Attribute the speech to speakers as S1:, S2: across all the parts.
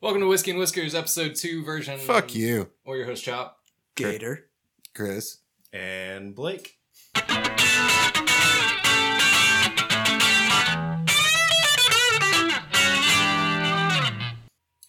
S1: Welcome to Whiskey and Whiskers, episode two version.
S2: Um,
S3: Fuck you,
S1: Or your host Chop.
S4: Gator.
S3: Chris.
S5: and Blake.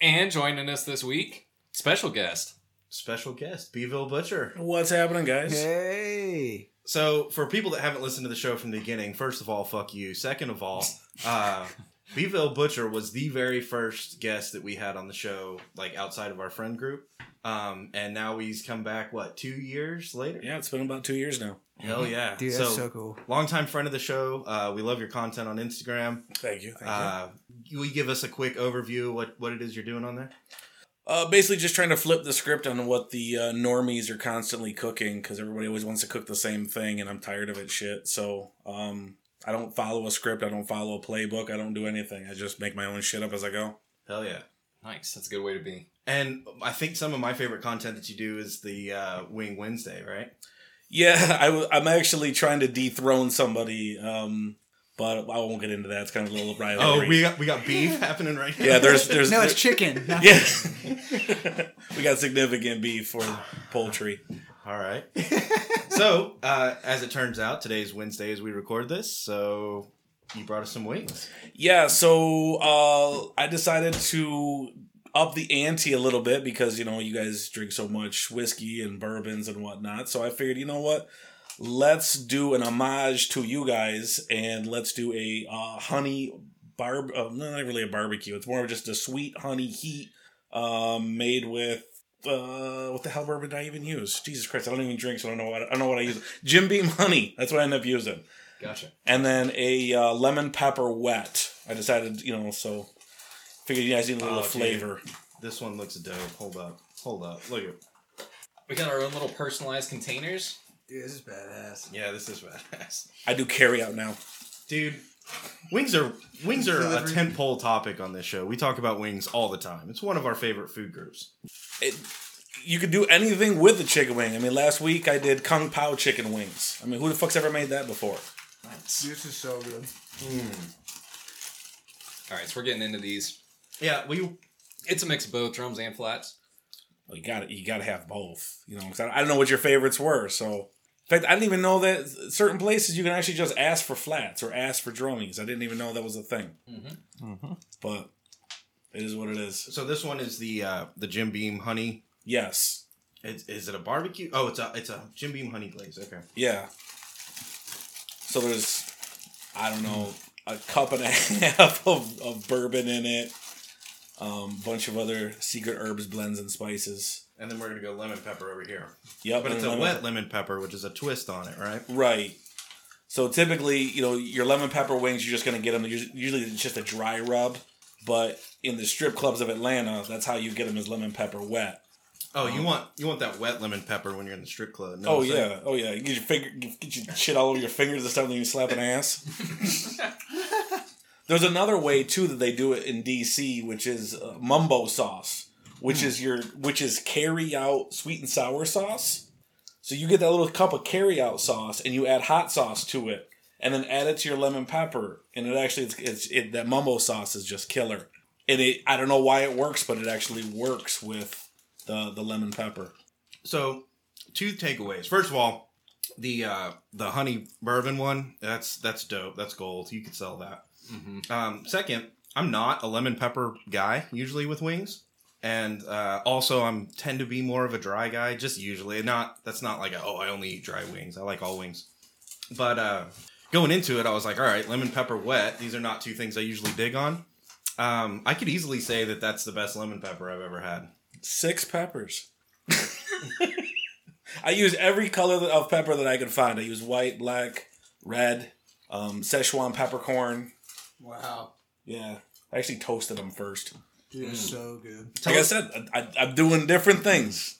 S1: And joining us this week, special guest.
S5: Special guest, Beeville Butcher.
S4: What's happening, guys?
S3: Hey.
S5: So, for people that haven't listened to the show from the beginning, first of all, fuck you. Second of all, uh, Beeville Butcher was the very first guest that we had on the show, like outside of our friend group. Um, and now he's come back, what, two years later?
S4: Yeah, it's been about two years now.
S5: Hell yeah.
S3: Dude, that's so, cool.
S5: longtime friend of the show. Uh, we love your content on Instagram.
S4: Thank you. Thank
S5: Uh, will you give us a quick overview of what, what it is you're doing on there?
S4: you. Uh, basically, just trying to flip the script on what the uh, normies are constantly cooking because everybody always wants to cook the same thing, and I'm tired of it. Shit. So um, I don't follow a script. I don't follow a playbook. I don't do anything. I just make my own shit up as I go.
S5: Hell yeah.
S1: Nice. That's a good way to be.
S5: And I think some of my favorite content that you do is the uh, Wing Wednesday, right?
S4: Yeah, I w- I'm actually trying to dethrone somebody, um, but I won't get into that. It's kind of a little rivalry.
S5: Oh, we got we got beef happening right now.
S4: yeah. There's there's
S2: No, it's chicken. No.
S4: yeah. we got significant beef for poultry.
S5: all right. so uh, as it turns out, today's Wednesday as we record this. So you brought us some wings.
S4: Yeah, so uh, I decided to up the ante a little bit because you know you guys drink so much whiskey and bourbons and whatnot. So I figured, you know what? Let's do an homage to you guys and let's do a uh, honey barb. Uh, not really a barbecue. It's more of just a sweet honey heat um, made with. Uh, what the hell bourbon did I even use? Jesus Christ, I don't even drink, so I don't know what I don't know what I use. Jim Beam honey. That's what I end up using
S1: Gotcha.
S4: and then a uh, lemon pepper wet. I decided, you know, so figured you guys need a little
S5: Oh, dude.
S4: flavor.
S5: This one looks dope. Hold up, hold up. Look at
S1: We got our own little personalized containers.
S2: Dude, this is badass.
S5: yeah, this is badass,
S4: I do carry out now.
S5: dude. Wings are wings are a
S2: Delivery.
S5: tentpole topic on this show. We talk about wings all the time. It's one of our favorite food groups.
S4: You could do anything with a chicken wing. I mean, last week I did kung pao chicken wings. I mean, who the fuck's ever made that before?
S1: Nice.
S2: This is so good.
S1: All right, so we're getting into these.
S5: Yeah, we
S1: It's a mix of both drums and flats.
S4: Well, you got to You got to have both. You know, 'cause I, I don't know what your favorites were. So, in fact, I didn't even know that certain places you can actually just ask for flats or ask for drummies. I didn't even know that was a thing. Mm-hmm.
S1: Mhm.
S4: But it is what it is.
S5: so this one is the uh, the Jim Beam honey.
S4: Yes.
S5: Is, is it a barbecue? Oh, it's a it's a Jim Beam honey glaze. Okay.
S4: Yeah. So there's, I don't know, a cup and a half of, of bourbon in it, um, bunch of other secret herbs, blends, and spices.
S5: And then we're gonna go lemon pepper over here.
S4: Yep.
S5: But it's
S4: and
S5: a
S4: lemon-
S5: wet lemon pepper, which is a twist on it, right?
S4: Right. So typically, you know, your lemon pepper wings, you're just gonna get them. Usually, it's just a dry rub. But in the strip clubs of Atlanta, that's how you get them as lemon pepper wet.
S5: Oh, you want you want that wet lemon pepper when you're in the strip club? know
S4: Oh
S5: what I'm saying?
S4: yeah, oh yeah. You get your finger, get your shit all over your fingers and stuff, and then you slap an ass. There's another way too that they do it in DC, which is uh, mumbo sauce, which is your which is carry out sweet and sour sauce. So you get that little cup of carry out sauce, and you add hot sauce to it, and then add it to your lemon pepper, and it actually it's, it's it, that mumbo sauce is just killer. And it I don't know why it works, but it actually works with the the lemon pepper.
S5: So, two takeaways. First of all, the uh, the honey bourbon one. That's that's dope. That's gold. You could sell that.
S2: Mm-hmm.
S5: Um, second, I'm not a lemon pepper guy usually with wings, and uh, also I'm tend to be more of a dry guy. Just usually, not that's not like a, oh I only eat dry wings. I like all wings. But uh, going into it, I was like, all right, lemon pepper wet. These are not two things I usually dig on. Um, I could easily say that that's the best lemon pepper I've ever had.
S4: Six peppers. I use every color that- of pepper that I could find. I use white, black, red, um, Szechuan peppercorn.
S2: Wow.
S4: Yeah, I actually toasted them first.
S2: Dude, it's so good.
S4: Like I said, I, I, I'm doing different things.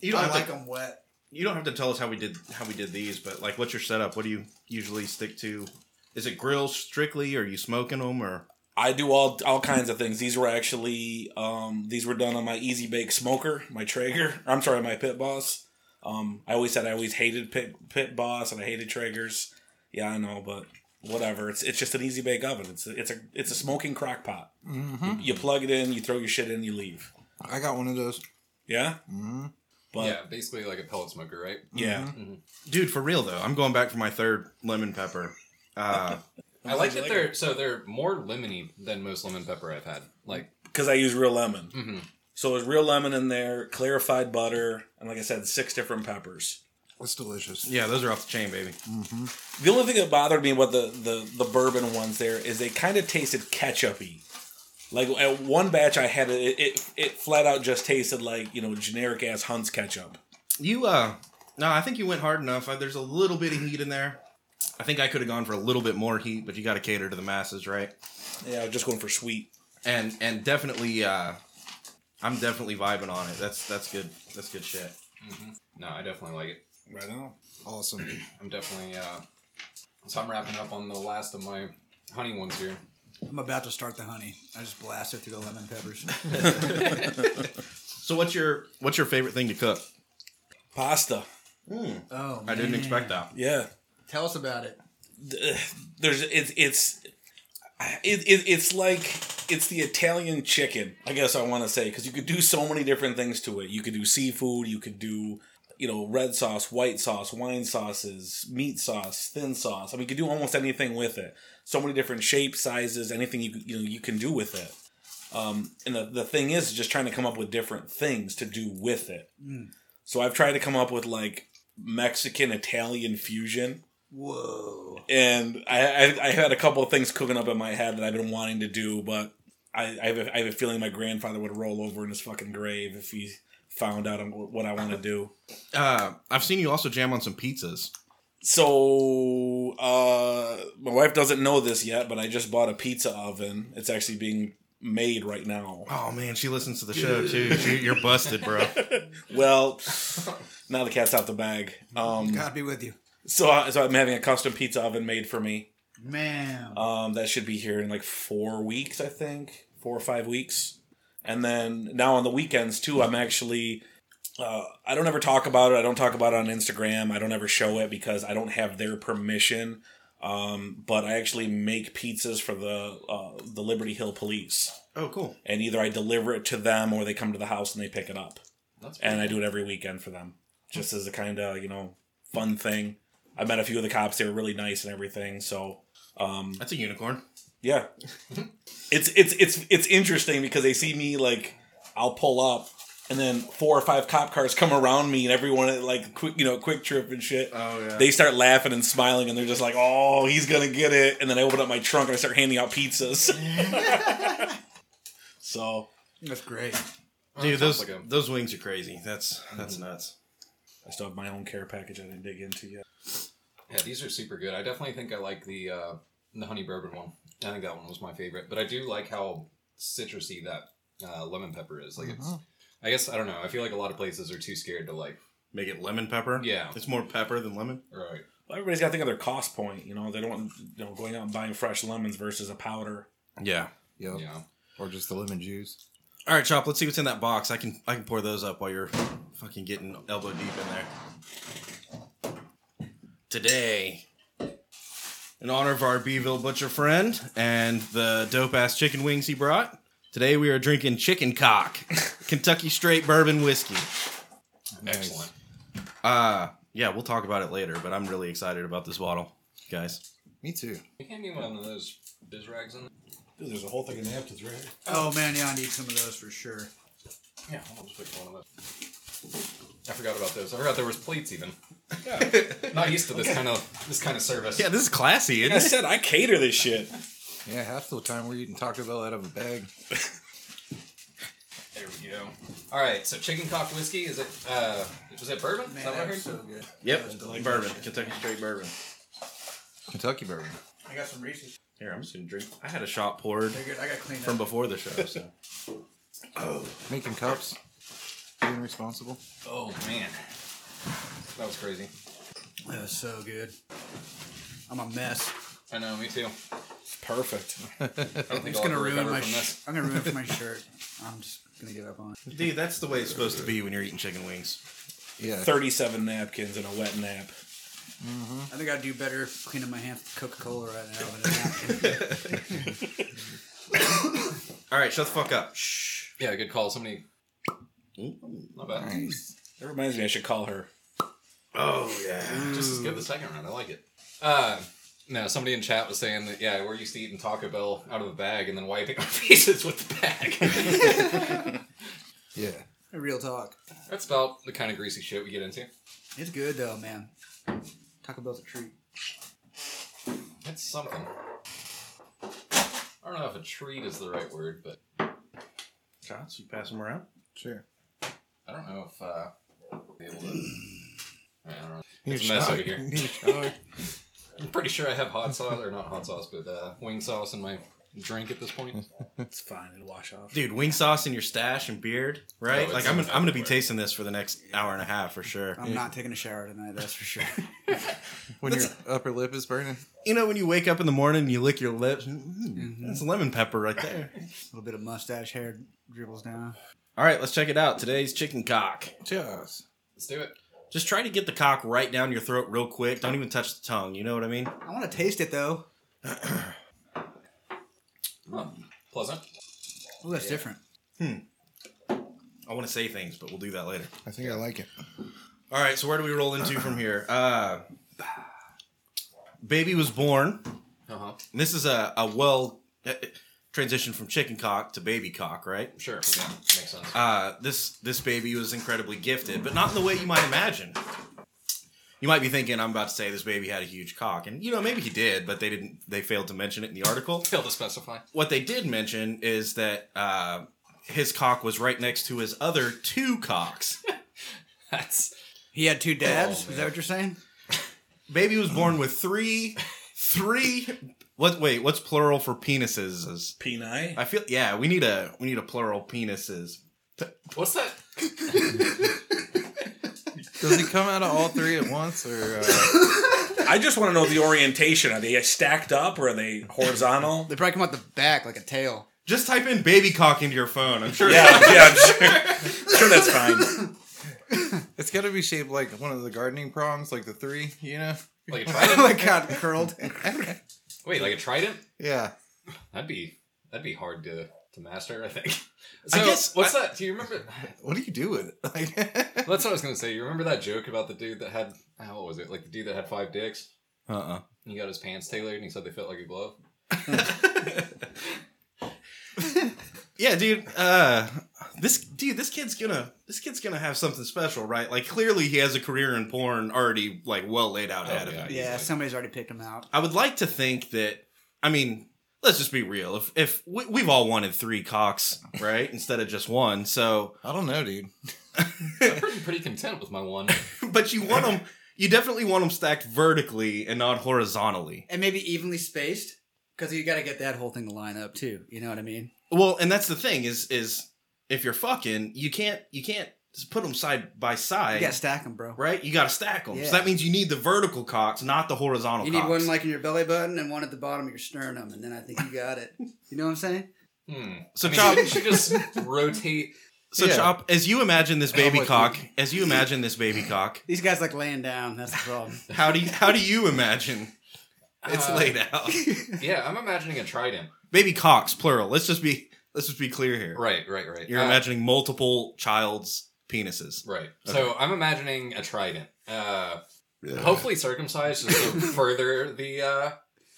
S5: You
S2: I
S5: have to-
S2: like them wet.
S5: you don't have to tell us how we did how we did these, but like, what's your setup? What do you usually stick to? Is it grills strictly? Or are you smoking them? Or
S4: I do all all kinds of things. These were actually um, these were done on my Easy Bake smoker, my Traeger. I'm sorry, my Pit Boss. Um, I always said I always hated Pit Pit Boss and I hated Traegers. Yeah, I know, but whatever. It's it's just an easy bake oven. It's a, it's a it's a smoking crock pot.
S3: Mm-hmm.
S4: You plug it in, you throw your shit in, you leave.
S3: I got one of those.
S4: Yeah,
S3: Mm-hmm.
S4: but
S1: yeah, basically like a pellet smoker, right?
S4: yeah.
S5: Dude, for real though, I'm going back for my third lemon pepper. Uh,
S1: I like
S4: you
S1: that
S4: like
S1: they're so they're more lemony than most lemon pepper I've had. Like,
S4: because I use real lemon.
S1: mhm.
S4: So there's real lemon in there, clarified butter, and like I said, six different peppers.
S3: It's delicious.
S5: yeah, those are off the chain, baby.
S3: Mm-hmm.
S4: The only thing that bothered me about the the, the bourbon ones there is they kind of tasted ketchupy. Like at one batch I had it, it, it flat out just tasted like you know generic ass Hunt's ketchup.
S5: You uh, no, I think you went hard enough. Uh, There's a little bit of heat in there. I think I could have gone for a little bit more heat, but you got to cater to the masses, right?
S4: Yeah, I was just going for sweet.
S5: And and definitely, uh, I'm definitely vibing on it. That's that's good. That's good shit.
S1: no, I definitely like it.
S4: Right now.
S3: Awesome.
S1: I'm definitely uh so I'm wrapping up on the last of my honey ones here.
S2: I'm about to start the honey. I just blasted through the lemon peppers.
S5: So what's your what's your favorite thing to cook?
S4: Pasta.
S2: oh,
S5: I didn't expect that.
S4: Yeah.
S2: Tell us about it.
S4: Ugh, There's it's it's it, it, it's like it's the Italian chicken. I guess I want to say because you could do so many different things to it. You could do seafood. You could do you know red sauce, white sauce, wine sauces, meat sauce, thin sauce. I mean, you could do almost anything with it. So many different shapes, sizes, anything you you know you can do with it. Um, and the, the thing is just trying to come up with different things to do with it. So I've tried to come up with like Mexican Italian fusion
S2: Whoa.
S4: and I, I I had a couple of things cooking up in my head that I've been wanting to do, but I I have a, I have a feeling my grandfather would roll over in his fucking grave if he found out what I want to do.
S5: Uh, I've seen you also jam on some pizzas.
S4: So uh, my wife doesn't know this yet, but I just bought a pizza oven. It's actually being made right now.
S5: Oh man, she listens to the show too. She, you're busted, bro.
S4: Well, now the cat's out the bag. Um,
S2: God be with you.
S4: so I, so I'm having a custom pizza oven made for me.
S2: Man.
S4: Um, that should be here in like four weeks, I think, four or five weeks. And then now on the weekends too, I'm actually. Uh, I don't ever talk about it. I don't talk about it on Instagram. I don't ever show it because I don't have their permission. Um, but I actually make pizzas for the uh, the Liberty Hill Police,
S5: Oh, cool.
S4: and either I deliver it to them or they come to the house and they pick it up.
S1: That's
S4: And I do it every weekend for them, just as a kind of you know fun thing. I met a few of the cops. They were really nice and everything. So um,
S5: That's a unicorn.
S4: yeah. it's it's it's it's interesting because they see me like I'll pull up and then four or five cop cars come around me and everyone like quick you know quick trip and shit.
S5: Oh yeah.
S4: They start laughing and smiling and they're just like, "Oh, he's going to get it." And then I open up my trunk and I start handing out pizzas. so,
S2: That's great.
S5: Dude,
S1: Sounds
S5: those
S1: like Mm-hmm. a-
S5: those wings are crazy. That's that's nuts.
S4: I still have my own care package I didn't dig into yet.
S1: Yeah, these are super good. I definitely think I like the uh, the honey bourbon one. I think that one was my favorite, but I do like how citrusy that uh, lemon pepper is. Like, it's, I guess I don't know. I feel like a lot of places are too scared to like.
S5: Make it lemon pepper.
S1: Yeah.
S5: it's more pepper than lemon.
S1: Right.
S4: Well, everybody's got to think of their cost point, you know. They don't want you know going out and buying fresh lemons versus a powder.
S5: Yeah.
S3: Yep.
S1: Yeah.
S3: Or just the lemon juice.
S5: All right, chop. Let's see what's in that box. I can I can pour those up while you're fucking getting elbow deep in there. Today, in honor of our Beeville butcher friend and the dope ass chicken wings he brought, today we are drinking chicken cock, Kentucky straight bourbon whiskey.
S1: Excellent.
S5: Uh yeah, we'll talk about it later, but I'm really excited about this bottle, guys.
S3: Me too.
S1: You can't get one of those biz rags in there.
S4: Dude, there's a whole thing of napkins right here.
S2: Oh, man. Yeah, I need some of those for sure.
S1: Yeah, I'll just pick one of those. I forgot about those. I forgot there was plates even. Not used to this kind of this kind of service.
S5: Yeah, this is classy.
S4: I said I cater this shit.
S3: Yeah, half the time we're eating Taco Bell out of a bag.
S1: There we go. All right, so chicken cock whiskey is it? Uh, was it bourbon? Is
S2: Man,
S1: that what I
S2: that
S1: heard?
S2: was so good. That was
S5: Yep,
S2: delicious.
S5: bourbon, Kentucky straight bourbon.
S3: Kentucky bourbon.
S2: I got some Reese's.
S5: Here, I'm just gonna drink. I had a shot poured
S2: They're good. I got cleaned
S5: from
S2: up.
S5: before the show, so
S3: Making cups. Being responsible.
S1: Oh man, that was crazy.
S2: That was so good. I'm a mess.
S1: I know, me too.
S4: Perfect.
S1: I don't think
S2: I'm just
S1: I'll
S2: gonna
S1: ever
S2: ruin
S1: recover
S2: my.
S1: from
S2: Sh-
S1: this.
S2: I'm gonna ruin it for my shirt. I'm just gonna give up on it.
S5: Dude, that's the way it's supposed to be when you're eating chicken wings.
S3: Yeah.
S4: Thirty-seven napkins and a wet nap.
S2: I think I'd do better cleaning my hands with Coca Cola right now than a napkin.
S5: All right, shut the fuck up. Shh.
S1: Yeah, good call. Somebody. Not bad.
S3: Nice.
S4: That reminds me, I should call her.
S5: Oh yeah.
S1: Just as good the second round. I like it. Uh, no, somebody in chat was saying that yeah, we're used to eating Taco Bell out of the bag and then wiping our faces with the bag.
S3: Yeah.
S2: Real talk.
S1: That's about the kind of greasy shit we get into.
S2: It's good though, man. Taco Bell's a treat.
S1: That's something. I don't know if a treat is the right word, but
S5: Shots, you pass them around.
S3: Sure.
S1: I don't know if uh, be able to. I don't know.
S3: Need
S1: It's
S3: a
S1: a mess
S3: shower.
S1: over here.
S3: Need a shower.
S1: I'm pretty sure I have hot sauce, or not hot sauce, but uh, wing sauce in my drink at this point.
S4: It's fine. It'll wash off.
S5: Dude, wing sauce in your stash and beard, right?
S1: Oh,
S5: like
S1: it's
S5: I'm, gonna, I'm gonna be
S1: everywhere.
S5: tasting this for the next hour and a half for sure.
S2: I'm not taking a shower tonight, that's for sure.
S3: when your upper lip is burning.
S5: You know when you wake up in the morning and you lick your lips, mm that's lemon pepper right there.
S2: A little bit of mustache hair dribbles down.
S5: All right, let's check it out. Today's chicken cock.
S3: Just.
S1: Let's do it.
S5: Just try to get the cock right down your throat real quick. Don't even touch the tongue. You know what I mean?
S2: I want to taste it though.
S1: Huh. Hmm. Pleasant.
S2: Oh, that's different.
S5: I want to say things, but we'll do that later.
S3: I think I like it.
S5: All right, so where do we roll into from here? Uh, baby was born.
S1: Uh huh.
S5: This is a, a well uh, transition from chicken cock to baby cock, right?
S1: Sure. Yeah, makes sense.
S5: uh, this this baby was incredibly gifted, but not in the way you might imagine. You might be thinking I'm about to say this baby had a huge cock, and you know maybe he did, but they didn't. They failed to mention it in the article.
S1: Failed to specify.
S5: What they did mention is that uh, his cock was right next to his other two cocks.
S1: That's
S2: He had two dabs.
S1: Oh,
S2: is
S1: man.
S2: that what you're saying?
S5: Baby was born with three, three. What? Wait, what's plural for penises?
S4: Peni.
S5: I feel yeah. We need a we need a plural penises.
S1: what's that?
S3: Does it come out of all three at once, or uh,
S4: I just want to know the orientation. Are they stacked up or are they horizontal?
S2: They probably come out the back like a tail.
S5: Just type in baby cock into your phone. I'm sure.
S4: yeah, yeah, I'm sure. sure that's fine.
S3: it's got to be shaped like one of the gardening prongs, like the three, you know?
S1: Like a
S2: I
S1: trident?
S2: got curled.
S1: Wait, like a trident?
S3: Yeah.
S1: That'd be that'd be hard to to master. I think.
S5: I
S1: So,
S5: guess-
S1: what's that? Do you remember?
S3: What do you do with it? Like,
S1: That's what I was gonna say. You remember that joke about the dude that had how old was it? Like the dude that had five dicks.
S5: Uh uh
S1: And he got his pants tailored, and he said they felt like a glove.
S5: Yeah, dude. Uh, this dude, this kid's gonna, this kid's gonna have something special, right? Like, clearly, he has a career in porn already, like, well laid out ahead
S1: yeah.
S5: of him.
S2: yeah, somebody's already picked him out.
S5: I would like to think that. I mean, let's just be real. If if we, we've all wanted three cocks, right, instead of just one, so
S3: I don't know, dude.
S1: I'm pretty, pretty content with my one.
S5: but you want them, you definitely want them stacked vertically and not horizontally.
S2: And maybe evenly spaced because you got to get that whole thing to line up too. You know what I mean?
S5: Well, and that's the thing is is if you're fucking, you can't you can't put them side by
S2: You
S5: side.
S2: got to stack them, bro.
S5: Right, you got to stack them.
S2: Yeah.
S5: So that means you need the vertical cocks, not the horizontal.
S2: You need
S5: cocks.
S2: one like in your belly button and one at the bottom of your sternum, and then I think you got it. You know what I'm saying?
S1: Hmm.
S5: So
S1: I mean,
S5: chop,
S1: shouldn't you just rotate.
S5: so
S3: Yeah.
S5: chop. As you imagine this baby
S3: like
S5: cock, as you imagine this baby cock,
S2: These guys like laying down. That's the problem.
S5: how do you, how do you imagine it's
S1: Uh,
S5: laid out?
S1: Yeah, I'm imagining a trident.
S5: baby cocks, plural. Let's just be let's just be clear here.
S1: Right, right, right.
S5: You're
S1: Uh,
S5: imagining multiple child's penises.
S1: Right. So I'm imagining a trident. Uh, hopefully circumcised just to further the uh,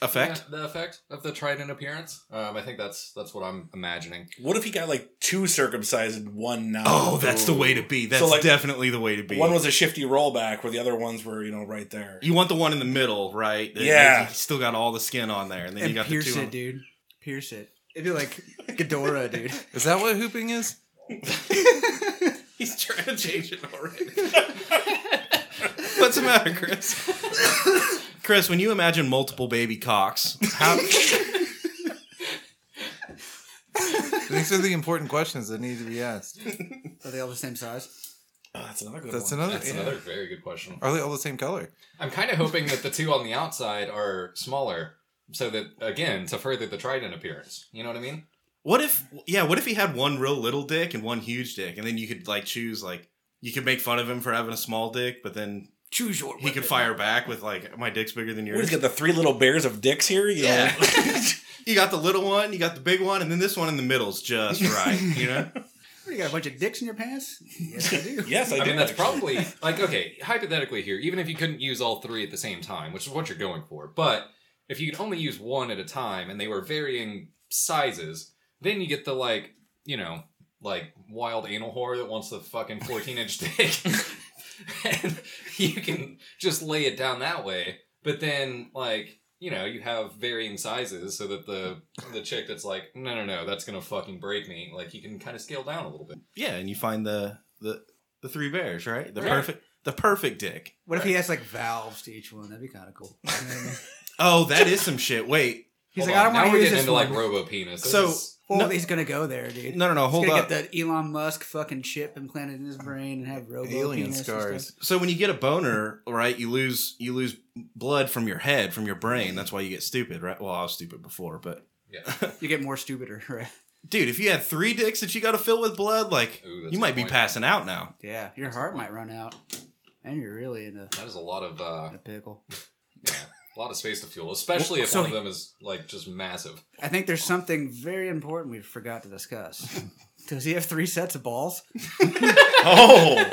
S5: Effect.
S1: the effect of the trident appearance. Um, I think that's that's what I'm imagining.
S4: What if he got like two circumcised and one not?
S5: Oh, that's the way to be. That's
S4: So, like,
S5: definitely the way to be.
S4: One was a shifty rollback, where the other ones were, you know, right there.
S5: you want the one in the middle, right? That-
S4: Yeah.
S5: you still got all the skin on there, and then you
S2: and
S5: got the
S2: pierce
S5: two.
S2: it, dude. Pierce it. It'd be like Ghidorah, dude.
S3: Is that what hooping is?
S5: He's trying to change it already. What's the matter, Chris? Chris, when you imagine multiple baby cocks, how,
S3: These are the important questions that need to be asked.
S2: Are they all the same size?
S4: Oh, that's another good
S3: That's
S4: one.
S3: another.
S1: That's another very good question.
S3: Are they all the same color?
S1: I'm kind of hoping that the two on the outside are smaller, so that again to further the trident appearance. You know what I mean?
S5: what if, yeah, what if he had one real little dick and one huge dick, and then you could like choose, like, you could make fun of him for having a small dick, but then
S2: Choose your.
S5: He
S2: weapon.
S5: could fire back with like, my dick's bigger than
S4: We
S5: yours.
S4: just got the three little bears of dicks here. You
S5: yeah.
S4: know?
S5: you got the little one, you got the big one, and then this one in the middle's just right. You know,
S2: What, You got a bunch of dicks in your pants? Yes, I do.
S4: Yes, I,
S1: I
S4: did.
S1: mean, that's
S4: actually.
S1: probably like okay. Hypothetically, here, even if you couldn't use all three at the same time, which is what you're going for, but if you could only use one at a time and they were varying sizes, then you get the like, you know, like wild anal whore that wants the fucking 14 inch dick, and you can just lay it down that way. But then, like, you know, you have varying sizes so that the the chick that's like, no, no, no, that's gonna fucking break me. Like, you can kind of scale down a little bit.
S5: yeah, and you find the the the three bears, right? The
S1: Right.
S5: perfect, the perfect dick.
S2: What if he has like valves to each one? That'd be kind of cool. You know what I mean?
S5: Oh, that is some shit. Wait,
S2: He's
S1: Hold
S2: like,
S1: on,
S2: I don't want
S1: now
S2: to
S1: we're
S2: use
S1: getting
S2: this
S1: into
S2: one.
S1: like robo penis. This
S5: So-
S1: is-
S2: Well,
S5: No.
S2: he's gonna go there, dude.
S5: no, no, no, hold
S2: he's gonna
S5: up.
S2: get that Elon Musk fucking chip implanted in his brain and have robo
S3: Alien
S2: penis and stuff.
S3: scars.
S5: So when you get a boner, right, you lose you lose blood from your head, from your brain. That's why you get stupid, right? Well, I was stupid before, but
S1: yeah.
S2: You get more stupider, right?
S5: dude, if you had three dicks that you got to fill with blood, like
S1: Ooh, that's
S5: you
S1: a
S5: might
S1: good
S5: be
S1: point.
S5: passing out now.
S2: Yeah, your heart might run out, and you're really in a,
S1: That is a lot of uh,
S2: in a pickle.
S1: yeah, a lot of space to fuel, especially if
S2: So-
S1: one of them is like just massive.
S2: I think there's something very important we forgot to discuss. Does he have three sets of balls?
S4: Oh,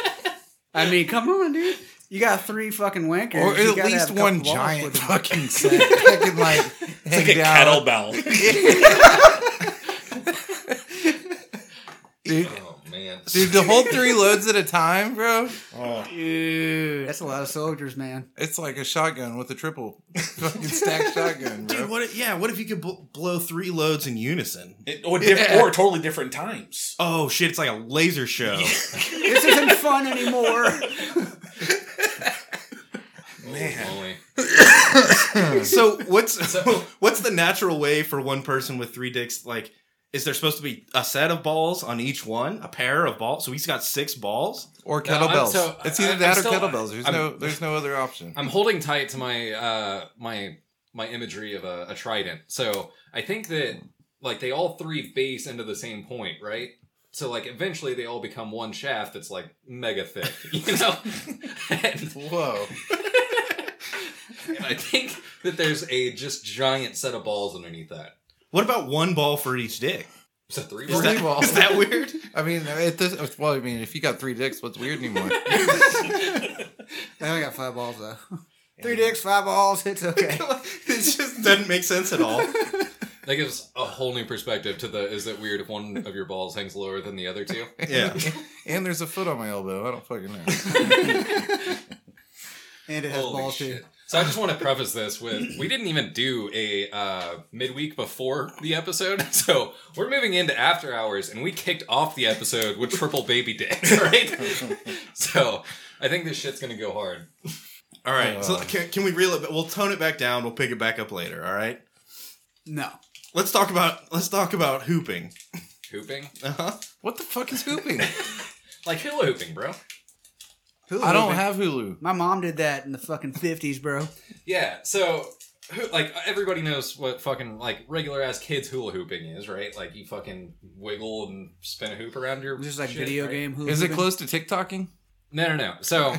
S2: I mean, come on, dude. You got three fucking wankers.
S3: Or
S2: You
S3: at
S2: gotta have
S3: least
S2: a couple
S3: one
S2: balls
S3: giant
S2: with him.
S3: fucking set. I can like
S4: it's
S3: hang
S4: like a
S3: down.
S4: kettlebell.
S3: Dude,
S1: Oh man,
S3: dude, to hold three loads at a time, bro,
S4: Oh.
S2: Dude, that's a lot of soldiers, man.
S3: it's like a shotgun with a triple fucking stacked shotgun, bro.
S5: Dude, what? If, yeah, what if you could bl- blow three loads in unison?
S4: It- or, diff-
S3: Yeah.
S4: or totally different times.
S5: Oh shit! It's like a laser show.
S2: This isn't fun anymore.
S1: man. Holy.
S5: so what's
S1: So-
S5: what's the natural way for one person with three dicks? Like, is there supposed to be a set of balls on each one, a pair of balls? So he's got six balls.
S3: Or
S1: No, I'm
S3: kettlebells.
S1: so-
S3: it's
S1: I-
S3: either
S1: I'm
S3: that or
S1: still-
S3: kettlebells. There's
S1: I'm-
S3: no, there's no other option.
S1: I'm holding tight to my uh, my my imagery of a, a trident. So I think that like they all three base into the same point, right? So like eventually they all become one shaft that's like mega thick, you know. and
S3: Whoa.
S1: I think that there's a just giant set of balls underneath that.
S5: What about one ball for each dick?
S1: So three
S3: Is
S1: balls.
S3: that,
S5: Is that weird?
S3: I mean, at this, well, I mean, if you got three dicks, what's weird anymore?
S2: I only got five balls though. Three dicks, five balls. It's okay.
S5: it just doesn't make sense at all.
S1: That gives a whole new perspective to the is it weird if one of your balls hangs lower than the other two?
S5: Yeah.
S3: and there's a foot on my elbow. I don't fucking know.
S2: And it has balls too.
S1: So I just want to preface this with we didn't even do a uh, midweek before the episode, so we're moving into after hours, and we kicked off the episode with triple baby dicks, right? so I think this shit's gonna go hard.
S5: All right. so
S3: Uh.
S5: can, can we reel it? ba- We'll tone it back down. We'll pick it back up later. All right.
S2: No.
S5: Let's talk about let's talk about hooping.
S1: Hooping,
S5: Uh huh.
S3: What the fuck is hooping?
S1: like hula hooping, bro.
S2: Hula
S3: I don't
S2: hooping.
S3: have Hulu.
S2: My mom did that in the fucking fifties, bro.
S1: Yeah, so who, like everybody knows what fucking like regular ass kids hula hooping is, right? Like you fucking wiggle and spin a hoop around your
S2: Just like
S1: shit,
S2: video
S1: right?
S2: game. Hula
S3: Is it
S2: hooping.
S3: close to TikToking?
S1: No, no, no. So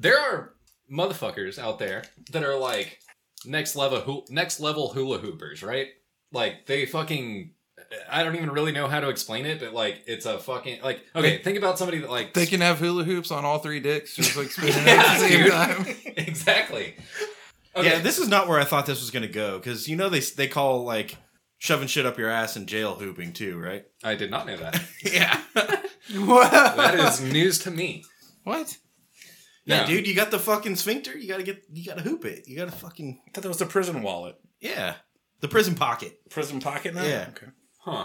S1: there are motherfuckers out there that are like next level hoo- next level hula hoopers, right? Like they fucking I don't even really know how to explain it, but like it's a fucking like okay, think about somebody that like
S3: They can have hula hoops on all three dicks, just like spinning
S1: Yeah,
S3: at the same
S1: dude.
S3: time.
S1: exactly.
S5: Yeah. This is not where I thought this was gonna go because you know they they call like shoving shit up your ass and jail hooping too, right?
S1: I did not know that.
S5: Yeah.
S1: That is news to me.
S3: What?
S5: Yeah,
S1: No.
S5: dude, you got the fucking sphincter. You gotta get, you gotta hoop it. You gotta fucking,
S4: I thought that was the prison wallet.
S5: yeah, the prison pocket.
S4: Prison pocket now?
S5: Yeah.
S4: Okay.
S1: Huh.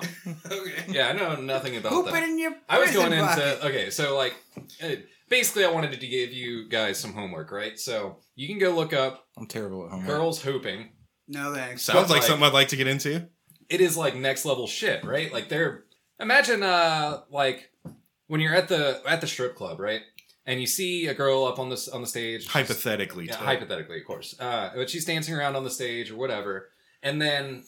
S1: Yeah, I know nothing about
S2: Hoop
S1: that.
S2: it in your.
S1: I was
S2: prison
S1: going
S2: pocket.
S1: into okay, so like uh, basically, I wanted to give you guys some homework, right? So you can go look up
S3: I'm terrible at home.
S1: girls hooping.
S2: No thanks.
S5: Sounds like,
S1: like-
S5: something I'd like to get into.
S1: It is like next level shit, right? Like they're imagine uh like when you're at the at the strip club, right? And you see a girl up on this on the stage,
S5: Hypothetically,
S1: yeah,
S5: Toad.
S1: hypothetically, of course. Uh, but she's dancing around on the stage or whatever, and then,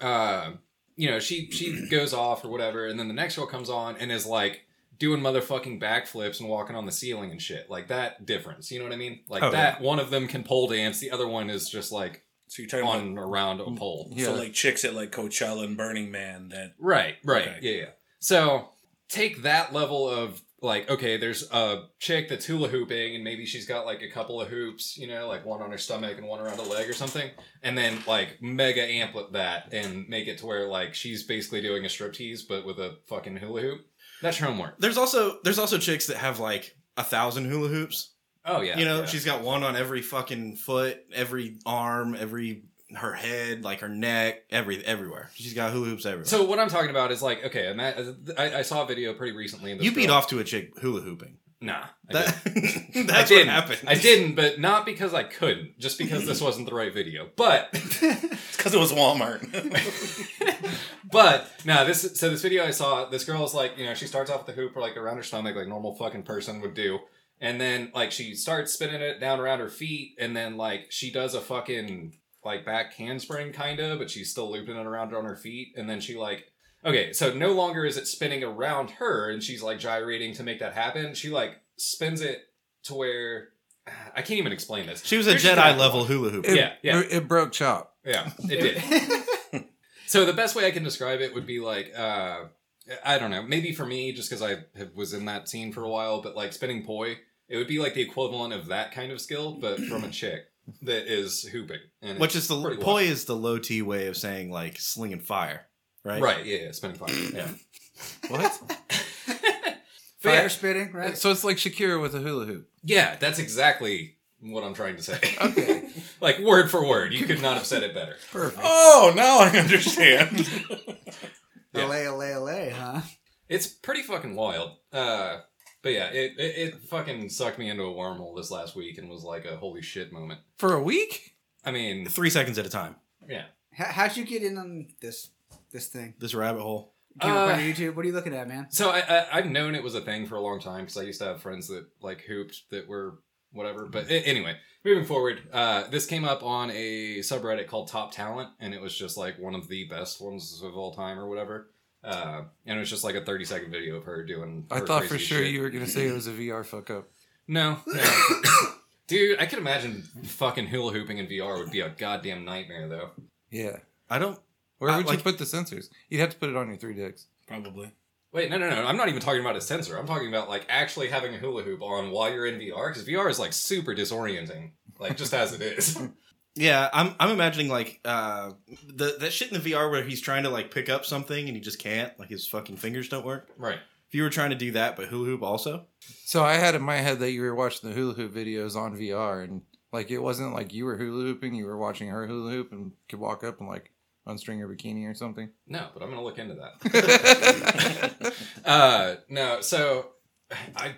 S1: uh, you know, she she goes off or whatever, and then the next girl comes on and is like doing motherfucking backflips and walking on the ceiling and shit. Like that difference. You know what I mean? Like
S5: Oh,
S1: that one of them can pole dance, the other one is just like
S4: So you're talking about
S1: on around a pole.
S3: Yeah.
S4: so like chicks at like Coachella and Burning Man that
S1: Right, right.
S4: Okay.
S1: Yeah, yeah. So take that level of like, okay, there's a chick that's hula hooping and maybe she's got like a couple of hoops, you know, like one on her stomach and one around a leg or something. And then like mega amp with that and make it to where like she's basically doing a striptease but with a fucking hula hoop. That's her homework.
S5: There's also there's also chicks that have like a thousand hula hoops.
S1: Oh yeah.
S5: you know,
S1: yeah.
S5: she's got one on every fucking foot, every arm, every her head, like her neck, every everywhere. She's got hula hoops everywhere.
S1: So what I'm talking about is like, okay, ima- I, I saw a video pretty recently. of this
S5: you beat
S1: girl-
S5: off to a chick hula hooping.
S1: Nah. I
S5: That,
S1: didn't. I
S5: that's what
S1: didn't.
S5: happened.
S1: I didn't, but not because I couldn't, just because this wasn't the right video. But
S4: it's because it was Walmart.
S1: But no, this so this video I saw, this girl's like, you know, she starts off with the hoop like around her stomach, like normal fucking person would do. And then like she starts spinning it down around her feet, and then like she does a fucking like back handspring kinda, but she's still looping it around on her feet, and then she like Okay, so no longer is it spinning around her and she's like gyrating to make that happen. She like spins it to where I can't even explain this.
S5: She was a
S1: Here's the
S5: Jedi
S1: thing.
S5: level hula hoop.
S1: It- Yeah, yeah.
S3: It, it broke chop.
S1: Yeah, it did. So the best way I can describe it would be like uh I don't know, maybe for me just cuz I have, was in that scene for a while, but like spinning poi, it would be like the equivalent of that kind of skill but from a chick that is hooping. And
S5: Which
S1: it's
S5: is the
S1: pretty
S5: poi
S1: wild.
S5: is the low T way of saying like slinging fire, right?
S1: Right, yeah, yeah spinning poi. Yeah.
S3: What?
S1: But
S2: Fire
S1: yeah,
S2: spitting, right?
S3: so it's like Shakira with a hula hoop.
S1: yeah, that's exactly what I'm trying to say.
S2: Okay.
S1: like word for word, you could not have said it better.
S2: Perfect.
S4: oh, now I understand.
S1: Yeah.
S2: LA, LA, LA, huh?
S1: It's pretty fucking wild. Uh, but yeah, it, it, it fucking sucked me into a wormhole this last week and was like a holy shit moment.
S3: For a week?
S1: I mean,
S5: Three seconds at a time.
S1: yeah.
S2: How, how'd you get in on this this thing?
S5: This rabbit hole.
S2: Came up
S1: Uh,
S2: on YouTube. What are you looking at, man?
S1: So I, I I've known it was a thing for a long time because I used to have friends that like hooped that were whatever. But a- anyway, moving forward, uh, this came up on a subreddit called Top Talent, and it was just like one of the best ones of all time or whatever. Uh, and it was just like a thirty second video of her doing.
S3: I
S1: her
S3: thought for
S1: crazy
S3: sure
S1: shit.
S3: you were going to say it was a VR fuck up.
S1: No, no. dude, I could imagine fucking hula hooping in VR would be a goddamn nightmare though.
S3: Yeah.
S5: I don't.
S3: Where
S5: Uh,
S3: would
S5: like-
S3: you put the sensors? You'd have to put it on your three dicks.
S4: Probably.
S1: Wait, no, no, no. I'm not even talking about a sensor. I'm talking about like actually having a hula hoop on while you're in VR because VR is like super disorienting, like just as it is.
S5: Yeah, I'm. I'm imagining like uh, the that shit in the VR where he's trying to like pick up something and he just can't. Like his fucking fingers don't work.
S1: right.
S5: If you were trying to do that, but hula hoop also.
S3: So I had in my head that you were watching the hula hoop videos on VR, and like it wasn't like you were hula hooping; you were watching her hula hoop and could walk up and like unstring her bikini or something.
S1: No, but I'm gonna look into that. Uh, no, so I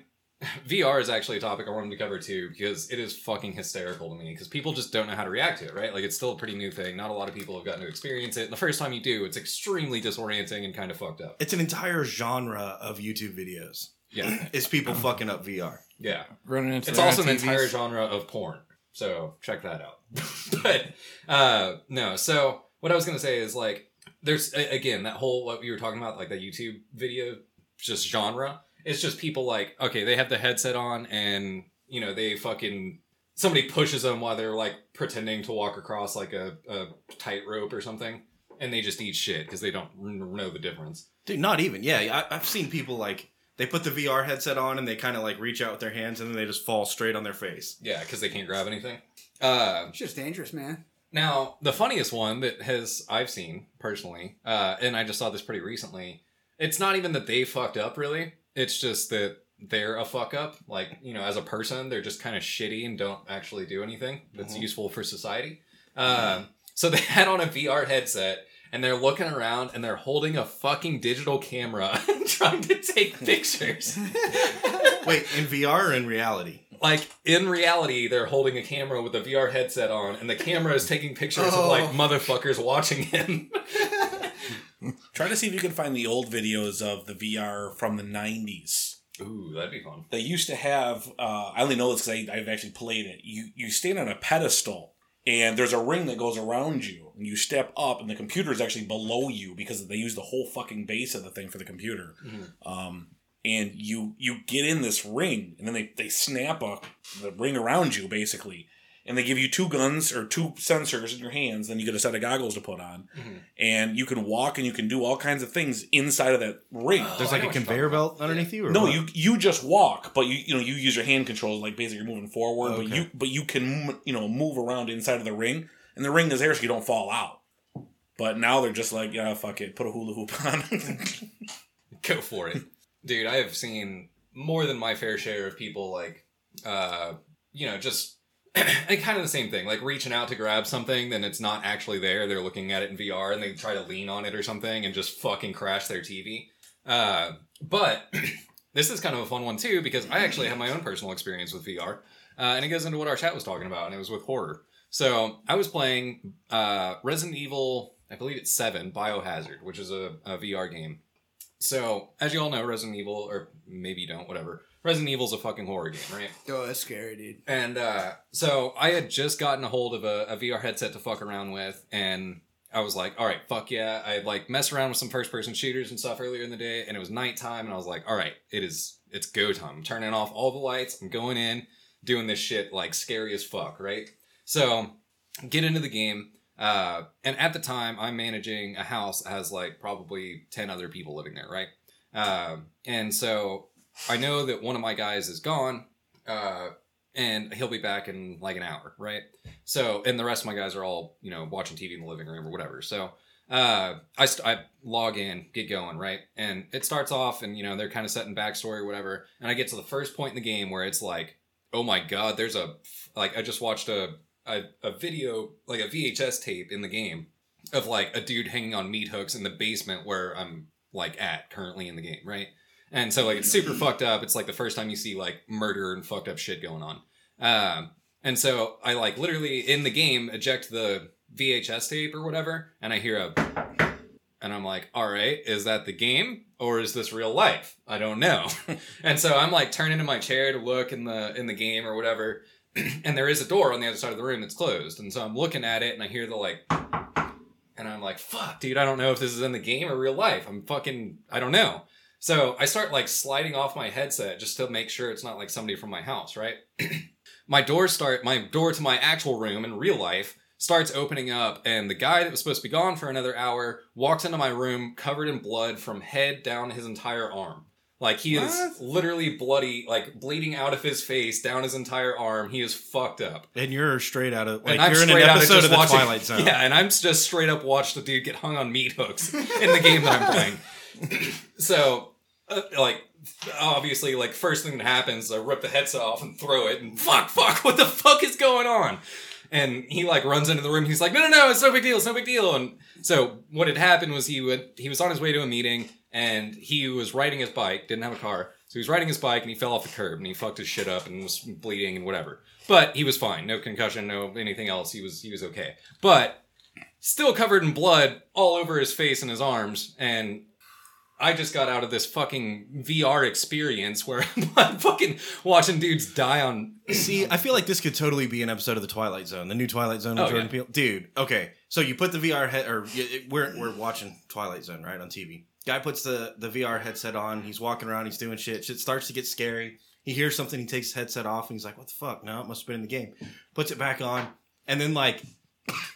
S1: VR is actually a topic I wanted to cover too because it is fucking hysterical to me because people just don't know how to react to it. Right? Like it's still a pretty new thing. Not a lot of people have gotten to experience it. And the first time you do, it's extremely disorienting and kind of fucked up.
S5: It's an entire genre of YouTube videos.
S1: Yeah,
S5: Is people fucking up VR?
S1: yeah.
S3: Running into
S1: it's
S3: their
S1: also an
S3: TVs.
S1: entire genre of porn. So check that out. but uh, no, so what I was gonna say is like, there's a- again that whole what we were talking about, like that YouTube video just genre. It's just people like okay, they have the headset on and you know they fucking somebody pushes them while they're like pretending to walk across like a, a tightrope or something, and they just eat shit because they don't n- know the difference.
S5: Dude, not even. Yeah, I, I've seen people like they put the VR headset on and they kind of like reach out with their hands and then they just fall straight on their face.
S1: Yeah, because they can't grab anything. Uh,
S2: It's just dangerous, man.
S1: Now, the funniest one that has I've seen personally, uh, and I just saw this pretty recently. It's not even that they fucked up, really. It's just that they're a fuck up. Like you know, as a person, they're just kind of shitty and don't actually do anything that's useful for society. Um, so they had on a VR headset. And they're looking around and they're holding a fucking digital camera trying to take pictures.
S5: Wait, in VR or in reality?
S1: like in reality they're holding a camera with a VR headset on and the camera is taking pictures of like
S2: Oh.
S1: motherfuckers watching him.
S4: Try to see if you can find the old videos of the VR from the '90s.
S1: Ooh, that'd be fun.
S4: They used to have. Uh, I only know this because I've actually played it. You you stand on a pedestal and there's a ring that goes around you, and you step up, and the computer is actually below you because they use the whole fucking base of the thing for the computer. Um, and you you get in this ring and then they, they snap a the ring around you basically and they give you two guns or two sensors in your hands then you get a set of goggles to put on
S1: Mhm.
S4: and you can walk and you can do all kinds of things inside of that ring
S1: Oh,
S5: There's
S1: I
S5: like
S1: know
S5: a
S1: what you're
S5: conveyor
S1: talking
S5: belt underneath you, or
S4: no
S5: what?
S4: you you just walk but you you know you use your hand controls like basically you're moving forward but
S5: Okay.
S4: you but you can you know move around inside of the ring and the ring is there so you don't fall out but now they're just like yeah fuck it put a hula hoop on
S1: Go for it. Dude, I have seen more than my fair share of people like uh you know, just and kind of the same thing, like reaching out to grab something, then it's not actually there. They're looking at it in VR and they try to lean on it or something and just fucking crash their TV. Uh, but this is kind of a fun one too because I actually have my own personal experience with VR, uh, and it goes into what our chat was talking about, and it was with horror. So I was playing uh, Resident Evil, I believe it's Seven, Biohazard, which is a, a VR game. So as you all know, Resident Evil, or maybe you don't, whatever. Resident Evil's a fucking horror game, right?
S2: Oh, that's scary, dude.
S1: And uh, so I had just gotten a hold of a, a VR headset to fuck around with, and I was like, all right, fuck yeah. I had like messed around with some first person shooters and stuff earlier in the day, and it was nighttime, and I was like, all right, it is it's go time. I'm turning off all the lights, I'm going in, doing this shit like scary as fuck, right? So get into the game. Uh, and at the time, I'm managing a house that has like probably 10 other people living there, right? Um, and so I know that one of my guys is gone. Uh, and he'll be back in like an hour, right? So, and the rest of my guys are all, you know, watching TV in the living room or whatever. So, uh, I, st- I log in, get going, right? And it starts off, and, you know, they're kind of setting backstory or whatever. And I get to the first point in the game where it's like, oh my God, there's a, like, I just watched a, a, a video, like a VHS tape in the game of like a dude hanging on meat hooks in the basement where I'm like at currently in the game, right? And so, like, it's super fucked up. It's like the first time you see like murder and fucked up shit going on. Um, and so I like literally in the game eject the VHS tape or whatever, and I hear a, and I'm like, all right, is that the game or is this real life? I don't know. and so I'm like turning in my chair to look in the in the game or whatever, and there is a door on the other side of the room that's closed, and so I'm looking at it and I hear the like. And I'm like, fuck, dude, I don't know if this is in the game or real life. I'm fucking, I don't know. So I start like sliding off my headset just to make sure it's not like somebody from my house, right? my door start my door to my actual room in real life starts opening up and the guy that was supposed to be gone for another hour walks into my room covered in blood from head down his entire arm like he is
S5: What?
S1: literally bloody like bleeding out of his face down his entire arm he is fucked up
S5: and you're straight out of like
S1: and I'm
S5: you're in an
S1: straight out
S5: episode
S1: just
S5: of, the
S1: watching,
S5: Twilight Zone.
S1: Yeah, and I'm just straight up watched the dude get hung on meat hooks in the game that I'm playing. so, uh, like, obviously, like first thing that happens, I rip the headset off and throw it, and fuck, fuck, what the fuck is going on? And he like runs into the room. He's like, no, no, no, it's no big deal, it's no big deal. And so what had happened was he would he was on his way to a meeting and he was riding his bike, didn't have a car, so he was riding his bike and he fell off the curb and he fucked his shit up and was bleeding and whatever. But he was fine, no concussion, no anything else. He was he was okay, but still covered in blood all over his face and his arms. And I just got out of this fucking VR experience where I'm fucking watching dudes die on.
S5: See, I feel like this could totally be an episode of the Twilight Zone, the new Twilight Zone with
S1: Oh,
S5: Jordan
S1: yeah.
S5: Peele. Dude, okay, so you put the VR head, or y- it- we're we're watching Twilight Zone right on TV. Guy puts the the VR headset on. He's walking around. He's doing shit. Shit starts to get scary. He hears something. He takes his headset off, and he's like, "What the fuck? No, it must have been in the game." Puts it back on, and then like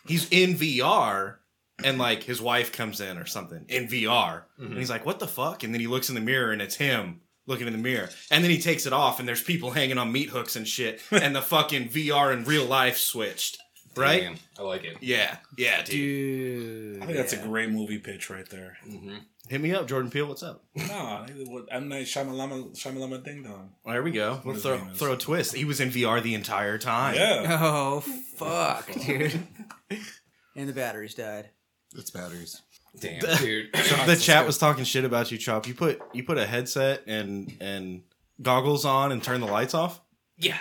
S5: he's in VR, and like his wife comes in or something in VR, and
S4: Mm-hmm.
S5: he's like, "What the fuck?" And then he looks in the mirror, and it's him looking in the mirror. And then he takes it off, and there's people hanging on meat hooks and shit. and the fucking VR and real life switched, right?
S1: Damn, I like it.
S5: Yeah, yeah, dude.
S2: Dude.
S4: i think that's a great movie pitch right there
S1: hmm
S5: Hit me up, Jordan Peele. What's up?
S4: no i'm not shamalama shamalama ding dong
S5: there we go.
S4: What
S5: We'll
S4: his
S5: throw
S4: name is.
S5: throw a twist. He was in VR the entire time.
S4: yeah
S2: Oh, fuck, dude. and the batteries died.
S3: It's batteries.
S1: Damn,
S5: The-
S1: dude.
S5: The chat was talking shit about you, Chop. You put you put a headset and and goggles on and turn the lights off.
S1: yeah,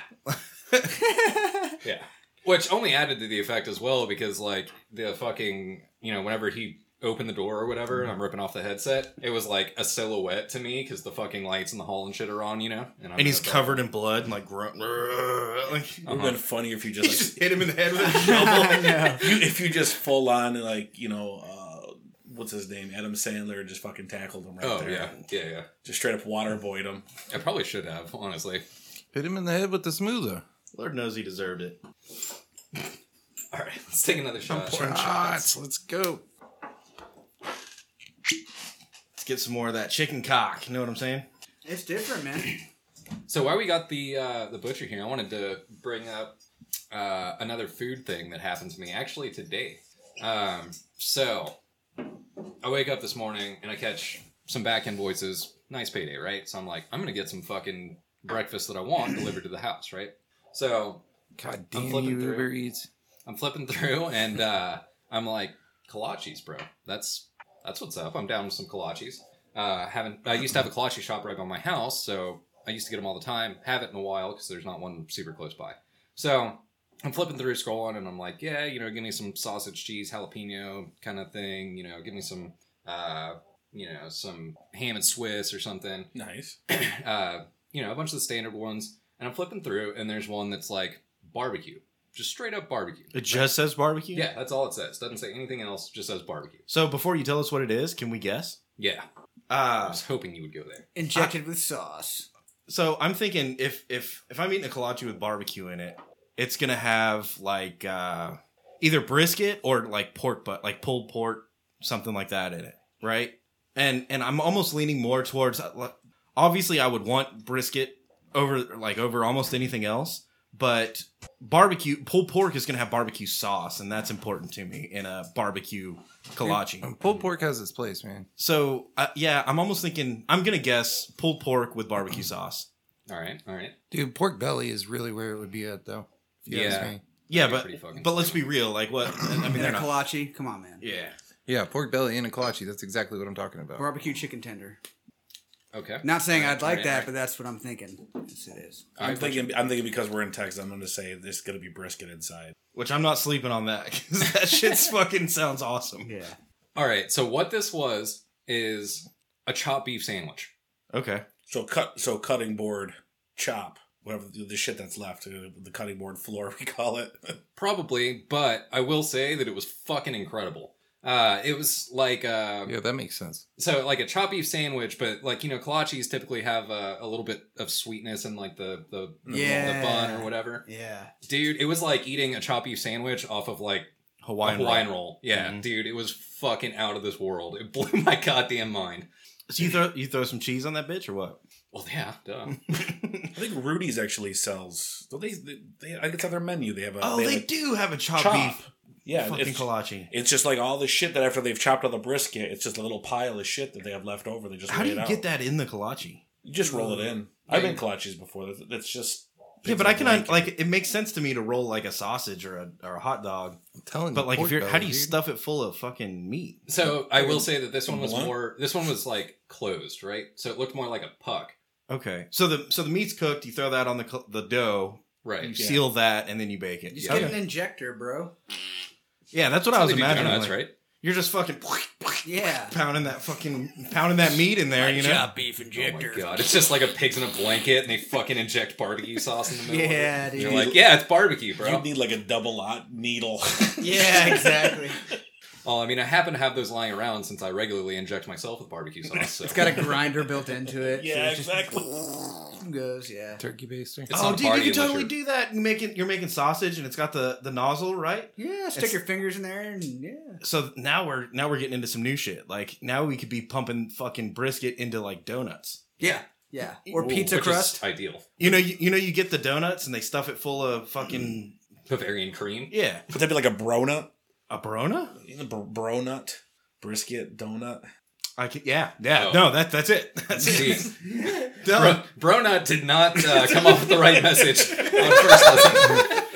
S1: Yeah. Which only added to the effect as well because, like, the fucking, you know, whenever he opened the door or whatever, and I'm ripping off the headset, it was like a silhouette to me because the fucking lights in the hall and shit are on, you know? I'm
S5: and he's
S1: not-
S5: covered in blood and like grunt. Like,
S4: It would have been funnier if you
S5: he
S4: just, like,
S5: just hit him in the head with a
S2: I
S5: shovel.
S2: know.
S4: you, if you just full on like you know uh, what's his name? Adam Sandler just fucking tackled him right
S1: Oh
S4: there.
S1: yeah, yeah, yeah.
S4: Just straight up waterboyed him.
S1: I probably should have honestly.
S3: Hit him in the head with the smoother.
S5: Lord knows he deserved it.
S1: All right, let's take another shot.
S3: Shots. Let's go.
S5: Let's get some more of that chicken cock. You know what I'm saying?
S2: It's different, man.
S1: So while we got the uh, the butcher here, I wanted to bring up uh, another food thing that happened to me actually today. Um, so I wake up this morning and I catch some back invoices. Nice payday, right? So I'm like, I'm gonna get some fucking breakfast that I want delivered to the house, right? So
S3: God
S1: I'm
S3: damn you,
S1: flipping through.
S3: Uber Eats.
S1: I'm flipping through and uh, I'm like, kolaches, bro. That's that's what's up. I'm down with some kolaches. Uh, haven't I used to have a kolache shop right by my house, so I used to get them all the time. Haven't in a while because there's not one super close by. So I'm flipping through, scrolling, and I'm like, yeah, you know, give me some sausage, cheese, jalapeno kind of thing. You know, give me some, uh, you know, some ham and Swiss or something
S4: Nice.
S1: uh, you know, a bunch of the standard ones, and I'm flipping through, and there's one that's like barbecue, just straight up barbecue.
S5: It just says barbecue.
S1: Yeah, that's all it says. Doesn't say anything else. Just says barbecue.
S5: So before you tell us what it is, can we guess?
S1: Yeah, I
S5: Uh
S1: was hoping you would go there.
S2: Injected with sauce.
S5: so I'm thinking if if if I'm eating a kolache with barbecue in it, it's gonna have like uh either brisket or like pork butt, like pulled pork, something like that in it, right? And and I'm almost leaning more towards uh, obviously I would want brisket over like over almost anything else, but barbecue pulled pork is gonna have barbecue sauce, and that's important to me in a barbecue kolache.
S3: Um, Pulled pork has its place, man.
S5: So uh, yeah, I'm almost thinking I'm gonna guess pulled pork with barbecue sauce.
S1: All right, all right.
S3: Dude, pork belly is really where it would be at, though. if you ask
S1: Yeah.
S3: me.
S5: Yeah,
S1: That'd be
S5: but
S1: pretty fucking
S5: but let's be real. Like what? I mean,
S2: And
S5: they're
S2: a
S5: not.
S2: kolache. Come on, man.
S5: yeah.
S3: Yeah, pork belly and a kolache. That's exactly what I'm talking about.
S2: Barbecue chicken tender.
S1: Okay.
S2: Not saying I'd like
S1: Right,
S2: that,
S1: right.
S2: but that's what I'm thinking. Yes, it is.
S1: All
S4: I'm
S1: right,
S4: thinking. I'm thinking because we're in Texas. I'm going to say there's going to be brisket inside.
S5: Which I'm not sleeping on that because that shit's fucking sounds awesome.
S2: Yeah.
S1: All right. So what this was is a chopped beef sandwich.
S5: Okay.
S4: So cut. So cutting board chop. Whatever the, the shit that's left, uh, the cutting board floor we call it.
S1: Probably, but I will say that it was fucking incredible. Uh, it was like uh,
S3: Yeah, that makes sense.
S1: so like a chopped beef sandwich, but like you know, kolaches typically have uh, a little bit of sweetness in like the the, the,
S2: Yeah.
S1: the bun or whatever.
S2: Yeah.
S1: Dude, it was like eating a chopped beef sandwich off of like
S5: Hawaiian.
S1: a Hawaiian
S5: roll.
S1: roll. Yeah,
S5: Mhm.
S1: dude, it was fucking out of this world. It blew my goddamn mind.
S5: So you throw you throw some cheese on that bitch or what?
S1: Well, yeah, duh.
S4: I think Rudy's actually sells. Don't they, they, they? I think it's on their menu. They have a.
S5: Oh,
S4: have
S5: they
S4: a
S5: do have a chopped
S4: chop.
S5: beef
S4: Yeah,
S5: fucking
S4: it's,
S5: kolache.
S4: it's just like all the shit that after they've chopped all the brisket, it's just a little pile of shit that they have left over. They just
S5: How do
S4: lay
S5: you
S4: it out.
S5: get that in the kolache?
S4: You just roll it in.
S1: Yeah,
S4: I've been
S1: you-
S4: kolaches before. That's, that's just
S5: Yeah,
S4: it's
S5: but
S4: a
S5: I can
S4: blanket.
S5: like it makes sense to me to roll like a sausage or a or a hot dog.
S3: I'm telling
S5: But
S3: you.
S5: like if
S3: pork
S5: you're how do
S3: belly,
S5: you
S3: dude.
S5: stuff it full of fucking meat?
S1: So I will say that this one was
S4: Blunt?
S1: more. This one was like closed, right? So it looked more like a puck,
S5: Okay. So the so the meat's cooked. You throw that on the co- the dough.
S1: right?
S5: You
S4: Yeah.
S5: seal that and then you bake it.
S2: Just
S1: Yeah.
S2: get an injector, bro.
S5: Yeah, that's what I
S1: So
S5: was
S1: they do
S5: imagining.
S1: donuts,
S5: like,
S1: right?
S5: You're just fucking
S2: Yeah.
S5: pounding that fucking pounding that meat in there, you know.
S2: beef
S1: Oh my god, it's just like a pig's in a blanket, and they fucking inject barbecue sauce in the middle. of it.
S2: Yeah,
S1: And you're
S2: dude.
S1: like, yeah, it's barbecue,
S4: you
S1: bro.
S4: need like a double lot needle.
S2: yeah, exactly.
S1: Well, I mean, I happen to have those lying around since I regularly inject myself with barbecue sauce. So.
S2: It's got a grinder built into it.
S4: Yeah,
S2: it's just-
S4: exactly.
S2: Goes, yeah.
S3: turkey baster.
S1: It's
S5: oh,
S1: not a
S5: dude,
S1: party
S5: you can
S1: unless
S5: totally
S1: you're-
S5: do that. And making you're making sausage, and it's got the the nozzle, right?
S2: Yeah, stick
S5: It's-
S2: your fingers in there and yeah.
S5: So now we're now we're getting into some new shit. Like now we could be pumping fucking brisket into like donuts.
S2: Yeah. Yeah. Or
S1: Ooh,
S2: pizza
S1: which is
S2: crust.
S1: ideal.
S5: You know, you, you know, you get the donuts and they stuff it full of fucking
S1: Bavarian cream.
S5: yeah,
S4: Would that be like a bronut?
S5: a Barona.
S4: You know, br- bronut, brisket, donut.
S5: I could, yeah, yeah.
S1: Oh.
S5: No, that that's it. That's
S1: See,
S5: it.
S1: Bro,
S5: Done.
S1: Bronut did not uh, come up with the right message on first listen.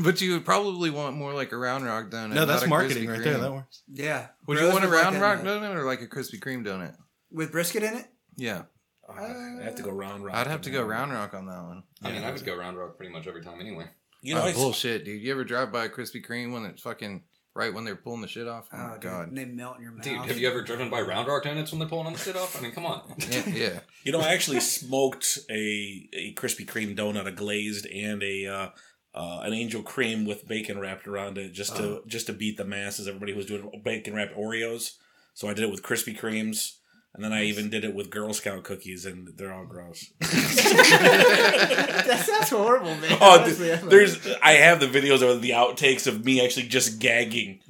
S3: But you would probably want more like a round rock donut.
S5: No, that's
S3: not a
S5: marketing
S3: Krispy
S5: right there.
S3: Kreme.
S5: That works.
S2: yeah.
S3: Would you
S2: Bros
S3: want a
S2: like
S3: round
S2: that
S3: rock
S2: in that.
S3: donut or like a Krispy Kreme donut?
S2: with brisket in it?
S3: Yeah,
S4: Uh, I have to go round rock.
S3: I'd have
S4: on
S3: to
S4: that
S3: go
S4: one.
S3: round rock on that one.
S1: I mean, I would go round rock pretty much every time anyway.
S4: You know,
S3: Oh,
S4: I-
S3: bullshit, dude. You ever drive by a Krispy Kreme one that's fucking right when they're pulling the shit off? Oh,
S2: Oh, dude,
S3: god.
S2: and they melt in your mouth.
S1: Dude, have you ever driven by Round Rock Donuts when they're pulling on the shit off? I mean, come on.
S3: yeah, yeah.
S4: you know, I actually smoked a a Krispy Kreme donut, a glazed and a uh, uh, an angel cream with bacon wrapped around it just
S3: Uh-huh.
S4: to just to beat the masses. Everybody was doing bacon wrapped Oreos, so I did it with Krispy Kremes, and then I even did it with Girl Scout cookies, and they're all gross.
S2: that sounds horrible, man.
S4: Oh,
S2: Honestly, I'm like-
S4: There's I have the videos of the outtakes of me actually just gagging.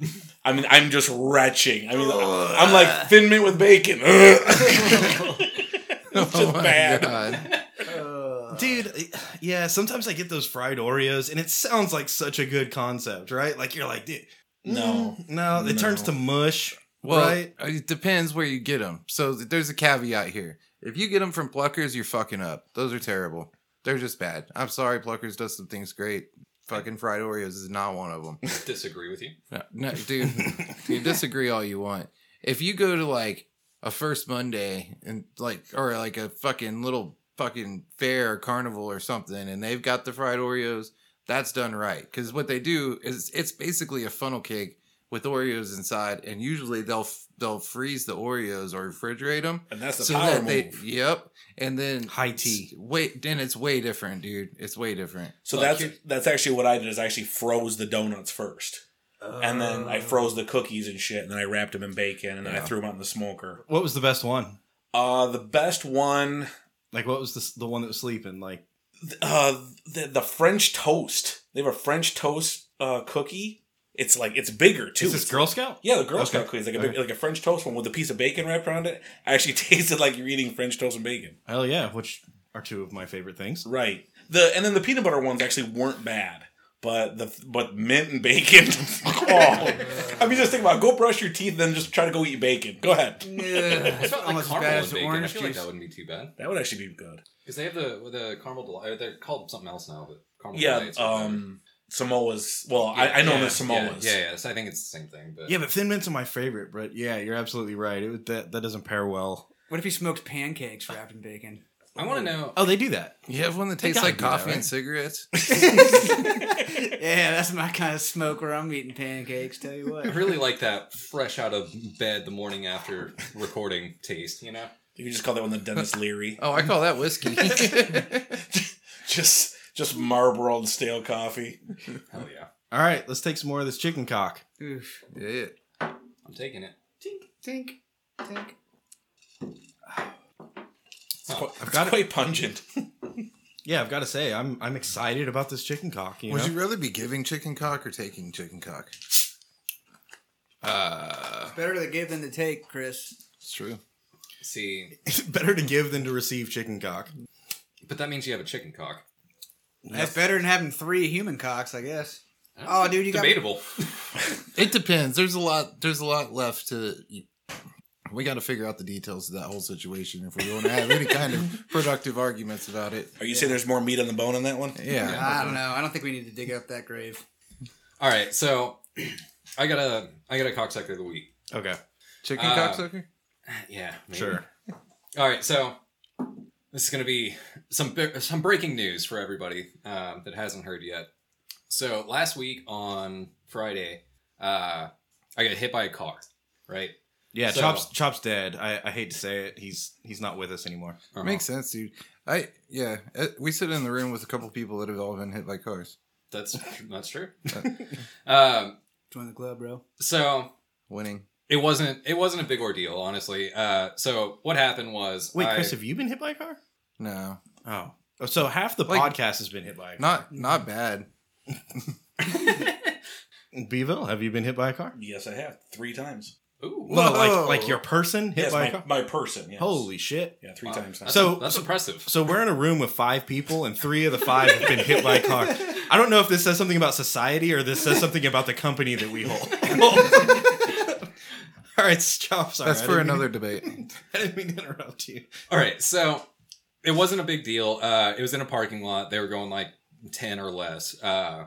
S4: I mean, I'm just retching. I mean, I'm like thin mint with bacon. it's just bad.
S3: Oh god.
S2: Uh,
S5: Dude, yeah, sometimes I get those fried Oreos and it sounds like such a good concept, right? Like you're like, dude,
S4: No.
S5: mm, no, it
S4: No.
S5: turns to mush.
S3: Well,
S5: Right.
S3: it depends where you get them. So th- there's a caveat here. If you get them from Pluckers, you're fucking up. Those are terrible. They're just bad. I'm sorry, Pluckers does some things great. Fucking fried Oreos is not one of them.
S1: Disagree with you.
S3: No, no, dude, you disagree all you want. If you go to like a first Monday and like, or like a fucking little fucking fair or carnival or something, and they've got the fried Oreos, that's done right. Because what they do is it's basically a funnel cake with Oreos inside, and usually they'll f- they'll freeze the Oreos or refrigerate them.
S4: And that's the
S3: so
S4: power
S3: that
S4: move.
S3: they, yep, and then
S5: High tea.
S3: Wait, then it's way different, dude. It's way different.
S4: so
S1: Like
S4: that's
S1: here-
S4: that's actually what I did is I actually froze the donuts first. And then I froze the cookies and shit, and then I wrapped them in bacon, and then I
S3: Oh. Yeah.
S4: threw them out in the smoker.
S5: What was the best one?
S4: Uh, the best one,
S5: Like what was the the one that was sleeping? Like
S4: uh, the, the French toast. They have a French toast uh, cookie. It's like it's bigger too.
S5: is this
S4: It's-
S5: Girl Scout?
S4: Yeah, the Girl
S5: Okay.
S4: Scout cookies, like a big,
S5: Okay.
S4: like a French toast one with a piece of bacon wrapped around it. Actually, tasted like you're eating French toast and bacon.
S5: Hell yeah, which are two of my favorite things.
S4: Right. The and then the peanut butter ones actually weren't bad, but the but mint and bacon. oh, I mean, just think about it. go brush your teeth, then just try to go eat bacon. Go ahead.
S2: yeah,
S1: It's not like
S2: almost as
S1: caramel
S2: bad
S1: and
S2: as the
S1: bacon. I
S2: orange
S1: feel like
S2: juice.
S1: that wouldn't be too bad
S4: That would actually be good.
S1: because they have the the caramel delight. They're called something else now, but caramel
S4: Yeah.
S1: delights or whatever.
S4: Um. Samoa's. Well, I, I know them as Samoa's.
S1: Yeah, yeah, yeah. So I think it's the same thing. But
S5: Yeah, but thin mints are my favorite. But yeah, you're absolutely right. It, would- that that doesn't pair well.
S2: what if he smoked pancakes wrapped in bacon?
S1: I want to know.
S5: Oh, they do that.
S3: You have one that tastes
S5: gotta
S3: like
S5: do that,
S3: coffee
S5: right?
S3: and cigarettes.
S2: Yeah, that's my kind of smoke where I'm eating pancakes. Tell you
S1: I
S2: what.
S1: really like that fresh out of bed the morning after recording taste. You know,
S4: You can just call that one the Dennis Leary.
S3: Oh, I call that whiskey.
S4: Just just Marlboro and stale coffee.
S1: hell yeah,
S5: All right, let's take some more of this chicken cock.
S2: Oof.
S3: yeah.
S1: I'm taking it.
S2: Tink, tink.
S5: Oh,
S4: It's quite, it's
S5: got it.
S4: quite pungent.
S5: Yeah, I've got to say, I'm I'm excited about this chicken cock. You know?
S3: Would you rather be giving chicken cock or taking chicken cock? Uh,
S2: Better to give than to take, Chris.
S3: it's true.
S1: See,
S5: Better to give than to receive chicken cock.
S1: but that means you have a chicken cock.
S2: That's better than having three human cocks, I guess. Oh, dude, you got
S1: Debatable.
S3: It depends. There's a lot. There's a lot left to. We got to figure out the details of that whole situation if we want to have any kind of productive arguments about it.
S4: Are you saying there's more meat on the bone in that one?
S3: Yeah.
S2: I don't know. I don't think we need to dig up that grave.
S1: All right, so I got a I got a cocksucker of the week.
S5: Okay,
S3: Chicken
S1: Uh,
S3: cocksucker.
S1: Yeah, maybe.
S5: sure.
S1: All right, so this is going to be some bi- some breaking news for everybody um, that hasn't heard yet. So last week on Friday, uh, I got hit by a car. Right?
S5: Yeah,
S1: So-
S5: Chop's Chop's dead. I, I hate to say it. He's he's not with us anymore.
S1: Uh-huh.
S3: Makes sense, dude. I yeah. uh, We sit in the room with a couple people that have all been hit by cars.
S1: that's that's true. um,
S2: Join the club, bro.
S1: so
S3: Winning.
S1: it wasn't it wasn't a big ordeal, honestly. Uh, so what happened was
S5: Wait,
S1: I-
S5: Chris, have you been hit by a car?
S3: No,
S5: Oh, oh so half the
S3: Like-
S5: podcast has been hit by a car.
S3: not not bad.
S5: Beeville, have you been hit by a car?
S4: Yes, I have three times.
S1: Ooh,
S5: No,
S3: Whoa.
S5: like like your person hit
S4: yes,
S5: by a
S4: my,
S5: car.
S4: my person. Yes.
S5: Holy shit!
S4: Yeah, three
S1: wow,
S4: times. now.
S1: That's,
S5: So-
S1: that's impressive.
S5: So we're in a room with five people, and three of the five have been hit by a car. I don't know if this says something about society or this says something about the company that we hold. All right, Chop. Sorry,
S3: That's
S5: I
S3: for
S5: didn't mean-
S3: another debate.
S5: I didn't mean to interrupt you.
S1: All right, so it wasn't a big deal. Uh, it was in a parking lot. They were going like ten or less, uh,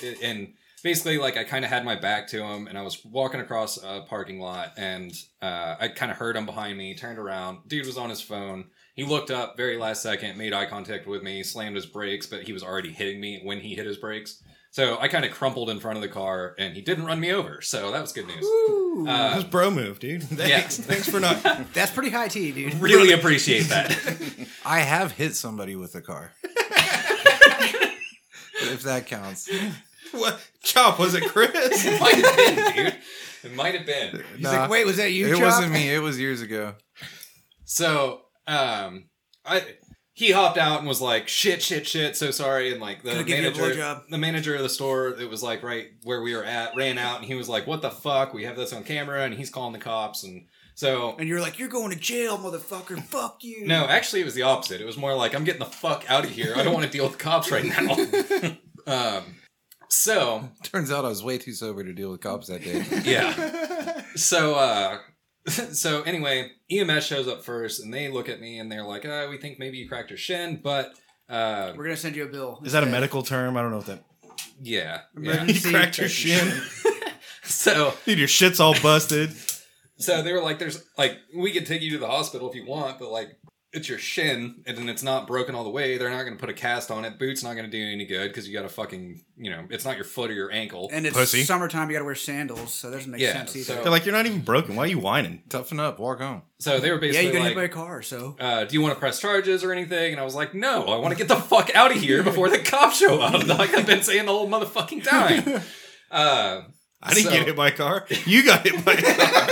S1: it- and basically, like I kind of had my back to him, and I was walking across a parking lot, and uh, I kind of heard him behind me. Turned around, dude was on his phone. He looked up very last second, made eye contact with me, slammed his brakes, but he was already hitting me when he hit his brakes. So I kind of crumpled in front of the car, and he didn't run me over. So that was good news.
S5: That was
S1: Uh,
S5: bro move, dude. Thanks,
S1: yeah.
S5: thanks for not.
S2: That's pretty high tea, dude.
S1: really appreciate that.
S3: I have hit somebody with a car. if that counts.
S5: What chop was it, Chris?
S1: It might have been, dude. It might have been.
S2: He's
S3: Nah,
S2: like, wait, was that you?
S3: it
S2: Chop?"
S3: wasn't me. It was years ago.
S1: So, um, I he hopped out and was like, "Shit, shit, shit." So sorry, and like the
S2: Gonna give you a
S1: manager,
S2: blowjob.
S1: the manager of the store that was like right where we were at, ran out and he was like, "What the fuck? We have this on camera," and he's calling the cops. And so,
S2: And you're like, you're going to jail, motherfucker. Fuck you.
S1: no, actually, it was the opposite. It was more like, "I'm getting the fuck out of here. I don't want to deal with cops right now." um, so
S3: Turns out I was way too sober to deal with cops that day.
S1: yeah. So uh so anyway, EMS shows up first and they look at me and they're like, "Ah, we think maybe you cracked your shin, but uh
S2: We're gonna send you a bill.
S5: Is that a
S2: instead.
S5: medical term? I don't know what that.
S1: yeah." yeah.
S2: Emergency
S5: You cracked your
S2: technician.
S5: shin,
S1: So
S5: dude. Your shit's all busted.
S1: so they were like, "There's like we could take you to the hospital if you want, but like it's your shin and then it's not broken all the way. They're not going to put a cast on it. Boot's not going to do you any good because you got to fucking you know it's not your foot or your ankle.
S2: And it's
S5: Pussy.
S2: summertime. You gotta wear sandals, so that doesn't make
S1: Yeah,
S2: sense either.
S1: so-
S5: They're like, you're not even broken. Why are you whining?
S3: Toughen up, walk home.
S1: so they were
S2: yeah, you
S1: basically
S2: got hit by a
S1: like,
S2: car, so
S1: uh, "Do you want to press charges or anything?" And I was like, "No, I want to get the fuck out of here before the cops show up." Like I've been saying the whole motherfucking time. Uh,
S5: I didn't
S1: So-
S5: get hit by a car. You got hit by a car.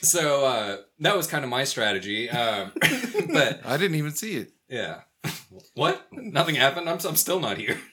S1: so uh, that was kind of my strategy, um, but
S3: I didn't even see it.
S1: Yeah. what? Nothing happened. I'm, I'm still not here.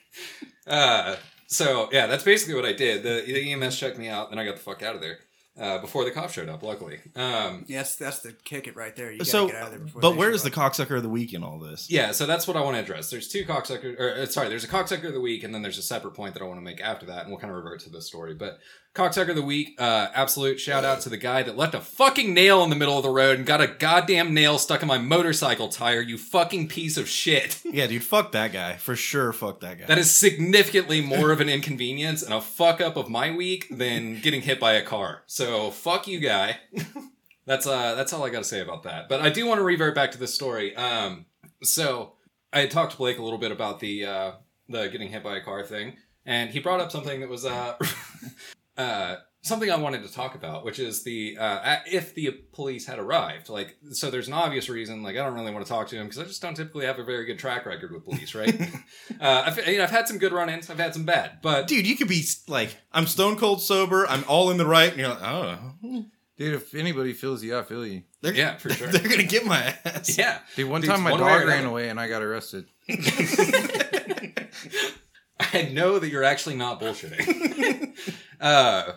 S1: Uh, so yeah, that's basically what I did. The, the EMS checked me out, then I got the fuck out of there uh, before the cops showed up. Luckily. Um,
S2: yes, that's the kick it right there. You gotta
S5: so,
S2: get out of there before
S5: but
S2: they
S5: where
S2: show
S5: is the
S2: up.
S5: cocksucker of the week in all this?
S1: yeah, so that's what I want to address. There's two cocksucker, or uh, sorry, there's a cocksucker of the week, and then there's a separate point that I want to make after that, and we'll kind of revert to this story. But cocksucker of the week, uh, absolute shout out to the guy that left a fucking nail in the middle of the road and got a goddamn nail stuck in my motorcycle tire. You fucking piece of shit.
S5: Yeah, dude, fuck that guy for sure. Fuck that guy.
S1: That is significantly more of an inconvenience and a fuck up of my week than getting hit by a car. So fuck you, guy. that's uh, that's all I got to say about that. But I do want to revert back to this story. Um, so I had talked to Blake a little bit about the uh, the getting hit by a car thing, and he brought up something that was uh, uh, something I wanted to talk about, which is the uh, a- if the police had arrived. Like, so there's an obvious reason. Like, I don't really want to talk to him because I just don't typically have a very good track record with police, right? uh, I've, you know, I've had some good run-ins, I've had some bad, but
S5: dude, you could be like, I'm stone cold sober. I'm all in the right, and you're like, oh,
S3: Dude, if anybody feels you, I feel you.
S5: they're,
S1: yeah, for sure.
S5: they're gonna get my ass.
S1: Yeah,
S3: Dude, one
S1: Dude,
S3: time my
S1: one way or
S3: dog ran
S1: another.
S3: away and I got arrested.
S1: I know that you're actually not bullshitting. uh,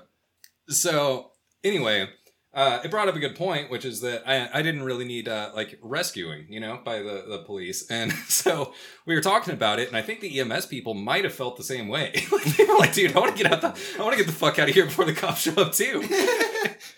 S1: so anyway, uh, it brought up a good point, which is that I, I didn't really need uh, like rescuing, you know, by the, the police. And so we were talking about it, and I think the EMS people might have felt the same way. Like, they were like, "Dude, I want to get out the, I want to get the fuck out of here before the cops show up too."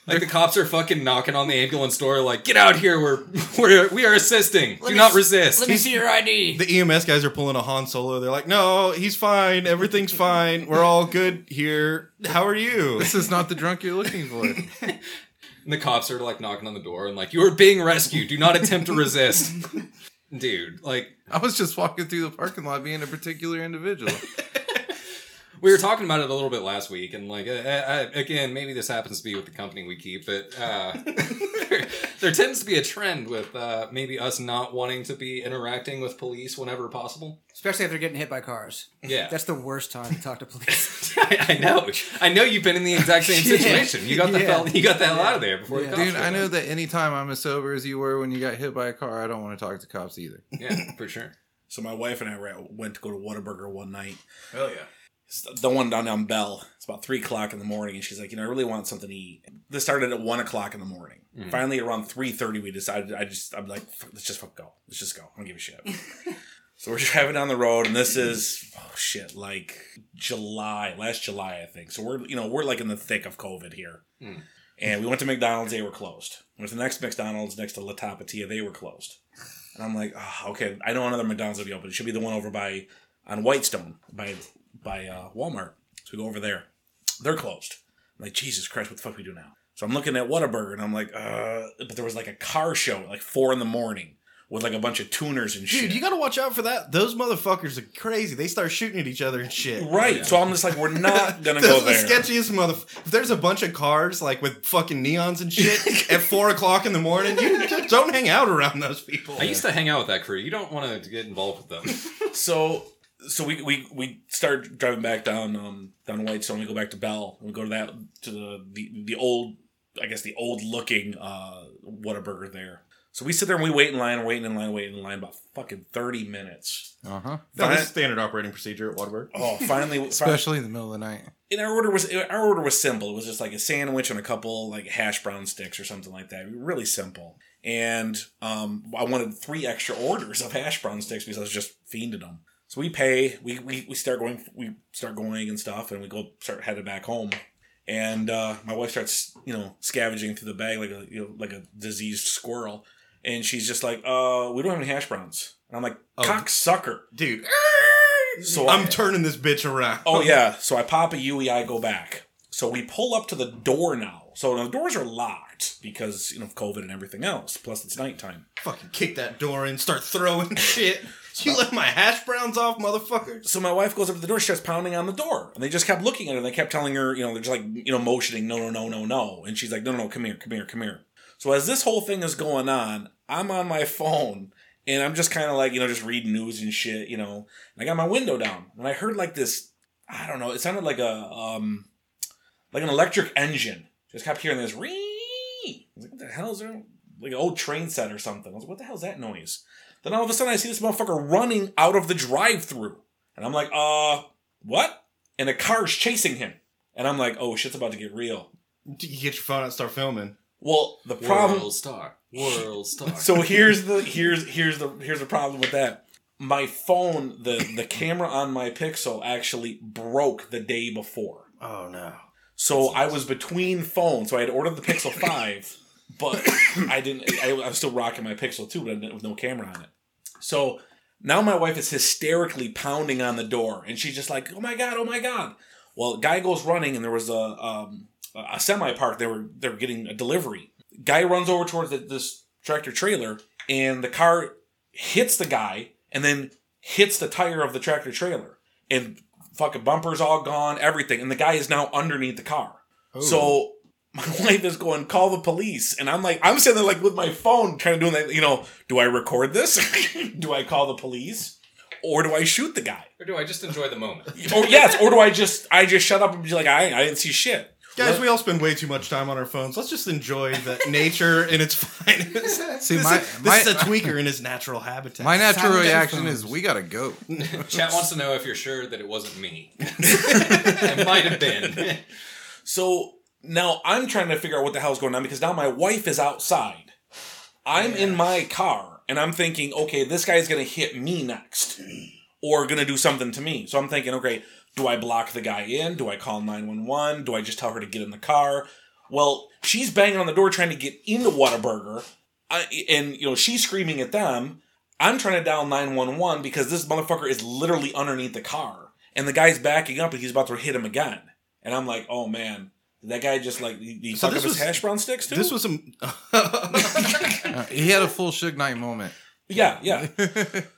S1: like the cops are fucking knocking on the ambulance door, like, "Get out here! We're we're we are assisting. Do
S2: me
S1: not
S2: s-
S1: resist."
S2: Let me see your ID.
S5: The EMS guys are pulling a Han Solo. They're like, no, he's fine. Everything's fine. We're all good here. How are you?
S3: This is not the drunk you're looking for.
S1: And the cops are like knocking on the door and like, you are being rescued. Do not attempt to resist. Dude, like
S3: I was just walking through the parking lot being a particular individual.
S1: we were talking about it a little bit last week, and like I, I, again, maybe this happens to be with the company we keep, but uh, there, there tends to be a trend with uh, maybe us not wanting to be interacting with police whenever possible.
S2: Especially if they're getting hit by cars.
S1: Yeah,
S2: That's the worst time to talk to police.
S1: I, I know. I know you've been in the exact same
S2: Yeah.
S1: situation. You got the
S2: Yeah.
S1: hell, you got the hell out of there before
S2: Yeah.
S1: the cops.
S3: Dude, I
S1: showed
S3: know
S1: up.
S3: that anytime I'm as sober as you were when you got hit by a car, I don't want to talk to cops either.
S1: Yeah, for sure.
S4: So my wife and I were at- went to go to Whataburger one night.
S5: Hell yeah.
S4: It's the- the one down on Bell. It's about three o'clock in the morning, and she's like, "You know, I really want something to eat." This started at one o'clock in the morning.
S1: Mhm.
S4: Finally, around three thirty, we decided. I just, I'm like, "Fuck, "Let's just fuck go. Let's just go. I don't give a shit." so we're driving down the road, and this is oh shit, like July, last July, I think. So we're, you know, we're like in the thick of COVID here.
S5: Hmm.
S1: Mm.
S4: And we went to McDonald's. They were closed. Went to the next McDonald's next to La Tapatia. They were closed. And I'm like, oh, okay, I know another McDonald's will be open. It should be the one over by on Whitestone by by uh, Walmart. So we go over there. They're closed. I'm like, Jesus Christ, what the fuck we do now? So I'm looking at Whataburger and I'm like, uh, but there was like a car show at like four in the morning with like a bunch of tuners and shit.
S5: Dude, you gotta watch out for that. Those motherfuckers are crazy. They start shooting at each other and shit.
S4: right. So I'm just like, we're not gonna
S5: That's
S4: go
S5: the
S4: there.
S5: sketchiest motherfucker. If there's a bunch of cars like with fucking neons and shit at four o'clock in the morning, you just don't hang out around those people.
S1: I used to hang out with that crew. You don't want to get involved with them.
S4: So so we, we we start driving back down um down Whitestone. We go back to Bell. We go to that to the the, the old I guess the old looking uh Whataburger there. So we sit there and we wait in line, waiting in line, waiting in line about fucking thirty minutes.
S3: Uh
S1: Uh-huh.
S3: huh.
S5: No,
S4: Fine.
S5: that's standard operating procedure at Waterberg.
S4: Oh, finally, finally
S3: Especially in the middle of the night.
S4: and our order was our order was simple. It was just like a sandwich and a couple like hash brown sticks or something like that. Really simple. And um, I wanted three extra orders of hash brown sticks because I was just fiending them. So we pay. We, we we start going. We start going and stuff, and we go start headed back home. And uh, my wife starts you know scavenging through the bag like a you know, like a diseased squirrel, and she's just like, "Uh, we don't have any hash browns." And I'm like,
S5: Oh.
S4: "Cocksucker!"
S5: Dude,
S4: So
S5: I'm turning this bitch around.
S4: Oh yeah. So I pop a Yui, I go back. So we pull up to the door now. So now the doors are locked because you know of COVID and everything else. Plus it's nighttime.
S5: Fucking kick that door in, start throwing shit. You let my hash browns off, motherfucker.
S4: So my wife goes up to the door. She starts pounding on the door, and they just kept looking at her. They kept telling her, you know, they're just like you know motioning, no, no, no, no, no. And she's like, no, no, no, come here, come here, come here. So as this whole thing is going on, I'm on my phone and I'm just kind of like you know just reading news and shit, you know. And I got my window down, and I heard like this. I don't know. It sounded like a um, like an electric engine. Just kept hearing this ree. I was like, what the hell is there? Like an old train set or something. I was like, what the hell is that noise? Then all of a sudden I see this motherfucker running out of the drive through. And I'm like, uh, what? And a car's chasing him. And I'm like, oh, shit's about to get real.
S5: You get your phone out and start filming.
S4: Well, the problem
S1: World star. World star.
S4: so here's the here's here's the here's the problem with that. My phone, the the camera on my Pixel actually broke the day before.
S5: Oh no.
S4: So I was between phones. So I had ordered the Pixel Five, but I didn't. I, I was still rocking my Pixel Two, but I didn't, with no camera on it. So now my wife is hysterically pounding on the door, and she's just like, "Oh my god! Oh my god!" Well, guy goes running, and there was a um, a semi park. They were they were getting a delivery. Guy runs over towards the, this tractor trailer, and the car hits the guy, and then hits the tire of the tractor trailer, and fucking bumper's all gone, everything, and the guy is now underneath the car. So my wife is going, call the police. And I'm like, I'm sitting there like with my phone, trying to do that, you know, do I record this? do I call the police? Or do I shoot the guy?
S1: or do I just enjoy the moment?
S4: Or yes, or do I just I just shut up and be like, I I didn't see shit.
S5: Guys, we all spend way too much time on our phones. Let's just enjoy the nature in its finest.
S3: See,
S5: this
S3: my
S5: is, this
S3: my,
S5: is a tweaker in his natural habitat.
S3: my natural
S2: Silent
S3: reaction
S2: phones.
S3: is we gotta go.
S1: Chat wants to know if you're sure that it wasn't me. it might have been.
S4: So now I'm trying to figure out what the hell's going on because now my wife is outside. I'm in my car and I'm thinking, okay, this guy's gonna hit me next or gonna do something to me. So I'm thinking, okay, do I block the guy in? Do I call 911? Do I just tell her to get in the car? Well, she's banging on the door trying to get into Whataburger. I, and you know she's screaming at them. I'm trying to dial 911 because this motherfucker is literally underneath the car, and the guy's backing up, and he's about to hit him again. And I'm like, oh man, did that guy just like he he
S5: So
S4: fuck
S5: this
S4: up his
S5: was-
S4: hash brown sticks too?
S5: This was some.
S3: Uh, he had a full Suge Knight moment.
S4: yeah, yeah.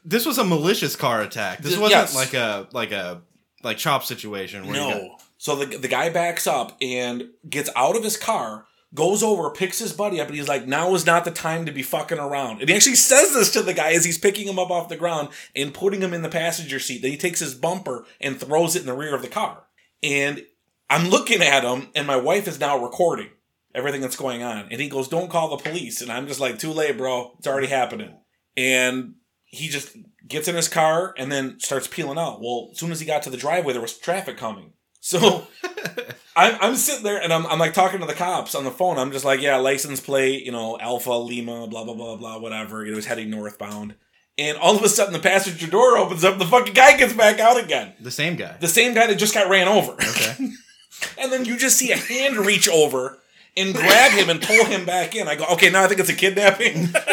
S5: this was a malicious car attack. This
S4: Th-
S5: wasn't
S4: yes.
S5: like a like a like chop situation. Where you got-
S4: No. So the, the guy backs up and gets out of his car, goes over, picks his buddy up, and he's like, now is not the time to be fucking around. And he actually says this to the guy as he's picking him up off the ground and putting him in the passenger seat. Then he takes his bumper and throws it in the rear of the car. And I'm looking at him, and my wife is now recording everything that's going on. And he goes, don't call the police. And I'm just like, too late, bro. It's already happening. And he just gets in his car and then starts peeling out. Well, as soon as he got to the driveway, there was traffic coming. So I'm, I'm sitting there and I'm, I'm like talking to the cops on the phone. I'm just like, yeah, license plate, you know, Alpha, Lima, blah, blah, blah, blah, whatever. It was heading northbound. And all of a sudden, the passenger door opens up. The fucking guy gets back out again.
S5: the same guy.
S4: The same guy that just got ran over.
S5: Okay.
S4: And then you just see a hand reach over and grab him and pull him back in. I go, okay, now I think it's a kidnapping.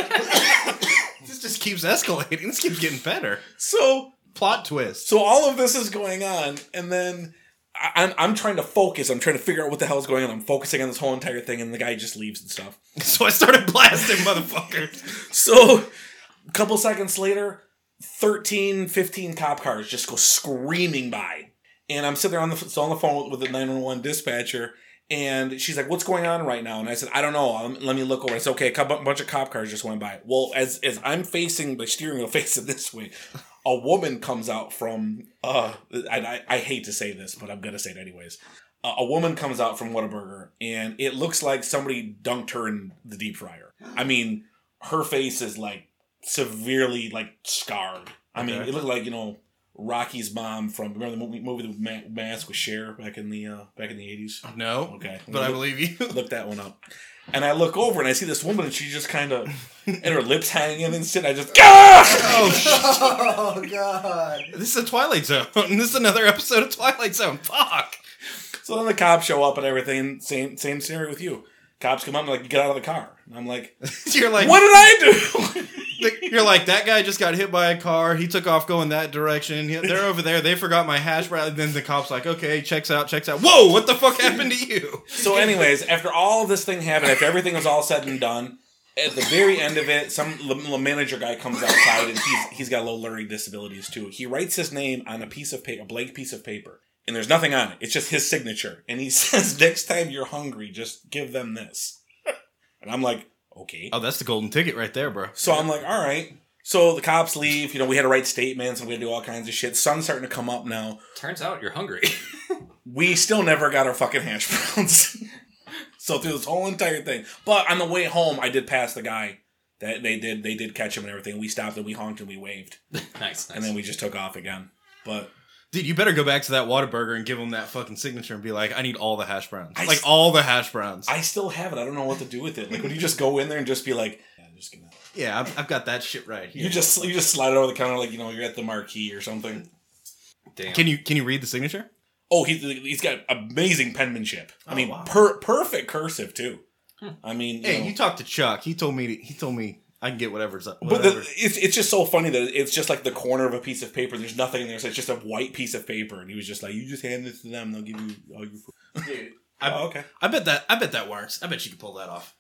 S5: this just keeps escalating. This keeps getting better.
S4: so
S5: Plot twist.
S4: So all of this is going on, and then I, I'm I'm trying to focus. I'm trying to figure out what the hell is going on. I'm focusing on this whole entire thing, and the guy just leaves and stuff.
S5: So I started blasting motherfuckers.
S4: So a couple seconds later, 13, 15 cop cars just go screaming by, and I'm sitting there on the still on the phone with the 911 dispatcher, And she's like, "What's going on right now?" And I said, "I don't know. Um, let me look over." It's okay. A cou- bunch of cop cars just went by. Well, as as I'm facing the steering wheel, facing this way, a woman comes out from. Uh, and I, I hate to say this, but I'm gonna say it anyways. Uh, a woman comes out from Whataburger, and it looks like somebody dunked her in the deep fryer. I mean, her face is like severely like scarred. I mean,
S5: Okay.
S4: it looked like you know Rocky's mom from remember the movie, movie The Ma- Mask with Cher back in the uh, back in the eighties.
S5: No,
S4: Okay,
S5: but I believe you.
S4: look that one up. And I look over and I see this woman and she's just kind of and her lips hanging and shit. I just
S5: oh, shit.
S2: Oh god.
S5: this is a Twilight Zone. This is another episode of Twilight Zone. Fuck.
S4: so then the cops show up and everything. Same same scenario with you. Cops come up and like get out of the car. And I'm like,
S5: You're like
S4: what did I do?
S5: You're like that guy just got hit by a car. He took off going that direction. They're over there. They forgot my hash brown. And then the cops like, okay, checks out, checks out. Whoa, what the fuck happened to you?
S4: So, anyways, after all of this thing happened, after everything was all said and done, at the very end of it, some the manager guy comes outside and he's he's got low learning disabilities too. He writes his name on a piece of paper, a blank piece of paper, and there's nothing on it. It's just his signature, and he says, "Next time you're hungry, just give them this." And I'm like, okay.
S5: Oh, that's the golden ticket right there, bro.
S4: So I'm like, all right. So the cops leave. You know, we had to write statements and we had to do all kinds of shit. Sun's starting to come up now.
S1: Turns out you're hungry.
S4: we still never got our fucking hash browns. so through this whole entire thing, but on the way home, I did pass the guy that they did. They did catch him and everything. We stopped and we honked and we waved,
S1: nice, nice.
S4: and then we just took off again. But
S5: Dude, you better go back to that Whataburger and give them that fucking signature and be like, I need all the hash browns.
S4: I
S5: like,
S4: s-
S5: all the hash browns.
S4: I still have it. I don't know what to do with it. Like, would you just go in there and just be like, yeah, I'm just gonna.
S5: yeah, I've, I've got that shit right here.
S4: You just you just slide it over the counter like you know you're at the marquee or something.
S1: Damn.
S5: Can you can you read the signature?
S4: Oh, he he's got amazing penmanship. I
S5: Oh,
S4: mean,
S5: wow.
S4: per, perfect cursive too. I mean, you
S5: Hey,
S4: know.
S5: you talked to Chuck. He told me to, he told me I can get whatever's up.
S4: But the,
S5: whatever.
S4: it's it's just so funny that it's just like the corner of a piece of paper. There's nothing in there. So it's just a white piece of paper, and he was just like, "You just hand this to them. They'll give you all your food."
S5: I,
S4: Oh, okay.
S5: I bet that I bet that works. I bet you can pull that off.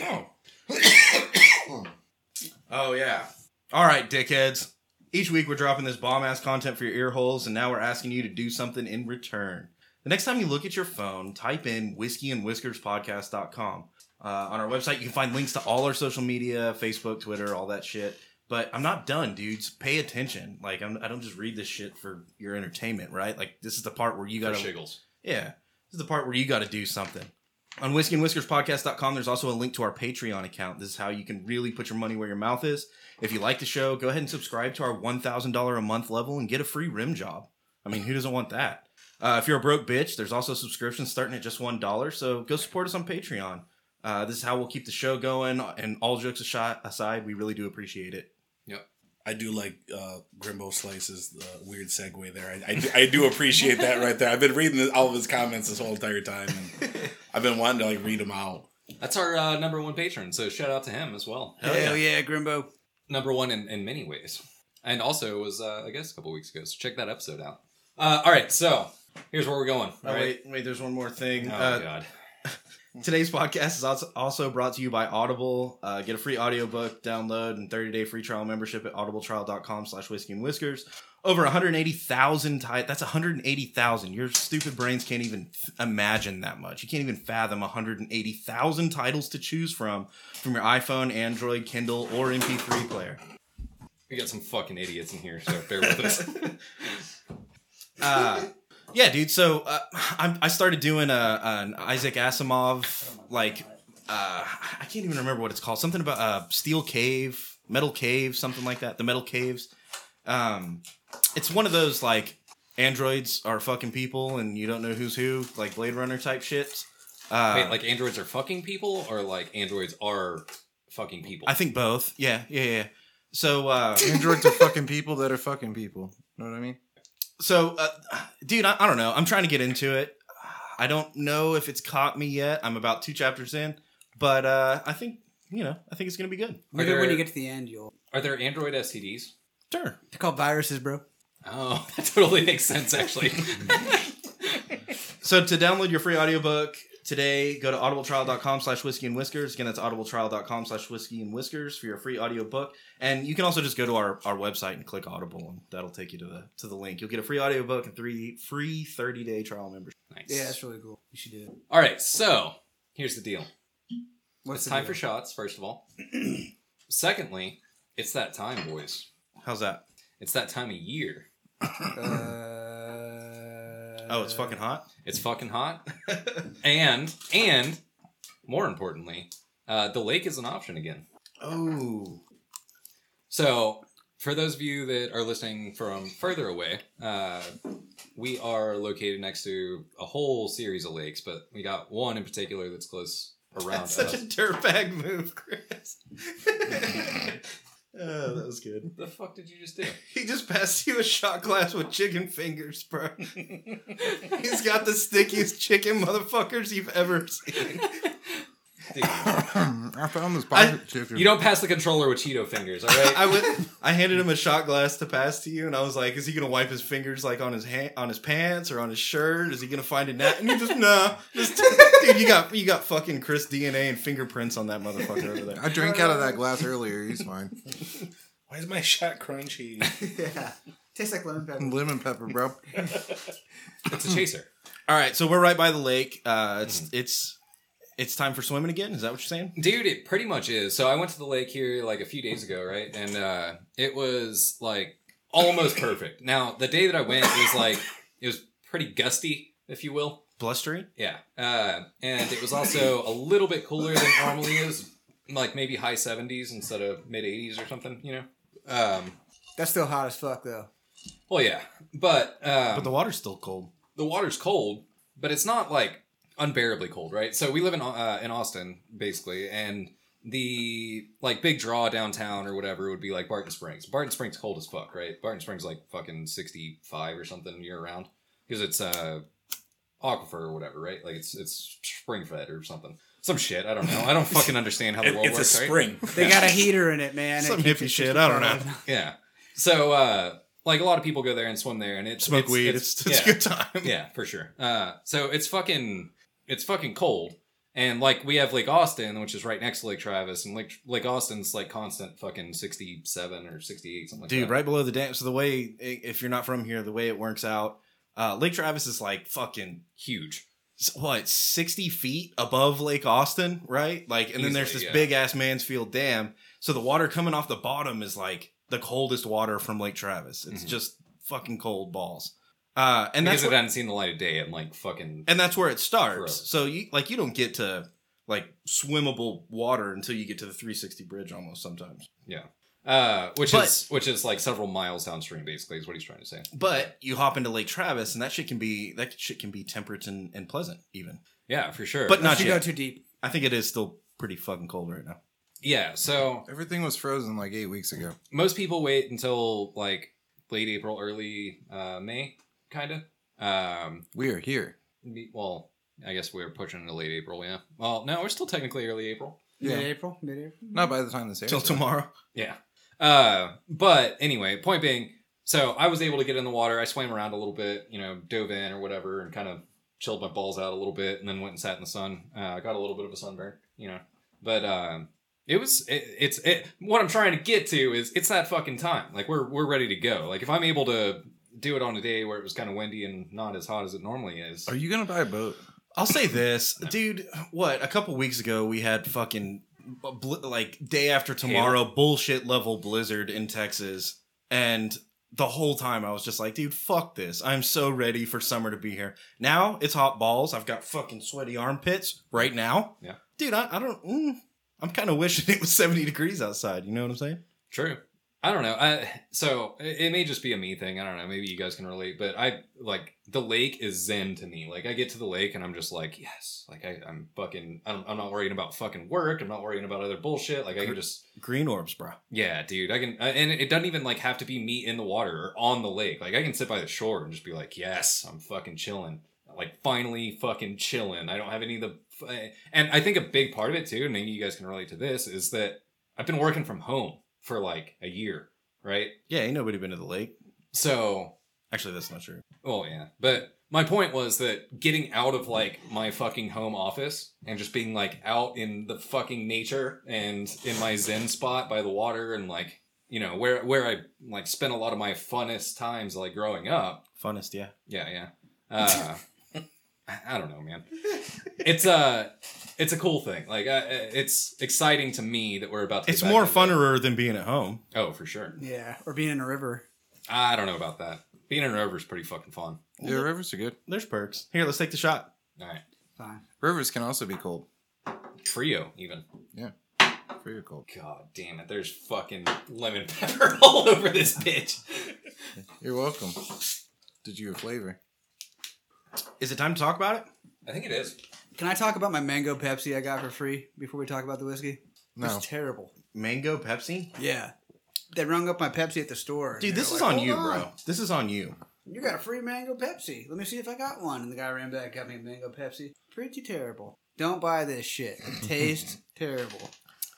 S4: Oh,
S5: Oh yeah. All right, dickheads. Each week we're dropping this bomb ass content for your ear holes, and now we're asking you to do something in return. The next time you look at your phone, type in whiskey and whiskers podcast.com. Uh, on our website, you can find links to all our social media Facebook, Twitter, all that shit. But I'm not done, dudes. Pay attention. Like, I'm, I don't just read this shit for your entertainment, right? Like, this is the part where you
S1: For
S5: gotta.
S1: shiggles?
S5: Yeah. This is the part where you got to do something. On whiskey and whiskers podcast.com, there's also a link to our Patreon account. This is how you can really put your money where your mouth is. If you like the show, go ahead and subscribe to our $1,000 a month level and get a free rim job. I mean, who doesn't want that? Uh, if you're a broke bitch, there's also subscriptions starting at just $1. So go support us on Patreon. Uh, this is how we'll keep the show going. And all jokes ashi- aside, we really do appreciate it.
S4: I do like uh, Grimbo Slice's uh, weird segue there. I, I, do, I do appreciate that right there. I've been reading this, all of his comments this whole entire time, and I've been wanting to like read them out.
S1: That's our uh, number one patron, so shout out to him as well.
S2: Hell yeah, Grimbo.
S1: Number one in, in many ways. And also was, uh, I guess, a couple weeks ago, so check that episode out. Uh, all right, so here's where we're going.
S5: Oh,
S1: all right?
S5: wait, wait, there's one more thing.
S1: Oh,
S5: Uh,
S1: God.
S5: Today's podcast is also- also brought to you by Audible. Uh, get a free audiobook download and 30-day free trial membership at audibletrial.com slash whiskey and whiskers. Over 180,000 titles. That's 180,000. Your stupid brains can't even f- imagine that much. You can't even fathom 180,000 titles to choose from from your iPhone, Android, Kindle, or MP3 player.
S1: We got some fucking idiots in here, so bear with us.
S5: uh, yeah, dude. So uh, I'm, I started doing a, an Isaac Asimov like uh, I can't even remember what it's called. Something about uh, Steel Cave, Metal Cave, something like that. The Metal Caves. Um, it's one of those like androids are fucking people, and you don't know who's who, like Blade Runner type shit. Uh,
S1: Wait, like androids are fucking people, or like androids are fucking people?
S5: I think both. Yeah, yeah, yeah. So uh,
S3: Androids are fucking people that are fucking people. Know what I mean?
S5: so uh, dude I, I don't know i'm trying to get into it i don't know if it's caught me yet i'm about two chapters in but uh i think you know i think it's gonna be good
S1: Are
S2: Maybe when
S1: there-
S2: you get to the end, you'll.
S1: are there android STDs?
S5: sure
S2: They're called viruses, bro.
S1: Oh, that totally makes sense, actually.
S5: so to download your free audiobook today go to audibletrial.com slash whiskey and whiskers again that's audibletrial.com slash whiskey and whiskers for your free audiobook and you can also just go to our, our website and click audible and that'll take you to the to the link you'll get a free audiobook and three free 30 day trial membership
S1: Nice.
S2: Yeah, that's really cool. You should do it.
S1: All right, so here's the deal.
S2: What's
S1: it's
S2: the
S1: time
S2: deal?
S1: for shots, first of all. Secondly, it's that time, boys.
S5: How's that?
S1: It's that time of year.
S2: Uh,
S5: Oh, it's fucking hot.
S1: It's fucking hot, and and more importantly, uh, the lake is an option again.
S5: Oh,
S1: So, for those of you that are listening from further away, uh, we are located next to a whole series of lakes, but we got one in particular that's close around
S5: that's such
S1: us.
S5: a dirtbag move, Chris. oh, that was good.
S1: the fuck did you just do?
S5: He just passed you a shot glass with chicken fingers, bro. He's got the stickiest chicken motherfuckers you've ever seen.
S1: Dude,
S3: I found this pocket chicken.
S1: you don't pass the controller with Cheeto fingers, all right?
S5: I went, I handed him a shot glass to pass to you, and I was like, "Is he gonna wipe his fingers like on his hand, on his pants, or on his shirt? Is he gonna find a nap?" And you just, "Nah, just, dude, you got you got fucking Chris DNA and fingerprints on that motherfucker over there."
S3: I drank out of that glass earlier. He's fine.
S4: Why is my shot crunchy?
S2: yeah. Tastes like lemon pepper.
S3: Lemon pepper, bro.
S1: It's a chaser.
S5: All right, so we're right by the lake. Uh, it's it's it's time for swimming again. Is that what you're saying?
S1: Dude, it pretty much is. So I went to the lake here like a few days ago, right? And uh, it was like almost perfect. Now, the day that I went it was like, it was pretty gusty, if you will.
S5: Blustery.
S1: Yeah. Uh, and it was also a little bit cooler than it normally is, like maybe high 70s instead of mid 80s or something, you know? Um,
S2: That's still hot as fuck though.
S1: well, yeah. But, um,
S5: But the water's still cold.
S1: the water's cold, but it's not like unbearably cold, right? So we live in uh, in Austin basically, and the like big draw downtown or whatever would be like Barton Springs. Barton Springs cold as fuck, right? Barton Springs like fucking sixty five or something year round because it's uh aquifer or whatever, right? Like it's it's spring fed or something. Some shit. I don't know. I don't fucking understand how the
S4: It-
S1: world
S4: it's a
S1: works. right?
S4: spring.
S2: They got a heater in it, man.
S5: Some
S2: It keeps
S5: hippie
S2: it
S5: shit, I don't know.
S2: 65.
S1: Yeah. So uh like a lot of people go there and swim there, and it's
S5: Smoke
S1: it's-
S5: weed. It's, it's,
S1: yeah.
S5: a good time.
S1: yeah, for sure. Uh, so it's fucking it's fucking cold, and like we have Lake Austin, which is right next to Lake Travis, and Lake Lake Austin's like constant fucking sixty seven or sixty eight something. Like
S5: Dude,
S1: that.
S5: right below the dam. So the way, i- if you're not from here, the way it works out, uh, Lake Travis is like fucking
S1: Huge.
S5: s- what sixty feet above Lake Austin, right? Like, and then there's
S1: Easily,
S5: this
S1: yeah.
S5: big ass Mansfield Dam. So the water coming off the bottom is like the coldest water from Lake Travis. It's
S1: Mhm.
S5: just fucking cold balls. Uh, and
S1: And
S5: that's
S1: because it
S5: where,
S1: hadn't seen the light of day, and like fucking
S5: and that's where it starts.
S1: Forever.
S5: So you like you don't get to like swimmable water until you get to the 360 bridge almost sometimes.
S1: uh, which
S5: But-
S1: is which is like several miles downstream, basically, is what he's trying to say.
S5: But you hop into Lake Travis, and that shit can be that shit can be temperate and, and pleasant even.
S1: Yeah, for sure.
S5: But
S2: Unless
S5: not
S2: you go
S5: yet.
S2: too deep.
S5: I think it is still pretty fucking cold right now.
S1: yeah, so
S3: Everything was frozen like eight weeks ago.
S1: most people wait until like late April, early uh, May, kind of. Um,
S3: We are here.
S1: Me- well, I guess we are pushing into late April, yeah. Well, no, we're still technically early April.
S3: Yeah.
S2: Mid-April, mid-April.
S3: Not by the time this airs.
S5: Till tomorrow.
S1: Yeah. Uh, but anyway, point being, so I was able to get in the water. I swam around a little bit, you know, dove in or whatever, and kind of chilled my balls out a little bit, and then went and sat in the sun. Uh, I got a little bit of a sunburn, you know. But um, it was it, it's it. What I'm trying to get to is it's that fucking time. Like we're we're ready to go. Like if I'm able to do it on a day where it was kind of windy and not as hot as it normally is.
S3: Are you gonna buy a boat?
S5: I'll say this, dude. What? A couple weeks ago, we had fucking bl- like day after tomorrow bullshit level blizzard in Texas, and the whole time I was just like, dude, fuck this. I'm so ready for summer to be here. Now it's hot balls. I've got fucking sweaty armpits right now.
S1: Yeah.
S5: dude. I, I don't. Mm, I'm kind of wishing it was 70 degrees outside. You know what I'm saying?
S1: True. I don't know. I, so it it may just be a me thing. I don't know. Maybe you guys can relate, but I like the lake is zen to me. Like I get to the lake and I'm just like, yes. Like I, I'm fucking. I'm, I'm not worrying about fucking work. I'm not worrying about other bullshit. Like I can just.
S5: Green orbs, bro.
S1: Yeah, dude. I can, I- and it doesn't even like have to be me in the water or on the lake. Like I can sit by the shore and just be like, yes, I'm fucking chilling. Like finally fucking chilling. I don't have any of the. f- uh, And I think a big part of it too, and maybe you guys can relate to this, is that I've been working from home for like a year, right?
S5: Yeah, ain't nobody been to the lake.
S1: So,
S5: Actually, that's not true.
S1: oh yeah. But my point was that getting out of like my fucking home office and just being like out in the fucking nature and in my zen spot by the water and like, you know, where where I like spent a lot of my funnest times like growing up.
S5: Funnest, yeah.
S1: Yeah, yeah. Uh I- I don't know, man. It's a it's a cool thing. Like uh, it's exciting to me that we're about to. get
S5: It's
S1: back
S5: more
S1: into-
S5: funner than being at home.
S1: Oh, for sure.
S2: Yeah, or being in a river.
S1: I don't know about that. Being in a river is pretty fucking fun.
S3: Yeah, rivers are good.
S5: There's perks. Here, let's take the shot.
S1: All right,
S2: Fine.
S3: Rivers can also be cold.
S1: trio even.
S3: Very cold.
S1: God damn it! There's fucking lemon pepper all over this bitch.
S3: You're welcome. Did you a flavor?
S5: Is it time to talk about it?
S1: I think it is.
S2: Can I talk about my mango Pepsi I got for free before we talk about the whiskey?
S3: No.
S2: It's terrible.
S5: Mango Pepsi?
S2: Yeah. They rung up my Pepsi at the store. and
S5: Dude,
S2: they
S5: this
S2: were
S5: is
S2: like,
S5: on
S2: "Hold
S5: you, bro. This is on you.
S2: You got a free mango Pepsi. Let me see if I got one. And the guy ran back and got me a mango Pepsi. Pretty terrible. Don't buy this shit. It tastes terrible.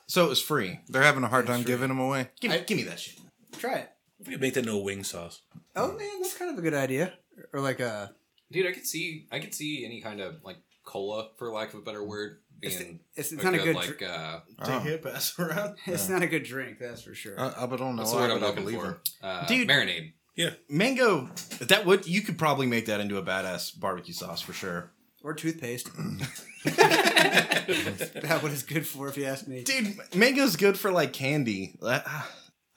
S5: So it was free.
S3: They're having a hard time
S2: That's right.
S3: giving them away.
S5: Give me, give me that shit.
S2: Try it.
S4: We could make that no wing sauce.
S2: Oh man, that's kind of a good idea. Or like a
S1: Dude, I could see I could see any kind of like cola, for lack of a better word,
S2: It's
S1: being
S2: it's, it's
S1: a
S2: not a
S1: good,
S2: good
S1: like
S2: dr-
S1: uh,
S3: Oh.
S5: Take it, pass it around.
S2: it's not a good drink, that's for sure.
S5: Uh.
S3: I, I don't know.
S1: what's the
S3: why,
S1: word I'm
S3: but I
S1: looking
S3: believe
S1: for?
S3: her.
S1: Uh,
S5: Dude.
S1: marinade.
S5: Mango, that would you could probably make that into a badass barbecue sauce for sure.
S2: or toothpaste. that what it's good for if you ask me.
S5: Dude, mango's good for like candy. That-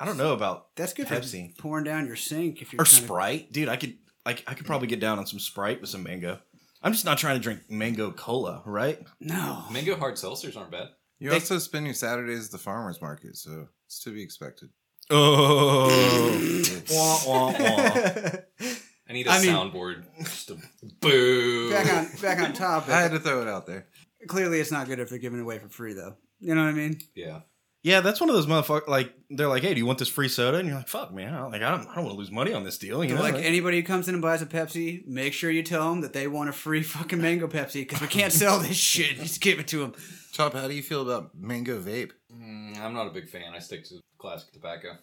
S5: I don't know about
S2: That's good
S5: Pepsi.
S2: for pouring down your sink if you're
S5: or
S2: trying to-
S5: Sprite, dude. I could like I could probably get down on some Sprite with some mango. I'm just not trying to drink mango cola, right?
S2: No.
S1: Mango hard seltzers aren't bad.
S3: You
S5: They-
S3: also spend your Saturdays at the farmer's market, so it's to be expected.
S5: Oh, wah, wah, wah.
S1: I need a
S2: I mean-
S1: soundboard. Just a boo.
S2: Back on back on topic.
S3: I had to throw it out there.
S2: Clearly it's not good if they're giving it away for free though. You know what I mean?
S1: Yeah.
S5: Yeah, that's one of those motherfuckers. Like they're like, "Hey, do you want this free soda?" And you're like, "Fuck, man! I don't, like I don't, I don't want to lose money on this deal." You know,
S2: like anybody who comes in and buys a Pepsi, make sure you tell them that they want a free fucking mango Pepsi because we can't sell this shit. Just give it to them.
S3: Chop, how do you feel about mango vape?
S1: Mm, I'm not a big fan. I stick to classic tobacco.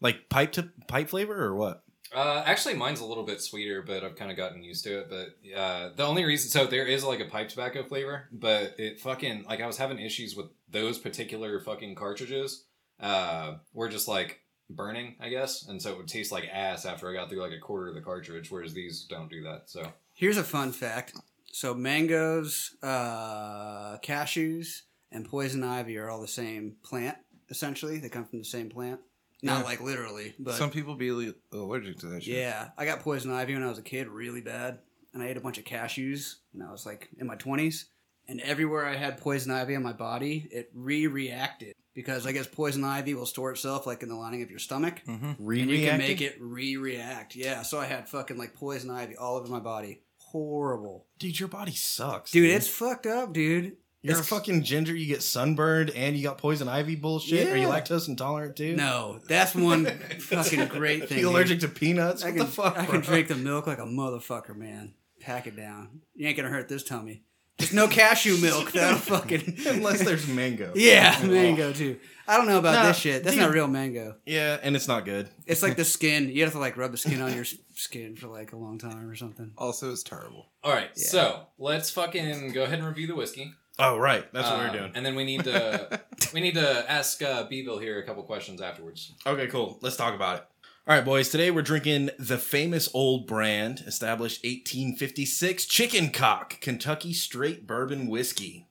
S5: like pipe to pipe flavor or what?
S1: Uh, actually, mine's a little bit sweeter, but I've kind of gotten used to it. But uh, the only reason, so there is like a pipe tobacco flavor, but it fucking like I was having issues with those particular fucking cartridges. Uh, were just like burning, I guess, and so it would taste like ass after I got through like a quarter of the cartridge. Whereas these don't do that. So
S2: Here's a fun fact. So mangoes, uh, cashews, and poison ivy are all the same plant, essentially. They come from the same plant. Not
S3: Yeah.
S2: like literally, but
S3: Some people be alle- allergic to that shit.
S2: yeah. I got poison ivy when I was a kid really bad. And I ate a bunch of cashews when I was like in my twenties. And everywhere I had poison ivy on my body, it re reacted. Because I guess poison ivy will store itself like in the lining of your stomach.
S3: Mm-hmm.
S5: Re
S2: And you can make it re react. Yeah. So I had fucking like poison ivy all over my body. Horrible.
S5: dude. Your body sucks,
S2: Dude, it's fucked up, dude.
S5: you're
S2: it's-
S5: a fucking ginger. You get sunburned and you got poison ivy bullshit. Are you
S2: Yeah.
S5: lactose intolerant too?
S2: No, that's one fucking great thing.
S5: You
S2: dude.
S5: allergic to peanuts?
S2: I
S5: What
S2: can,
S5: the fuck?
S2: I can
S5: bro?
S2: drink the milk like a motherfucker, man. Pack it down. You ain't gonna hurt this tummy. Just no cashew milk. That'll fucking
S5: unless there's mango.
S2: yeah, mango too. I don't know about
S5: Nah,
S2: this shit. That's
S5: dude.
S2: not real mango.
S5: Yeah, and it's not good.
S2: It's like the skin. You have to like rub the skin on your s- skin for like a long time or something.
S3: Also, it's terrible.
S1: all right,
S2: Yeah.
S1: so let's fucking go ahead and review the whiskey.
S5: Oh right, that's what
S1: Um,
S2: Uh,
S5: we're doing.
S1: And then we need to we need to ask uh, Beeville here a couple questions afterwards.
S5: Okay, cool. Let's talk about it. All right, boys. Today we're drinking the famous old brand, established 1856, Chicken Cock Kentucky Straight Bourbon Whiskey.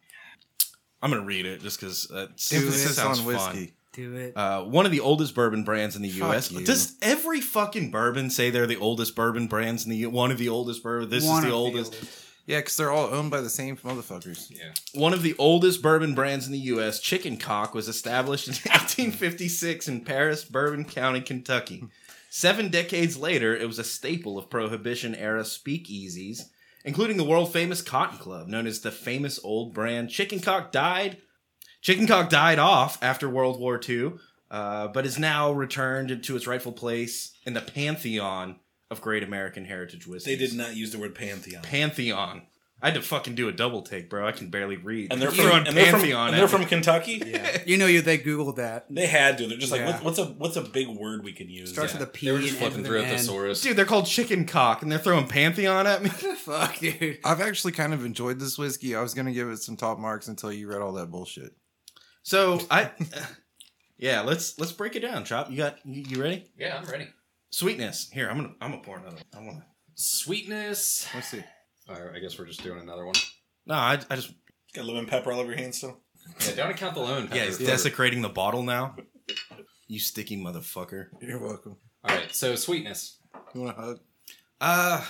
S5: I'm gonna read it just because that's
S2: Do
S5: it
S2: it.
S3: Emphasis
S5: sounds
S3: on whiskey.
S2: Do it.
S5: fun. Uh, one of the oldest bourbon brands in the
S3: Fuck
S5: U.S.
S3: you.
S5: Does every fucking bourbon say they're the oldest bourbon brands in the U.S.? One of the oldest bourbon. This
S2: One
S5: is
S2: of
S5: the oldest.
S3: Yeah, because they're all owned by the same motherfuckers.
S1: Yeah.
S5: One of the oldest bourbon brands in the U.S., Chicken Cock, was established in 1856 in Paris, Bourbon County, Kentucky. Seven decades later, it was a staple of Prohibition era speakeasies, including the world famous Cotton Club, known as the famous old brand. Chicken Cock died. Chicken Cock died off after World War II, uh, but is now returned to its rightful place in the pantheon of great American heritage
S4: They
S5: whiskeys.
S4: did not use the word pantheon.
S5: Pantheon. I had to fucking do a double take, bro. I can barely read.
S4: and they're
S5: You
S4: from,
S5: throwing
S4: and they're from,
S5: Pantheon
S4: and
S5: at
S4: they're
S5: me.
S4: from Kentucky.
S2: You know you. They googled that.
S4: They had to. They're just like,
S2: Yeah.
S4: what, what's a what's a big word we can use?
S2: Starts
S1: Yeah.
S2: with a P.
S1: They were just
S2: and ends
S1: flipping
S2: with
S1: through a
S2: an N.
S1: thesaurus.
S5: Dude, they're called chicken cock, and they're throwing Pantheon at me.
S2: Fuck, dude.
S3: I've actually kind of enjoyed this whiskey. I was gonna give it some top marks until you read all that bullshit.
S5: So I, yeah, let's let's break it down. Chop, you got you, you ready?
S1: Yeah, I'm ready.
S5: Sweetness. Here, I'm gonna I'm gonna pour another. One. I want.
S1: Sweetness.
S3: Let's see.
S1: Uh, I guess we're just doing another one.
S5: No, I, I just
S4: Got lemon pepper all over your hands still.
S1: Yeah, down to count the lemon pepper.
S5: yeah, he's desecrating the bottle now. You sticky motherfucker.
S3: You're welcome.
S1: All right, so sweetness.
S3: You want a hug?
S5: Uh,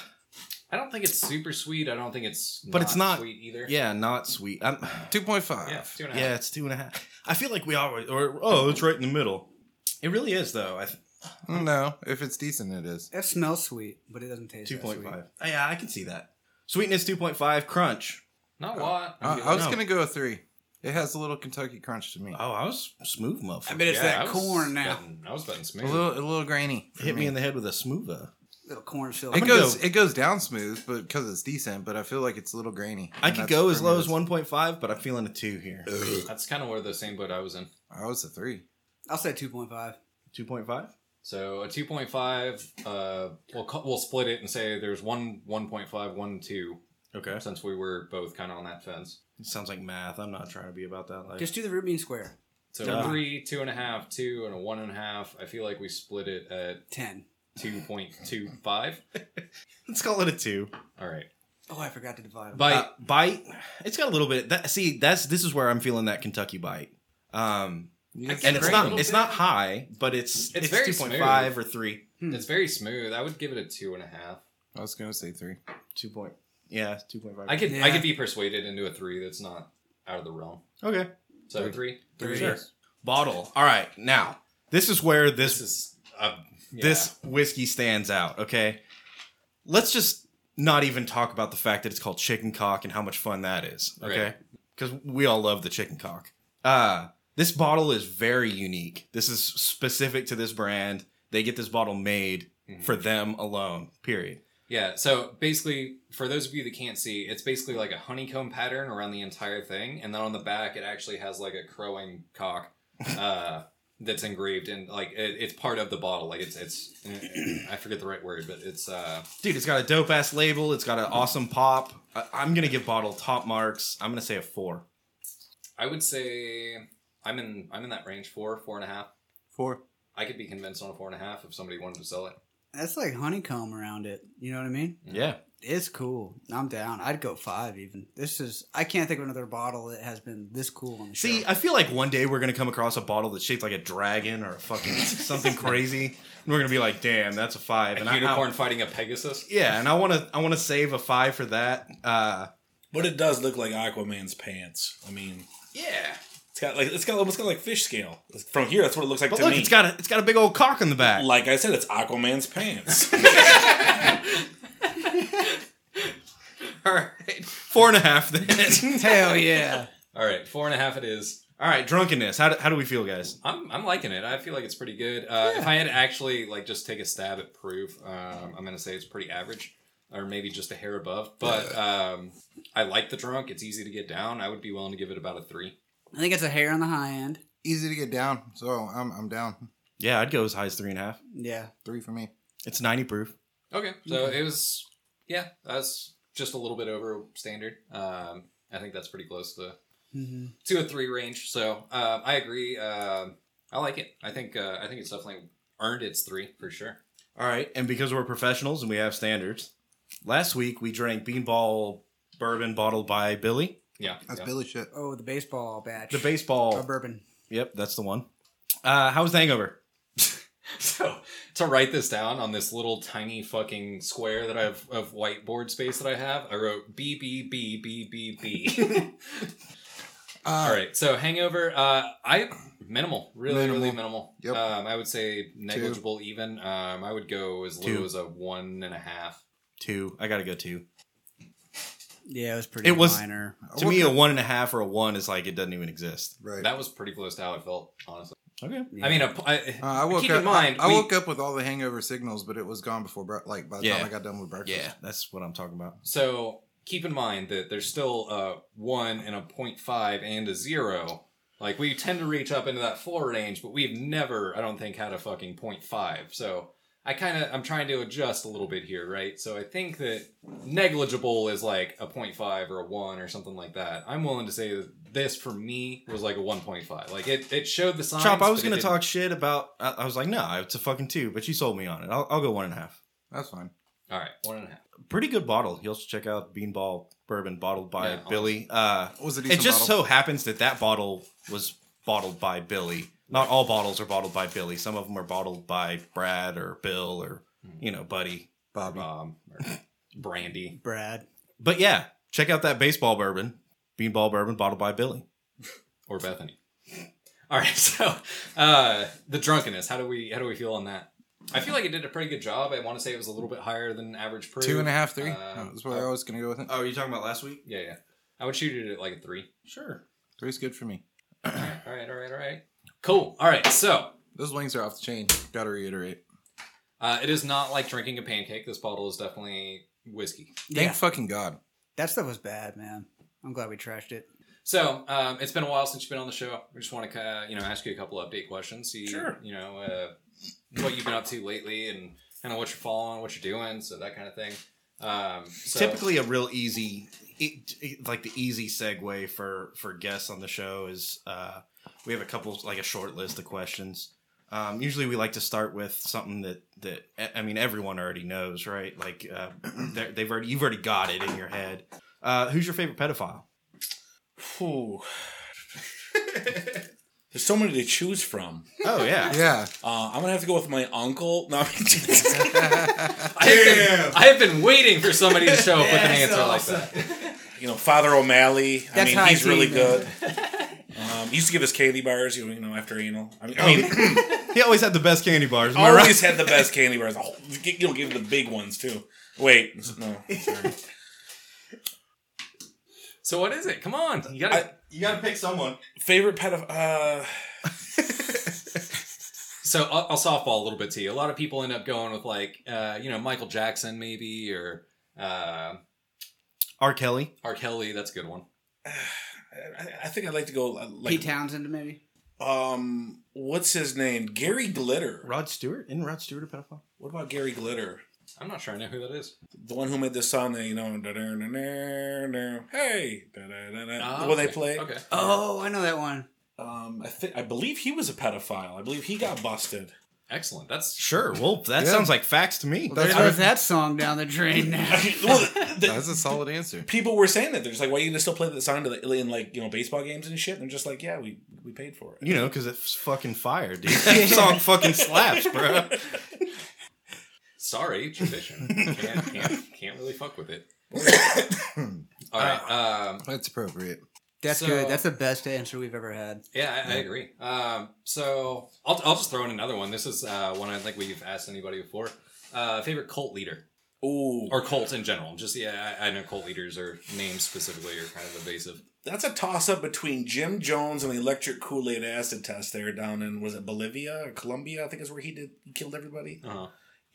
S1: I don't think it's super sweet. I don't think it's,
S5: But it's not-
S1: sweet either.
S5: yeah, not sweet. I'm,
S3: Two point five.
S1: yeah, two and a half.
S5: yeah, it's two and a half. I feel like we always or oh, it's right in the middle. It really is though. I th-
S3: No, if it's decent, it is.
S2: It smells sweet, but it doesn't taste
S5: two
S2: that
S5: point
S2: sweet.
S5: five. Oh, Yeah, I can see that. Sweetness two point five. Crunch.
S1: Not a lot.
S3: I, I was
S5: No.
S3: gonna go a three. It has a little Kentucky crunch to me.
S5: Oh, I was smooth,
S2: I
S5: motherfucker.
S2: bet it's
S1: Yeah, I was
S2: that corn now.
S1: betting- I was betting
S3: a
S1: smooth.
S3: little, a little grainy. for
S5: Hit me in the head with a smoother.
S2: Little corn filled.
S3: It
S5: I'm gonna
S3: goes,
S5: go-
S3: it goes down smooth, but because it's decent. But I feel like it's a little grainy.
S5: I
S3: And
S5: could
S3: that's
S5: go
S3: for
S5: as
S3: me,
S5: low as
S3: that's-
S5: one point five, but I'm feeling a two here.
S1: That's kind of where the same boat I was in.
S3: I was a three.
S2: I'll say 2.5.
S5: Two point five.
S1: So a 2.5, uh, we'll, cu- we'll split it and say there's one 1.5, one 2,
S5: Okay.
S1: since we were both kind of on that fence.
S5: Sounds like math. I'm not trying to be about that. Like,
S2: Just do the root bean square.
S1: So
S5: Yeah.
S1: a 3, 2.5, 2, and a 1.5. I feel like we split it at
S2: 10.
S1: 2.25.
S5: let's call it a two.
S1: All right.
S2: Oh, I forgot to divide them.
S1: Bite.
S5: Uh, bite. It's got a little bit. That, see, that's this is where I'm feeling that Kentucky bite. Um,
S3: You
S1: guess
S3: guys-
S1: It's
S5: and it's
S1: great.
S5: not it's not high, but it's
S1: It's
S5: it's,
S1: very
S5: two point five or
S1: smooth.
S5: three.
S1: it's very smooth. I would give it a 2.5.
S3: I was gonna say three.
S5: Two point. Yeah, two point five.
S1: I could I
S2: Yeah.
S1: could be persuaded into a 3 that's not out of the realm.
S5: okay.
S1: So a 3?
S2: Three.
S5: Sure. Bottle. All right. Now this is where this
S1: This is. Uh, yeah.
S5: this whiskey stands out. Okay. Let's just not even talk about the fact that it's called chicken cock and how much fun that is. Okay.
S1: Right.
S5: Because we all love the chicken cock. Uh, this bottle is very unique. This is specific to this brand. They get this bottle made
S1: Mhm.
S5: for them alone, period.
S1: Yeah, so basically, for those of you that can't see, it's basically like a honeycomb pattern around the entire thing, and then on the back, it actually has like a crowing cock uh, that's engraved and like it, it's part of the bottle. Like it's it's I forget the right word, but it's uh,
S5: Dude, it's got a dope ass label. It's
S1: Mm-hmm.
S5: got an awesome pop. I- I'm going to give bottle top marks. I'm going to say a four.
S1: I would say I'm in I'm in that range four four and a half.
S3: Four.
S1: I could be convinced on a four and a half if somebody wanted to sell it.
S2: That's like honeycomb around it. You know what I mean?
S5: Yeah.
S2: It's cool. I'm down. I'd go five even. This is, I can't think of another bottle that has been this cool on the
S5: See,
S2: shelf.
S5: I feel like one day we're gonna come across a bottle that's shaped like a dragon or a fucking something crazy, and we're gonna be like, "Damn, that's a five.
S1: A
S5: And
S1: unicorn
S5: I, I,
S1: fighting a Pegasus.
S5: yeah, and I want to, I want to save a five for that. Uh,
S4: But it does look like Aquaman's pants. I mean,
S5: yeah,
S4: it's got like it's got almost got like fish scale. From here, that's what it looks like
S5: but
S4: to
S5: look,
S4: me.
S5: it's got a, it's got a big old cock in the back.
S4: like I said, it's Aquaman's pants.
S5: All right, four and a half. Then,
S2: Hell yeah.
S1: All right, four and a half it is.
S5: all right, drunkenness. How do, how do we feel, guys?
S1: I'm, I'm liking it. I feel like it's pretty good. Uh, If I had to actually like just take a stab at proof, um, I'm gonna say it's pretty average, or maybe just a hair above. But um, I like the drunk. It's easy to get down. I would be willing to give it about a three.
S2: I think it's a hair on the high end.
S3: Easy to get down, so I'm I'm down.
S5: Yeah, I'd go as high as three and a half.
S2: Yeah.
S3: Three for me.
S5: It's ninety proof.
S1: Okay, so it was yeah, that's just a little bit over standard. Um, I think that's pretty close to
S2: Mhm.
S1: to a three range. So um, I agree. Um I like it. I think uh, I think it's definitely earned its three for sure.
S5: All right, and because we're professionals and we have standards, last week we drank Beanball bourbon bottled by Billy,
S1: Yeah,
S3: That's
S1: yeah.
S3: Billy shit.
S2: Oh, the baseball batch.
S5: the baseball.
S2: Or bourbon.
S5: Yep, that's the one. Uh, how was the hangover?
S1: So to write this down on this little tiny fucking square that I have of whiteboard space that I have, I wrote B B B B B B.
S3: Uh,
S1: All right. So hangover, uh, I minimal, really, really
S3: Minimal.
S1: minimal.
S3: Yep.
S1: Um, I would say negligible even. Um, I would go as low
S5: Two.
S1: as a one and a half.
S5: Two. I gotta go two.
S2: Yeah, it was pretty
S5: It was-
S2: minor.
S5: To me, a one and a half or a one is like it doesn't even exist.
S3: Right.
S1: That was pretty close to how I felt, honestly.
S5: Okay.
S1: I mean, a, I,
S3: Uh, I woke
S1: keep
S3: up.
S1: in mind,
S3: I, I
S1: we-
S3: woke up with all the hangover signals, but it was gone before bre- like by the
S5: Yeah.
S3: time I got done with breakfast.
S5: Yeah, that's what I'm talking about.
S1: So keep in mind that there's still a one and a 0.5 and a zero. Like we tend to reach up into that four range, but we've never, I don't think, had a fucking 0.5. So I kind of, I'm trying to adjust a little bit here, right? So I think that negligible is like a 0.5 or a one or something like that. I'm willing to say that this for me was like a 1.5. Like it, it showed the signs.
S5: Chop, I was
S1: but it
S5: gonna
S1: didn't-
S5: talk shit about. I, I was like, no, it's a fucking two, but you sold me on it. I'll, I'll go one and a half.
S3: That's fine.
S1: All right, one and a half.
S5: Pretty good bottle. You'll check out Beanball Bourbon bottled by
S1: Yeah,
S5: Billy. Uh,
S3: Was it?
S5: it just so happens that that bottle was bottled by Billy. Not all bottles are bottled by Billy. Some of them are bottled by Brad or Bill or you know Buddy.
S2: Bobby.
S1: Um, or brandy.
S2: Brad.
S5: But yeah, check out that baseball bourbon, Beanball Bourbon bottled by Billy.
S1: or Bethany. All right, so uh, the drunkenness. How do we how do we feel on that? I feel like it did a pretty good job. I want to say it was a little bit higher than average. Proof.
S3: two and a half, three.
S1: Uh,
S3: That's where I was gonna go with it.
S5: Oh, you talking about last week?
S1: Yeah, yeah. I would shoot it at like a three.
S5: Sure.
S3: Three's good for me.
S1: all right, all right, all right. Cool. All right, so
S3: Those wings are off the chain. Gotta reiterate.
S1: uh, it is not like drinking a pancake. This bottle is definitely whiskey.
S3: Thank
S2: Yeah.
S3: fucking god.
S2: That stuff was bad, man. I'm glad we trashed it.
S1: So um, it's been a while since you've been on the show. We just want to uh, you know ask you a couple update questions. See
S4: Sure.
S1: you know uh, what you've been up to lately and kind of what you're following, what you're doing, so that kind of thing. Um, so,
S5: Typically, a real easy, it, it- like the easy segue for for guests on the show is uh, we have a couple like a short list of questions. Um, usually, we like to start with something that that e, I mean everyone already knows, right? Like uh, they're- they've already you've already got it in your head. Uh, who's your favorite pedophile?
S4: Whew. There's so many to choose from.
S5: Oh yeah,
S3: Yeah.
S4: Uh, I'm gonna have to go with my uncle. No, I mean, Jesus.
S1: I have, been, I have been waiting for somebody to show up with an answer like that.
S4: you know, Father O'Malley. I
S2: That's
S4: mean,
S2: high
S4: he's
S2: tea,
S4: really
S2: man.
S4: good. Um, he used to give us candy bars, you know, you know, after anal. I
S5: Oh.
S4: mean, I mean
S5: he always had the best candy bars. am I right?
S4: always had the best candy bars. Oh, you know, give him the big ones too. Wait, no. sorry.
S1: So what is it? Come on, you gotta.
S4: I-
S5: You gotta pick someone.
S4: Favorite pet of uh,
S1: so I'll, I'll softball a little bit to you. A lot of people end up going with like, uh, you know, Michael Jackson maybe or uh,
S5: R. Kelly.
S1: R. Kelly. That's a good one.
S4: I, I think I'd like to go uh,
S2: Pete
S4: like
S2: Townsend, maybe.
S4: um, what's his name? Gary Glitter.
S5: Rod Stewart. Isn't Rod Stewart a pedophile?
S4: What about Gary Glitter?
S1: I'm not sure I know who that is.
S4: The one who made the song that you know, da-da-da-da-da, hey, da-da-da-da,
S1: Ah,
S4: the one they
S1: okay,
S4: play.
S1: Okay.
S2: Oh, I know that one.
S4: Um, I think I believe he was a pedophile. I believe he got busted.
S1: Excellent. That's
S5: Sure. Well, that
S3: Yeah.
S5: sounds like facts to me.
S3: Well,
S2: That's
S3: That's
S2: How's
S3: right.
S2: that song down the drain now?
S4: well, the,
S3: That's a solid answer.
S4: people were saying that they're just like, why are you gonna still play that song to the, in like you know baseball games and shit? And they're just like, yeah, we we paid for it.
S5: You know, because it's fucking fire, dude. That song fucking slaps, bro.
S1: sorry tradition. can't, can't can't really fuck with it. All
S4: Uh,
S1: right. Um,
S3: That's appropriate.
S2: That's
S1: So-
S2: good. That's the best answer we've ever had.
S1: Yeah, I, I agree. Um, so I'll, I'll just throw in another one. This is uh, one I don't think we've asked anybody before. Uh, favorite cult leader
S4: Ooh,
S1: or cult in general? Just yeah, I, I know cult leaders are names specifically are kind of evasive.
S4: that's a toss up between Jim Jones and the electric Kool Aid acid test there down in was it Bolivia or Colombia? I think is where he did he killed everybody.
S1: Uh-huh.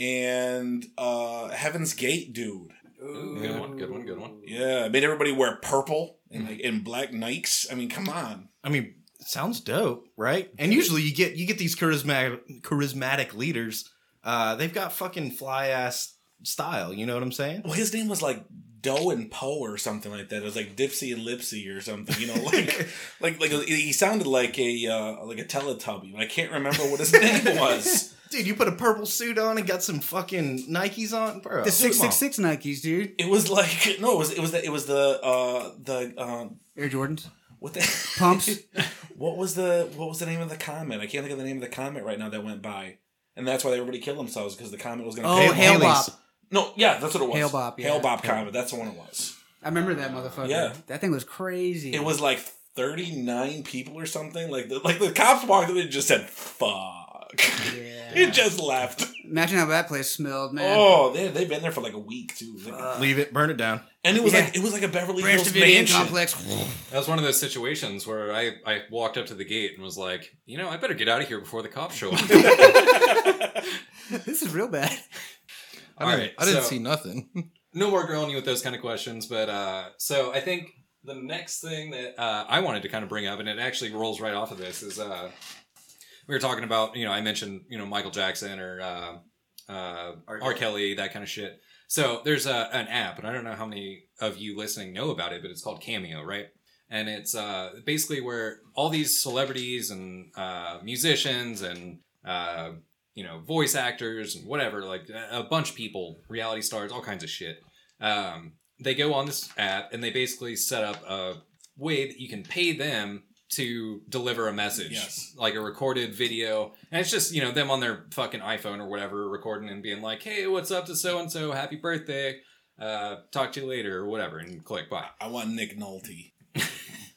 S4: And uh Heaven's Gate dude.
S1: Good one. Good one. Good one.
S4: Yeah, made everybody wear purple and like in black Nikes. I mean, come on.
S5: I mean, sounds dope, right? And usually you get you get these charismatic charismatic leaders. Uh, they've got fucking fly ass style. You know what I'm saying?
S4: Well, his name was like Doe and Poe or something like that. It was like Dipsy and Lipsy or something. You know, like like like he sounded like a uh, like a Teletubby. I can't remember what his name was.
S5: Dude, you put a purple suit on and got some fucking Nikes on, bro.
S2: The six six six Nikes, dude.
S4: It was like no, it was it was the, it was the uh the um
S2: Air Jordans,
S4: what the
S2: pumps.
S4: what was the what was the name of the comet? I can't think of the name of the comet right now that went by. And that's why everybody killed themselves because the comet was going to.
S2: Oh,
S5: Hail-
S2: Hail
S5: Haley's.
S2: Bop.
S4: No, yeah, that's what it was.
S2: Hail Bop, yeah.
S4: Hail Bop comet. That's the one it was.
S2: I remember that motherfucker.
S4: Yeah.
S2: That thing was crazy.
S4: It was like thirty nine people or something. Like the like the cops walked in and just said fuck.
S2: Yeah.
S4: it just left.
S2: Imagine how that place smelled, man. Uh,
S4: Oh, they they've been there for like a week too.
S5: Leave it, burn it down.
S4: and it was
S2: Yeah.
S4: like it was like a Beverly
S2: Branch
S4: Hills
S2: Davidian
S4: mansion.
S2: complex.
S1: That was one of those situations where I I walked up to the gate and was like, you know, I better get out of here before the cops show up.
S2: this is real bad.
S3: I
S1: All
S3: didn't,
S1: right,
S3: I didn't
S1: so-
S3: see nothing.
S1: no more grilling you with those kind of questions. But uh, so I think the next thing that uh, I wanted to kind of bring up, and it actually rolls right off of this, is uh, we were talking about you know I mentioned you know Michael Jackson or uh, uh, R. Kelly. that kind of shit. So there's a, an app, and I don't know how many of you listening know about it, but it's called Cameo, right? And it's uh, basically where all these celebrities and uh, musicians and uh, you know, voice actors and whatever, like a a bunch of people, reality stars, all kinds of shit. Um, they go on this app and they basically set up a way that you can pay them to deliver a message,
S4: Yes.
S1: like a recorded video. And it's just, you know, them on their fucking iPhone or whatever, recording and being like, hey, what's up to so and so? Happy birthday. Uh, talk to you later or whatever, and click bye
S4: I want Nick Nolte.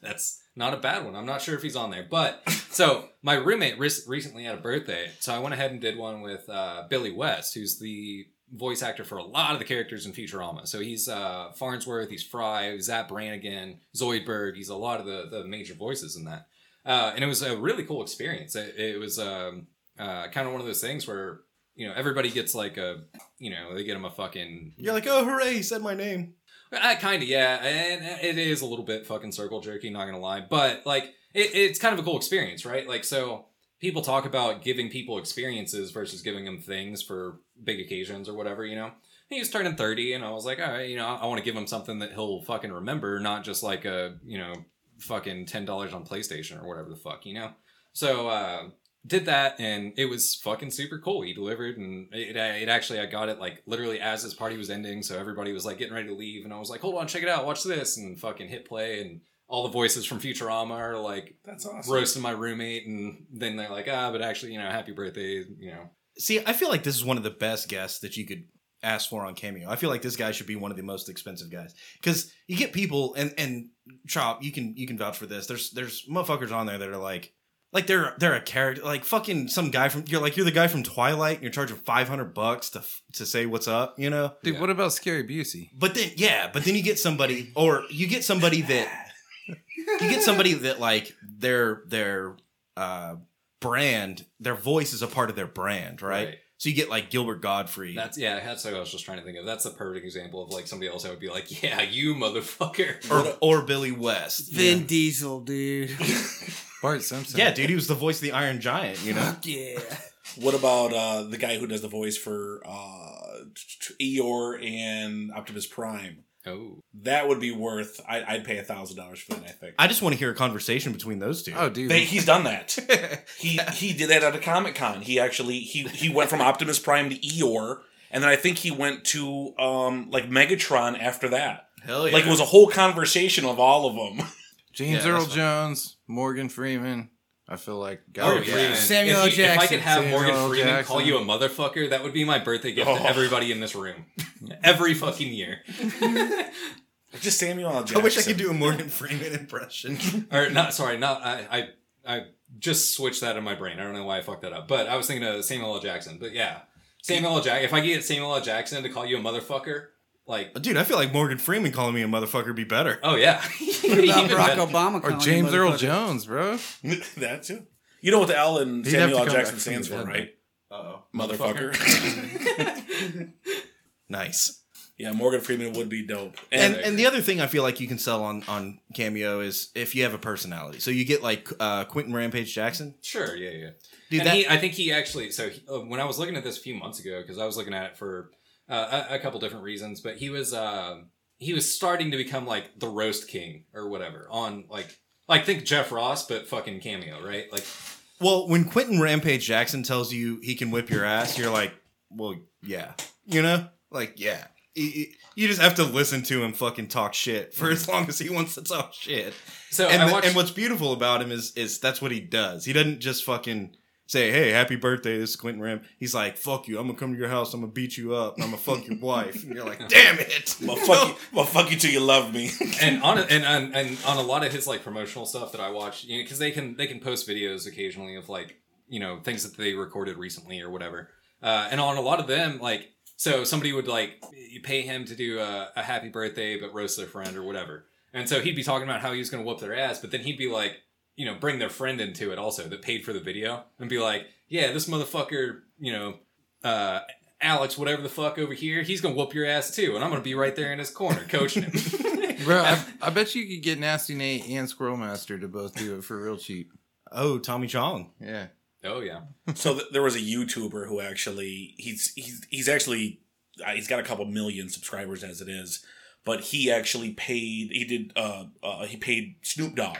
S1: that's not a bad one. I'm not sure if he's on there, but so my roommate re- recently had a birthday, so I went ahead and did one with uh, Billy West, who's the voice actor for a lot of the characters in Futurama. So he's uh, Farnsworth, he's Fry, Zap Brannigan, Zoidberg. He's a lot of the the major voices in that, uh, and it was a really cool experience. It, it was um, uh, kind of one of those things where you know everybody gets like a you know they get him a fucking
S5: You're like, oh, hooray, he said my name.
S1: I kind of Uh, yeah, and uh, it is a little bit fucking circle jerky, not gonna lie. But like, it, it's kind of a cool experience, right? Like, so people talk about giving people experiences versus giving them things for big occasions or whatever, you know. He was turning thirty, and I was like, all right, you know, I want to give him something that he'll fucking remember, not just like a you know fucking ten dollars on PlayStation or whatever the fuck, you know. So uh, did that, and it was fucking super cool. He delivered, and it, it actually I got it like literally as his party was ending, so everybody was like getting ready to leave, and I was like, hold on, check it out, watch this, and fucking hit play, and all the voices from Futurama are like
S4: That's awesome.
S1: roasting my roommate, and then they're like, ah, but actually, you know, happy birthday, you know.
S5: See, I feel like this is one of the best guests that you could ask for on Cameo. I feel like this guy should be one of the most expensive guys because you get people and and chop. You can you can vouch for this. There's there's motherfuckers on there that are like like they're they're a character like fucking some guy from you're like you're the guy from Twilight and you're charging five hundred bucks to f- to say what's up, you know.
S3: Dude,
S1: Yeah.
S3: what about Scary Busey?
S5: But then yeah, but then you get somebody or you get somebody that you get somebody that like their their uh brand their voice is a part of their brand right? So you get like Gilbert Godfrey.
S1: That's yeah. That's what I was just trying to think of. That's the perfect example of like somebody else I would be like, yeah, you motherfucker.
S5: or, or Billy West.
S2: Vin Diesel, dude.
S3: Bart Simpson.
S5: Yeah, dude, he was the voice of the Iron Giant, you know?
S2: Fuck yeah.
S4: What about uh, the guy who does the voice for uh, t- t- Eeyore and Optimus Prime?
S1: Oh,
S4: That would be worth. I, I'd pay a thousand dollars for that. I think.
S5: I just want to hear a conversation between those two.
S3: Oh, dude.
S4: They, he's done that. he he did that at a Comic Con. He actually he he went from Optimus Prime to Eeyore, and then I think he went to um like Megatron after that.
S5: Hell
S4: Like it was a whole conversation of all of them.
S3: James
S5: Yeah,
S3: Earl
S5: that's fine.
S3: Jones, Morgan Freeman. I feel like
S1: oh
S3: Morgan
S1: yeah.
S2: Samuel
S1: if you- If I
S2: Jackson.
S1: could have
S3: Samuel
S1: Morgan Freeman call
S3: Jackson.
S1: you a motherfucker, that would be my birthday gift
S4: Oh.
S1: to everybody in this room, every fucking year.
S4: Just Samuel L. Jackson.
S5: I wish I could do a Morgan Freeman impression.
S1: or not? Sorry, not I. I I just switched that in my brain. I don't know why I fucked that up, but I was thinking of Samuel L. Jackson. But yeah, Samuel L. Jackson. If I could get Samuel L. Jackson to call you a motherfucker, like
S5: Dude, I feel like Morgan Freeman calling me a motherfucker would be better.
S1: oh yeah,
S2: What about
S1: Even
S2: Barack
S1: better.
S2: Obama
S3: or
S2: calling you
S3: James Earl
S2: motherfucker?
S3: Jones, bro.
S4: that too. You know what the L in
S3: He'd have
S4: Samuel
S3: to
S4: L.
S3: come
S4: Jackson
S3: back
S4: stands
S3: from
S4: for,
S3: the dead.
S4: right?
S5: Uh-oh.
S4: Motherfucker.
S5: Nice.
S4: yeah, Morgan Freeman would be dope.
S5: And
S4: And,
S5: and the other thing I feel like you can sell on on Cameo is if you have a personality. So you get like uh Quentin Rampage Jackson.
S1: Sure, yeah, yeah.
S5: Dude,
S1: and
S5: that
S1: he, I think he actually. So he, uh, when I was looking at this a few months ago, because I was looking at it for uh, a, a couple different reasons, but he was uh, he was starting to become like the roast king or whatever on like like think Jeff Ross, but fucking cameo, right? Like
S5: Well, when Quentin Rampage Jackson tells you he can whip your ass, you're like, well, yeah. You know? Like, yeah. Y- y- You just have to listen to him fucking talk shit for as long as he wants to talk shit.
S1: so.
S5: And,
S1: I
S5: the-
S1: watched,
S5: and what's beautiful about him is is that's what he does. He doesn't just fucking say, hey, happy birthday, this is Quentin Ram. He's like, fuck you. I'm going to come to your house. I'm going to beat you up. and I'm going to fuck your wife. And you're like, damn it.
S4: well, fuck you, well, fuck you till you love me.
S1: and on a, and, and and on a lot of his like promotional stuff that I watch, you know, because they can they can post videos occasionally of like you know things that they recorded recently or whatever. Uh, and on a lot of them, like so somebody would like you pay him to do a, a happy birthday but roast their friend or whatever, and so he'd be talking about how he was going to whoop their ass, but then he'd be like, you know, bring their friend into it also that paid for the video and be like, yeah, this motherfucker, you know. Uh, Alex, whatever the fuck over here, he's gonna whoop your ass too, and I'm gonna be right there in his corner coaching him.
S3: Bro, I, I bet you could get Nasty Nate and Squirrel Master to both do it for real cheap.
S5: Oh, Tommy Chong.
S3: Yeah.
S1: Oh yeah,
S4: so th- there was a YouTuber who actually he's he's he's actually uh, he's got a couple million subscribers as it is, but he actually paid he did uh, uh he paid Snoop Dogg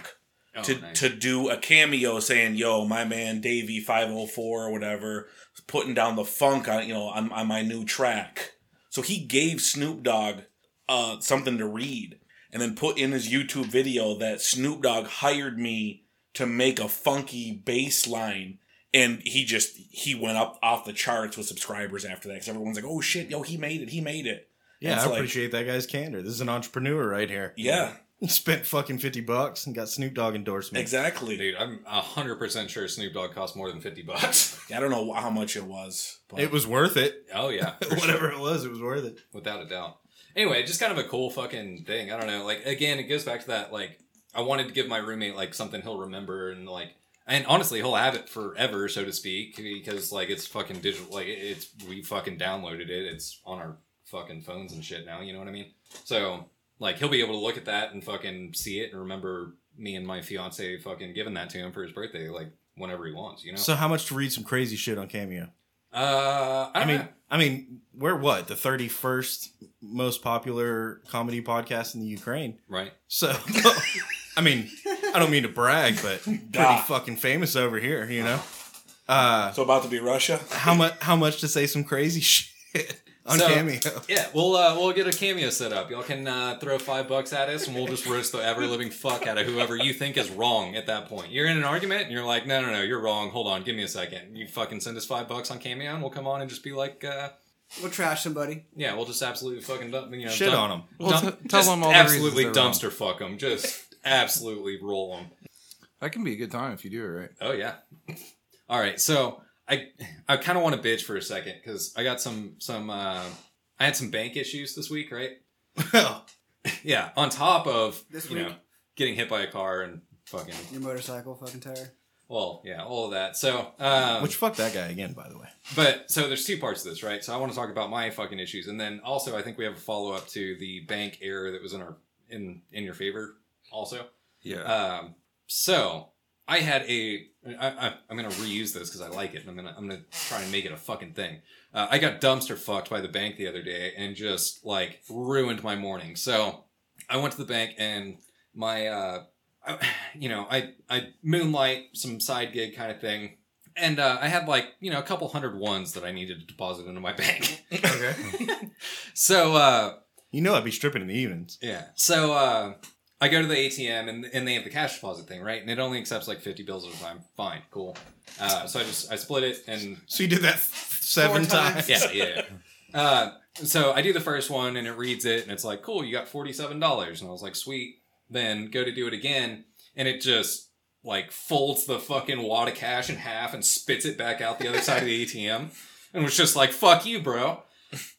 S1: oh,
S4: to
S1: nice.
S4: to do a cameo saying yo my man Davey five hundred oh four or whatever putting down the funk on you know on, on my new track. So he gave Snoop Dogg uh, something to read, and then put in his YouTube video that Snoop Dogg hired me to make a funky bass line. And he just he went up off the charts with subscribers after that because everyone's like, oh shit, yo, he made it, he made it.
S5: Yeah,
S4: It's
S5: I
S4: like-
S5: appreciate that guy's candor. This is an entrepreneur right here.
S4: Yeah,
S5: Spent fucking 50 bucks and got Snoop Dogg endorsement.
S4: exactly.
S1: Dude, I'm hundred percent sure Snoop Dogg cost more than fifty bucks.
S4: I don't know how much it was. But
S5: It was worth it.
S1: oh yeah, for sure.
S5: Whatever it was, it was worth it.
S1: without a doubt. Anyway, just kind of a cool fucking thing. I don't know. Like again, it goes back to that. Like I wanted to give my roommate like something he'll remember and like, and honestly, he'll have it forever, so to speak, because like it's fucking digital. Like it- it's we fucking downloaded it. It's on our fucking phones and shit now. You know what I mean? So like he'll be able to look at that and fucking see it and remember me and my fiance fucking giving that to him for his birthday, like whenever he wants. You know?
S5: So how much to read some crazy shit on Cameo?
S1: uh, I,
S5: I
S1: don't
S5: mean,
S1: know.
S5: I mean, we're what the thirty first most popular comedy podcast in the Ukraine.
S1: right?
S5: So, I mean, I don't mean to brag, but pretty
S4: Duh.
S5: fucking famous over here, you know. Uh,
S4: so about to be Russia.
S5: how much? How much to say some crazy shit on
S1: So-
S5: Cameo?
S1: Yeah, we'll uh, we'll get a cameo set up. Y'all can uh, throw five bucks at us, and we'll just roast the ever living fuck out of whoever you think is wrong at that point. You're in an argument, and you're like, no, no, no, you're wrong. Hold on, give me a second. You fucking send us five bucks on cameo, and we'll come on and just be like, uh,
S2: We'll trash somebody.
S1: yeah, we'll just absolutely fucking dump, you know,
S5: Shit
S1: dump,
S5: on them.
S3: Well,
S1: dump-
S3: t- tell
S1: just
S3: them all the reasons
S1: absolutely
S3: they're wrong.
S1: dumpster fuck them. Just absolutely roll them.
S3: That can be a good time if you do it right.
S1: Oh yeah. All right, so I I kind of want to bitch for a second because I got some some uh, I had some bank issues this week, right? Yeah, on top of
S2: This
S1: you
S2: week?
S1: know getting hit by a car and fucking
S2: Your motorcycle, fucking tire.
S1: well, yeah, all of that. So, um,
S5: Which fuck that guy again, by the way.
S1: but so there's two parts to this, right? So I want to talk about my fucking issues, and then also I think we have a follow up to the bank error that was in our in in your favor also.
S3: Yeah.
S1: Um, so I had a I, I, I'm gonna reuse this because I like it, and I'm gonna I'm gonna try and make it a fucking thing. Uh, I got dumpster fucked by the bank the other day, and just like ruined my morning. So I went to the bank, and my uh, I, you know I I moonlight some side gig kind of thing. And uh, I had like you know a couple hundred ones that I needed to deposit into my bank.
S5: Okay.
S1: so uh,
S5: You know I'd be stripping in the evenings.
S1: yeah. So uh, I go to the ATM and, and they have the cash deposit thing, right? And it only accepts like 50 bills at a time. Fine, cool. Uh, so I just I split it and
S5: So you did that seven
S2: Four times.
S5: times.
S1: yeah, yeah. yeah. Uh, so I do the first one and it reads it and it's like, cool, you got $47. And I was like, sweet. Then go to do it again and it just like folds the fucking wad of cash in half and spits it back out the other side of the ATM and was just like, fuck you, bro.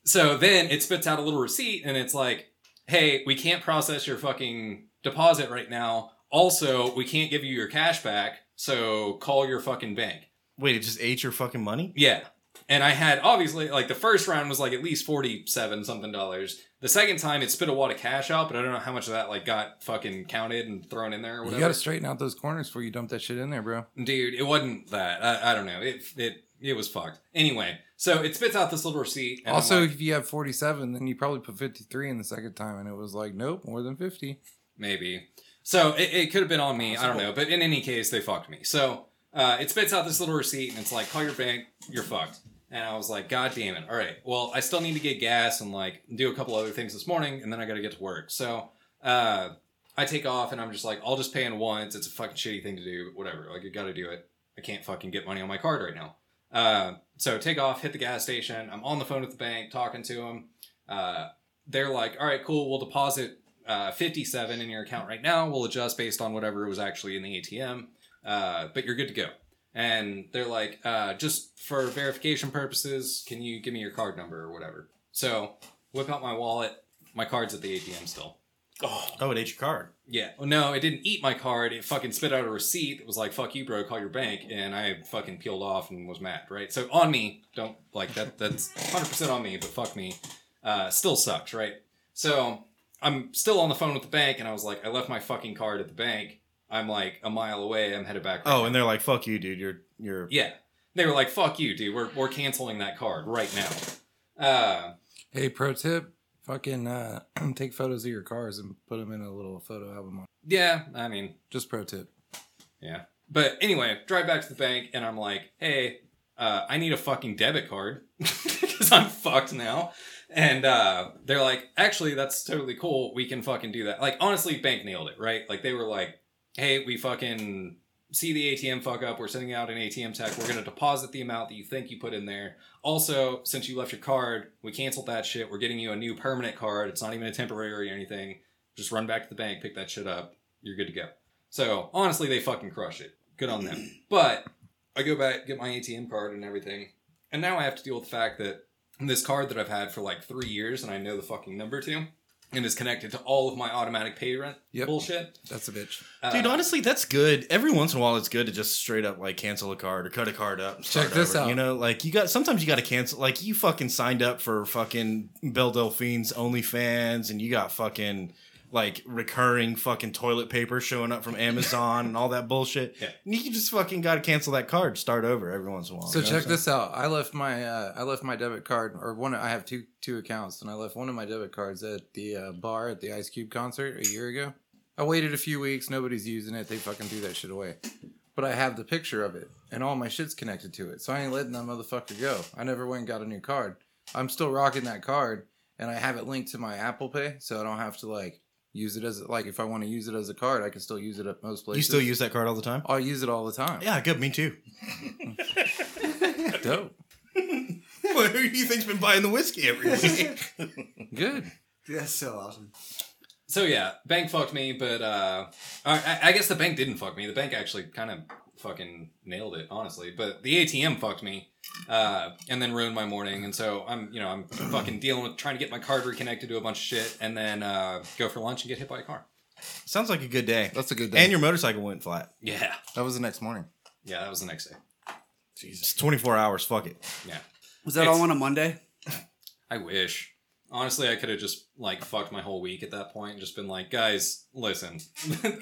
S1: So then it spits out a little receipt and it's like, hey, we can't process your fucking deposit right now. Also, we can't give you your cash back. So call your fucking bank.
S5: Wait, it just ate your fucking money.
S1: Yeah. And I had obviously like the first round was like at least forty seven something dollars. The second time it spit a wad of cash out, but I don't know how much of that like got fucking counted and thrown in there or
S3: You
S1: whatever.
S3: got to straighten out those corners before you dump that shit in there, bro.
S1: Dude, it wasn't that. I, I don't know. It it it was fucked. Anyway, so it spits out this little receipt. And I'm
S3: also,
S1: like,
S3: if you have 47, then you probably put 53 in the second time, and it was like, nope, more than 50.
S1: maybe. So it, it could have been on me. I don't know. But in any case, they fucked me. So uh, it spits out this little receipt and it's like, call your bank, you're fucked. And I was like, God damn it. All right. Well, I still need to get gas and like do a couple other things this morning and then I got to get to work. So uh, I take off and I'm just like, I'll just pay in once. It's a fucking shitty thing to do, but whatever. Like, I got to do it. I can't fucking get money on my card right now. Uh, so take off, hit the gas station. I'm on the phone with the bank talking to them. Uh, they're like, all right, cool. We'll deposit uh, 57 in your account right now. We'll adjust based on whatever was actually in the ATM, uh, but you're good to go. And they're like, uh, just for verification purposes, can you give me your card number or whatever? So whip out my wallet. My card's at the ATM still.
S4: Oh,
S5: Oh, it ate your card.
S1: Yeah. Well, no, it didn't eat my card. It fucking spit out a receipt that was like, fuck you, bro, call your bank. And I fucking peeled off and was mad, right? So on me, don't like that. That's 100% on me, but fuck me. Uh, still sucks, right? So I'm still on the phone with the bank and I was like, I left my fucking card at the bank. I'm like a mile away. I'm headed back. right
S5: Oh, and they're like, "Fuck you, dude. You're you're."
S1: yeah. They were like, fuck you, dude. We're, we're canceling that card right now. Uh,
S3: Hey, pro tip fucking uh, take photos of your cars and put them in a little photo album.
S1: yeah. I mean,
S3: Just pro tip.
S1: Yeah. But anyway, drive back to the bank and I'm like, hey, uh, I need a fucking debit card because I'm fucked now. And uh, they're like, actually, that's totally cool. We can fucking do that. Like, honestly, bank nailed it, right? Like, they were like, hey, we fucking see the ATM fuck up. We're sending out an ATM tech. We're going to deposit the amount that you think you put in there. Also, since you left your card, we canceled that shit. We're getting you a new permanent card. It's not even a temporary or anything. Just run back to the bank, pick that shit up. You're good to go. So, honestly, they fucking crush it. Good on them. But I go back, get my ATM card and everything. And now I have to deal with the fact that this card that I've had for like three years and I know the fucking number to and is connected to all of my automatic pay rent
S3: Yep.
S1: bullshit.
S3: That's a bitch.
S1: Uh,
S5: Dude, honestly, that's good. Every once in a while, it's good to just straight up like cancel a card or cut a card up. start
S3: Check this
S5: over.
S3: out.
S5: You know, like you got sometimes you got to cancel. Like you fucking signed up for fucking Belle Delphine's OnlyFans, and you got fucking like recurring fucking toilet paper showing up from Amazon and all that bullshit.
S1: Yeah.
S5: And you just fucking got to cancel that card, start over every once in a while.
S3: So
S5: you know
S3: check
S5: what I'm
S3: this out. I left my uh, I left my debit card or one. I have two two accounts, and I left one of my debit cards at the uh, bar at the Ice Cube concert a year ago. I waited a few weeks. Nobody's using it. They fucking threw that shit away. But I have the picture of it, and all my shit's connected to it. So I ain't letting that motherfucker go. I never went and got a new card. I'm still rocking that card, and I have it linked to my Apple Pay, so I don't have to like use it as like if I want to use it as a card, I can still use it at most
S5: saying?
S3: places.
S5: you still use that card all the time?
S3: I'll use it all the time.
S5: Yeah, good. Me too.
S3: dope.
S5: Who do you think's been buying the whiskey every week?
S3: Good.
S2: Dude, that's so awesome.
S1: So yeah, bank fucked me, but uh, I, I guess the bank didn't fuck me. The bank actually kind of fucking nailed it, honestly. But the ATM fucked me, uh, and then ruined my morning. And so I'm, you know, I'm fucking dealing with trying to get my card reconnected to a bunch of shit, and then uh, go for lunch and get hit by a car.
S5: Sounds like a good day.
S3: That's a good day.
S5: And your motorcycle went flat.
S1: Yeah,
S3: That was the next morning.
S1: yeah, that was the next day.
S5: It's 24 hours. Fuck it.
S1: Yeah,
S2: Was that
S1: It's-
S2: all on a Monday?
S1: I wish. Honestly, I could have just like fucked my whole week at that point and just been like, guys, listen,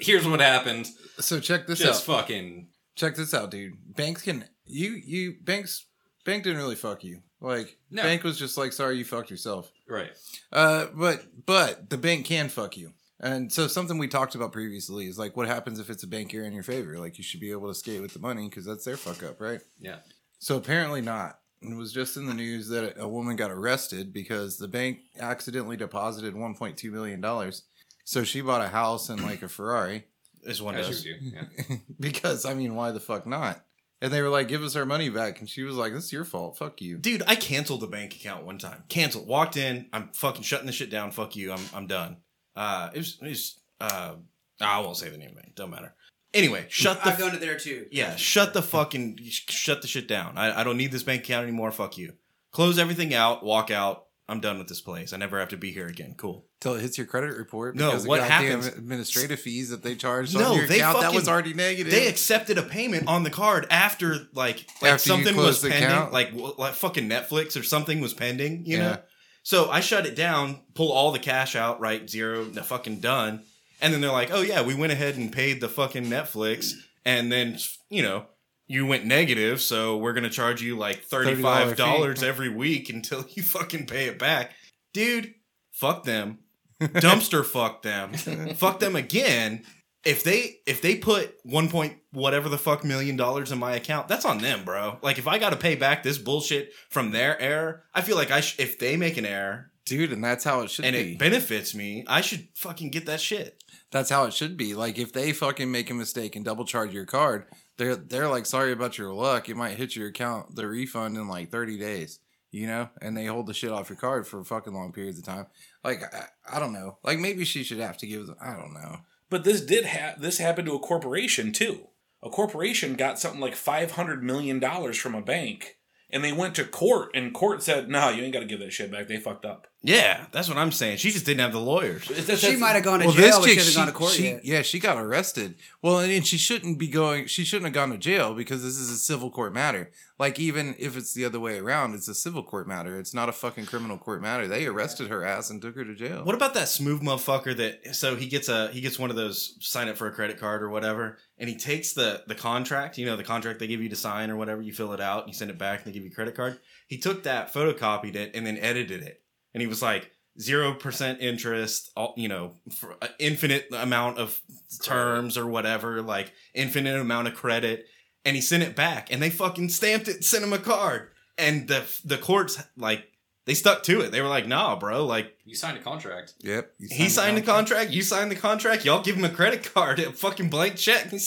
S1: here's what happened.
S3: So check this out.
S1: Just fucking
S3: check this out, dude. Banks can you you banks bank didn't really fuck you. Like
S1: No.
S3: bank was just like sorry you fucked yourself.
S1: right.
S3: Uh, but but the bank can fuck you. And so something we talked about previously is like what happens if it's a bank error in your favor? Like you should be able to skate with the money because that's their fuck up, right?
S1: Yeah.
S3: So apparently not. It was just in the news that a woman got arrested because the bank accidentally deposited 1.2 million dollars. So she bought a house and like a Ferrari.
S5: This one
S1: As
S5: does.
S1: you do. Yeah.
S3: because I mean, why the fuck not? And they were like, "Give us our money back," and she was like, "This is your fault. Fuck you."
S5: Dude, I canceled a bank account one time. Canceled. Walked in. I'm fucking shutting this shit down. Fuck you. I'm I'm done. Uh, it was, it was uh, I won't say the name of it. Don't matter. Anyway, shut the.
S2: I've done it there too.
S5: yeah, shut the fucking sh- shut the shit down. I, I don't need this bank account anymore. Fuck you. Close everything out. Walk out. I'm done with this place. I never have to be here again. Cool.
S3: Till it hits your credit report.
S5: No,
S3: because of
S5: what
S3: goddamn
S5: happens-
S3: Administrative fees that they charged
S5: No,
S3: on your
S5: they
S3: account that
S5: fucking-
S3: was already negative.
S5: They accepted a payment on the card after like like
S3: After you
S5: something
S3: closed
S5: was
S3: the
S5: pending,
S3: account?
S5: like w- like fucking Netflix or something was pending, you
S3: Yeah.
S5: know. So I shut it down, pull all the cash out, right? Zero, the fucking done. And then they're like, "Oh yeah, we went ahead and paid the fucking Netflix, and then you know you went negative, so we're gonna charge you like thirty five
S3: $35
S5: dollars every week until you fucking pay it back, dude. Fuck them, dumpster fuck them, fuck them again." if they if they put one point whatever the fuck million dollars in my account, that's on them, bro. Like if I got to pay back this bullshit from their error, I feel like I sh- if they make an error
S3: dude, and that's how it should
S5: and
S3: be.
S5: it benefits me, I should fucking get that shit.
S3: that's how it should be. Like if they fucking make a mistake and double charge your card, they're they're like, "Sorry about your luck. It might hit your account the refund in like 30 days." You know, and they hold the shit off your card for fucking long periods of time. Like I, I don't know. Like maybe she should have to give. them- I don't know.
S4: But this did ha- this happened to a corporation too. A corporation got something like five hundred million dollars from a bank, and they went to court, and court said, "No, you ain't got to give that shit back. They fucked up."
S5: Yeah, that's what I'm saying. She just didn't have the lawyers.
S4: It's- that's-
S2: She
S4: that's-
S2: might have gone to
S3: well,
S2: jail,
S3: this
S2: but
S3: chick,
S2: she hasn't
S3: she,
S2: gone to court
S3: she-
S2: yet.
S3: yeah, she got arrested. Well, and, and she shouldn't be going. She shouldn't have gone to jail because this is a civil court matter. Like even if it's the other way around, it's a civil court matter. It's not a fucking criminal court matter. They arrested her ass and took her to jail.
S5: What about that smooth motherfucker that so he gets a he gets one of those sign up for a credit card or whatever, and he takes the the contract, you know, the contract they give you to sign or whatever, you fill it out, you send it back, and they give you a credit card. He took that, photocopied it, and then edited it, and he was like zero percent interest, all you know, for uh, infinite amount of terms or whatever, like infinite amount of credit. and he sent it back, and they fucking stamped it, sent him a card, and the the courts like they stuck to it. They were like, "Nah, bro, like."
S1: You signed a contract.
S3: Yep. you
S5: He signed the contract. You signed the contract. Y'all give him a credit card, a fucking blank check.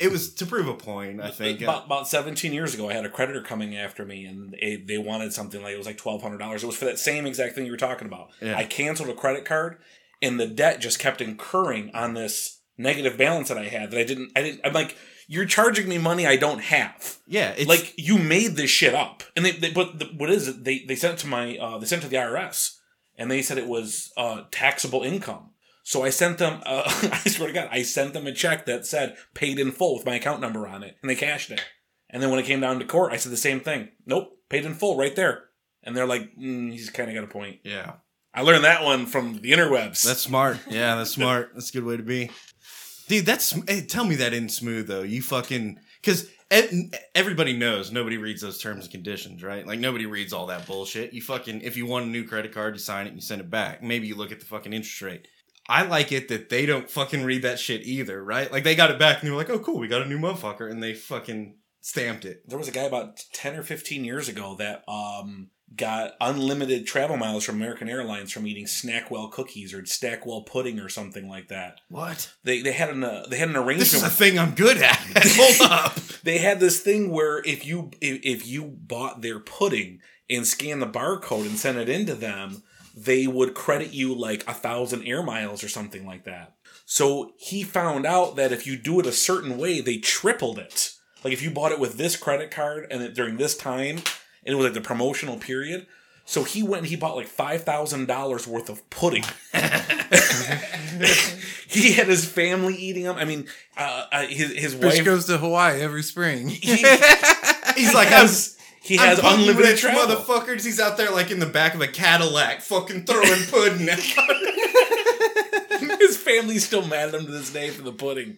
S5: It was to prove a point, I think.
S4: About, about 17 years ago, I had a creditor coming after me and it, they wanted something like it was like $1,200. It was for that same exact thing you were talking about.
S5: Yeah.
S4: I canceled a credit card and the debt just kept incurring on this negative balance that I had that I didn't, I didn't, I'm like, you're charging me money I don't have.
S5: yeah, it's
S4: like you made this shit up, and they, they but the, what is it? They they sent it to my uh, they sent it to the IRS, and they said it was uh, taxable income. So I sent them. Uh, I swear to God, I sent them a check that said paid in full with my account number on it, and they cashed it. And then when it came down to court, I said the same thing. Nope, paid in full right there. And they're like, mm, he's kind of got a point.
S5: yeah.
S4: I learned that one from the interwebs.
S5: That's smart. Yeah, that's smart. That's a good way to be. Dude, that's hey, tell me that in smooth though. You fucking cuz everybody knows nobody reads those terms and conditions, right? Like nobody reads all that bullshit. You fucking if you want a new credit card, you sign it and you send it back. Maybe you look at the fucking interest rate. I like it that they don't fucking read that shit either, right? Like they got it back and they were like, "Oh cool, we got a new motherfucker." And they fucking stamped it.
S4: there was a guy about 10 or 15 years ago that um got unlimited travel miles from American Airlines from eating Snackwell cookies or Stackwell pudding or something like that.
S5: What?
S4: They they had an uh, they had an
S5: This is
S4: arrangement
S5: a
S4: with,
S5: thing I'm good at. Hold up.
S4: they had this thing where if you if, if you bought their pudding and scanned the barcode and sent it into them, they would credit you like a thousand air miles or something like that. So he found out that if you do it a certain way, they tripled it. Like if you bought it with this credit card and it, during this time, and it was like the promotional period. So he went and he bought like five thousand dollars worth of pudding. he had his family eating them. I mean, uh, uh, his his
S3: Fish
S4: wife
S3: goes to Hawaii every spring.
S4: he,
S5: He's like,
S4: He
S5: "I'm
S4: has, he has
S5: I'm pumping
S4: unlimited
S5: rich
S4: travel.
S5: motherfuckers. He's out there like in the back of a Cadillac, fucking throwing pudding. out.
S4: His family's still mad at him to this day for the pudding.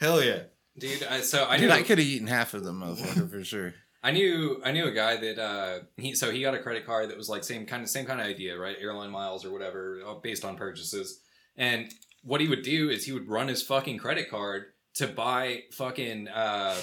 S5: Hell yeah!
S1: Dude, I, so I
S3: Dude,
S1: knew
S3: I could have eaten half of them, motherfucker, for sure.
S1: I knew I knew a guy that uh he so he got a credit card that was like same kind of same kind of idea, right? Airline miles or whatever, uh, based on purchases. And what he would do is he would run his fucking credit card to buy fucking uh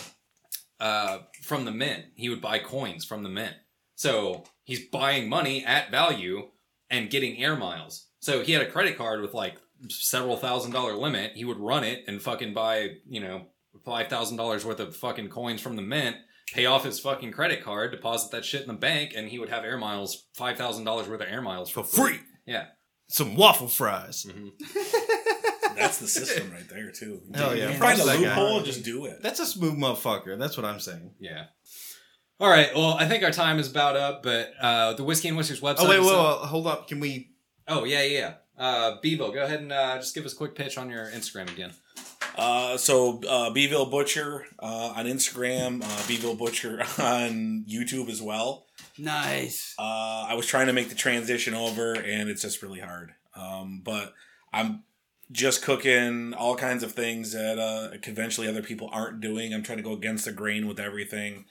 S1: uh from the mint. He would buy coins from the mint. So he's buying money at value and getting air miles. So he had a credit card with like several thousand dollar limit. He would run it and fucking buy, you know, five thousand dollars worth of fucking coins from the mint pay off his fucking credit card, deposit that shit in the bank, and he would have air miles, five thousand dollars worth of air miles for,
S5: For free,
S1: Yeah.
S5: some waffle fries.
S1: Mhm.
S4: That's the system right there, too.
S5: Hell yeah.
S4: Find a
S5: Fuck that guy.
S4: loophole and just do it.
S5: That's a smooth motherfucker. That's what I'm saying.
S1: Yeah. All right. Well, I think our time is about up, but uh, the whiskey and whiskers website.
S5: oh wait,
S1: is
S5: whoa,
S1: up-
S5: whoa, hold up. Can we?
S1: Oh yeah, yeah. yeah. Uh, Bevo, go ahead and uh, just give us a quick pitch on your Instagram again.
S4: Uh, so, uh, Beeville Butcher uh, on Instagram, uh, Beeville Butcher on YouTube as well.
S2: Nice.
S4: Uh, I was trying to make the transition over, and it's just really hard. Um, but I'm just cooking all kinds of things that uh, conventionally other people aren't doing. I'm trying to go against the grain with everything.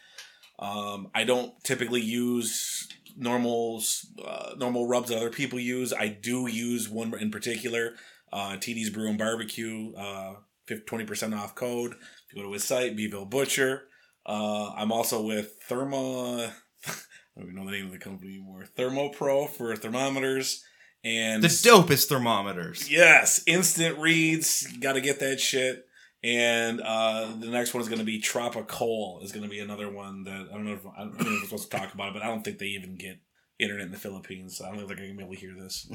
S4: Um, I don't typically use normal uh, normal rubs that other people use. I do use one in particular, uh, TD's Brew and Barbecue, uh, twenty percent off code. If you go to his site, Beeville Butcher. Uh, I'm also with Therma. I don't even know the name of the company anymore. ThermoPro for thermometers and
S5: The dopest thermometers.
S4: Yes, instant reads. Got to get that shit. And uh, the next one is going to be Tropicole. Is going to be another one that I don't know. If, I don't know if I'm supposed to talk about it, but I don't think they even get internet in the Philippines. So I don't think they're going to be able to hear this.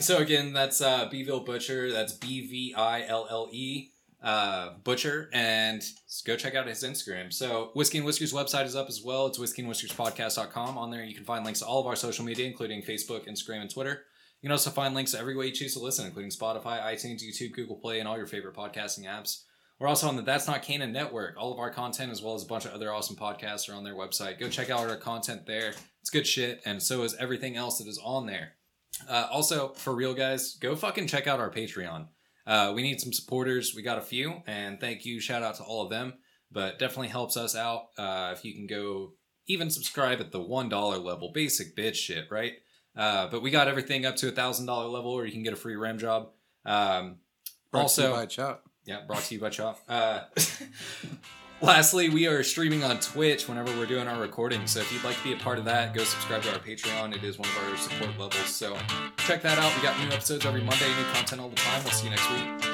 S1: So again, that's uh, Beeville Butcher. That's B V I L L E uh, Butcher, and go check out his Instagram. So Whiskey and Whiskers website is up as well. It's whiskeyandwhiskerspodcast.com. On there, you can find links to all of our social media, including Facebook, Instagram, and Twitter. You can also find links to every way you choose to listen, including Spotify, iTunes, YouTube, Google Play, and all your favorite podcasting apps. We're also on the That's Not Canon Network. All of our content, as well as a bunch of other awesome podcasts, are on their website. Go check out our content there. It's good shit, and so is everything else that is on there. Uh, also, for real, guys, go fucking check out our Patreon. Uh, we need some supporters. We got a few, and thank you. Shout out to all of them. But definitely helps us out uh, if you can go even subscribe at the $1 level. Basic bitch shit, right? Uh, but we got everything up to a $1,000 level, or you can get a free RAM job. Um,
S3: Brought to you
S1: also,
S3: by Chop.
S1: Yeah, brought to you by Chop. Uh, lastly, we are streaming on Twitch whenever we're doing our recording. So if you'd like to be a part of that, go subscribe to our Patreon. It is one of our support levels. So check that out. We got new episodes every Monday, new content all the time. We'll see you next week.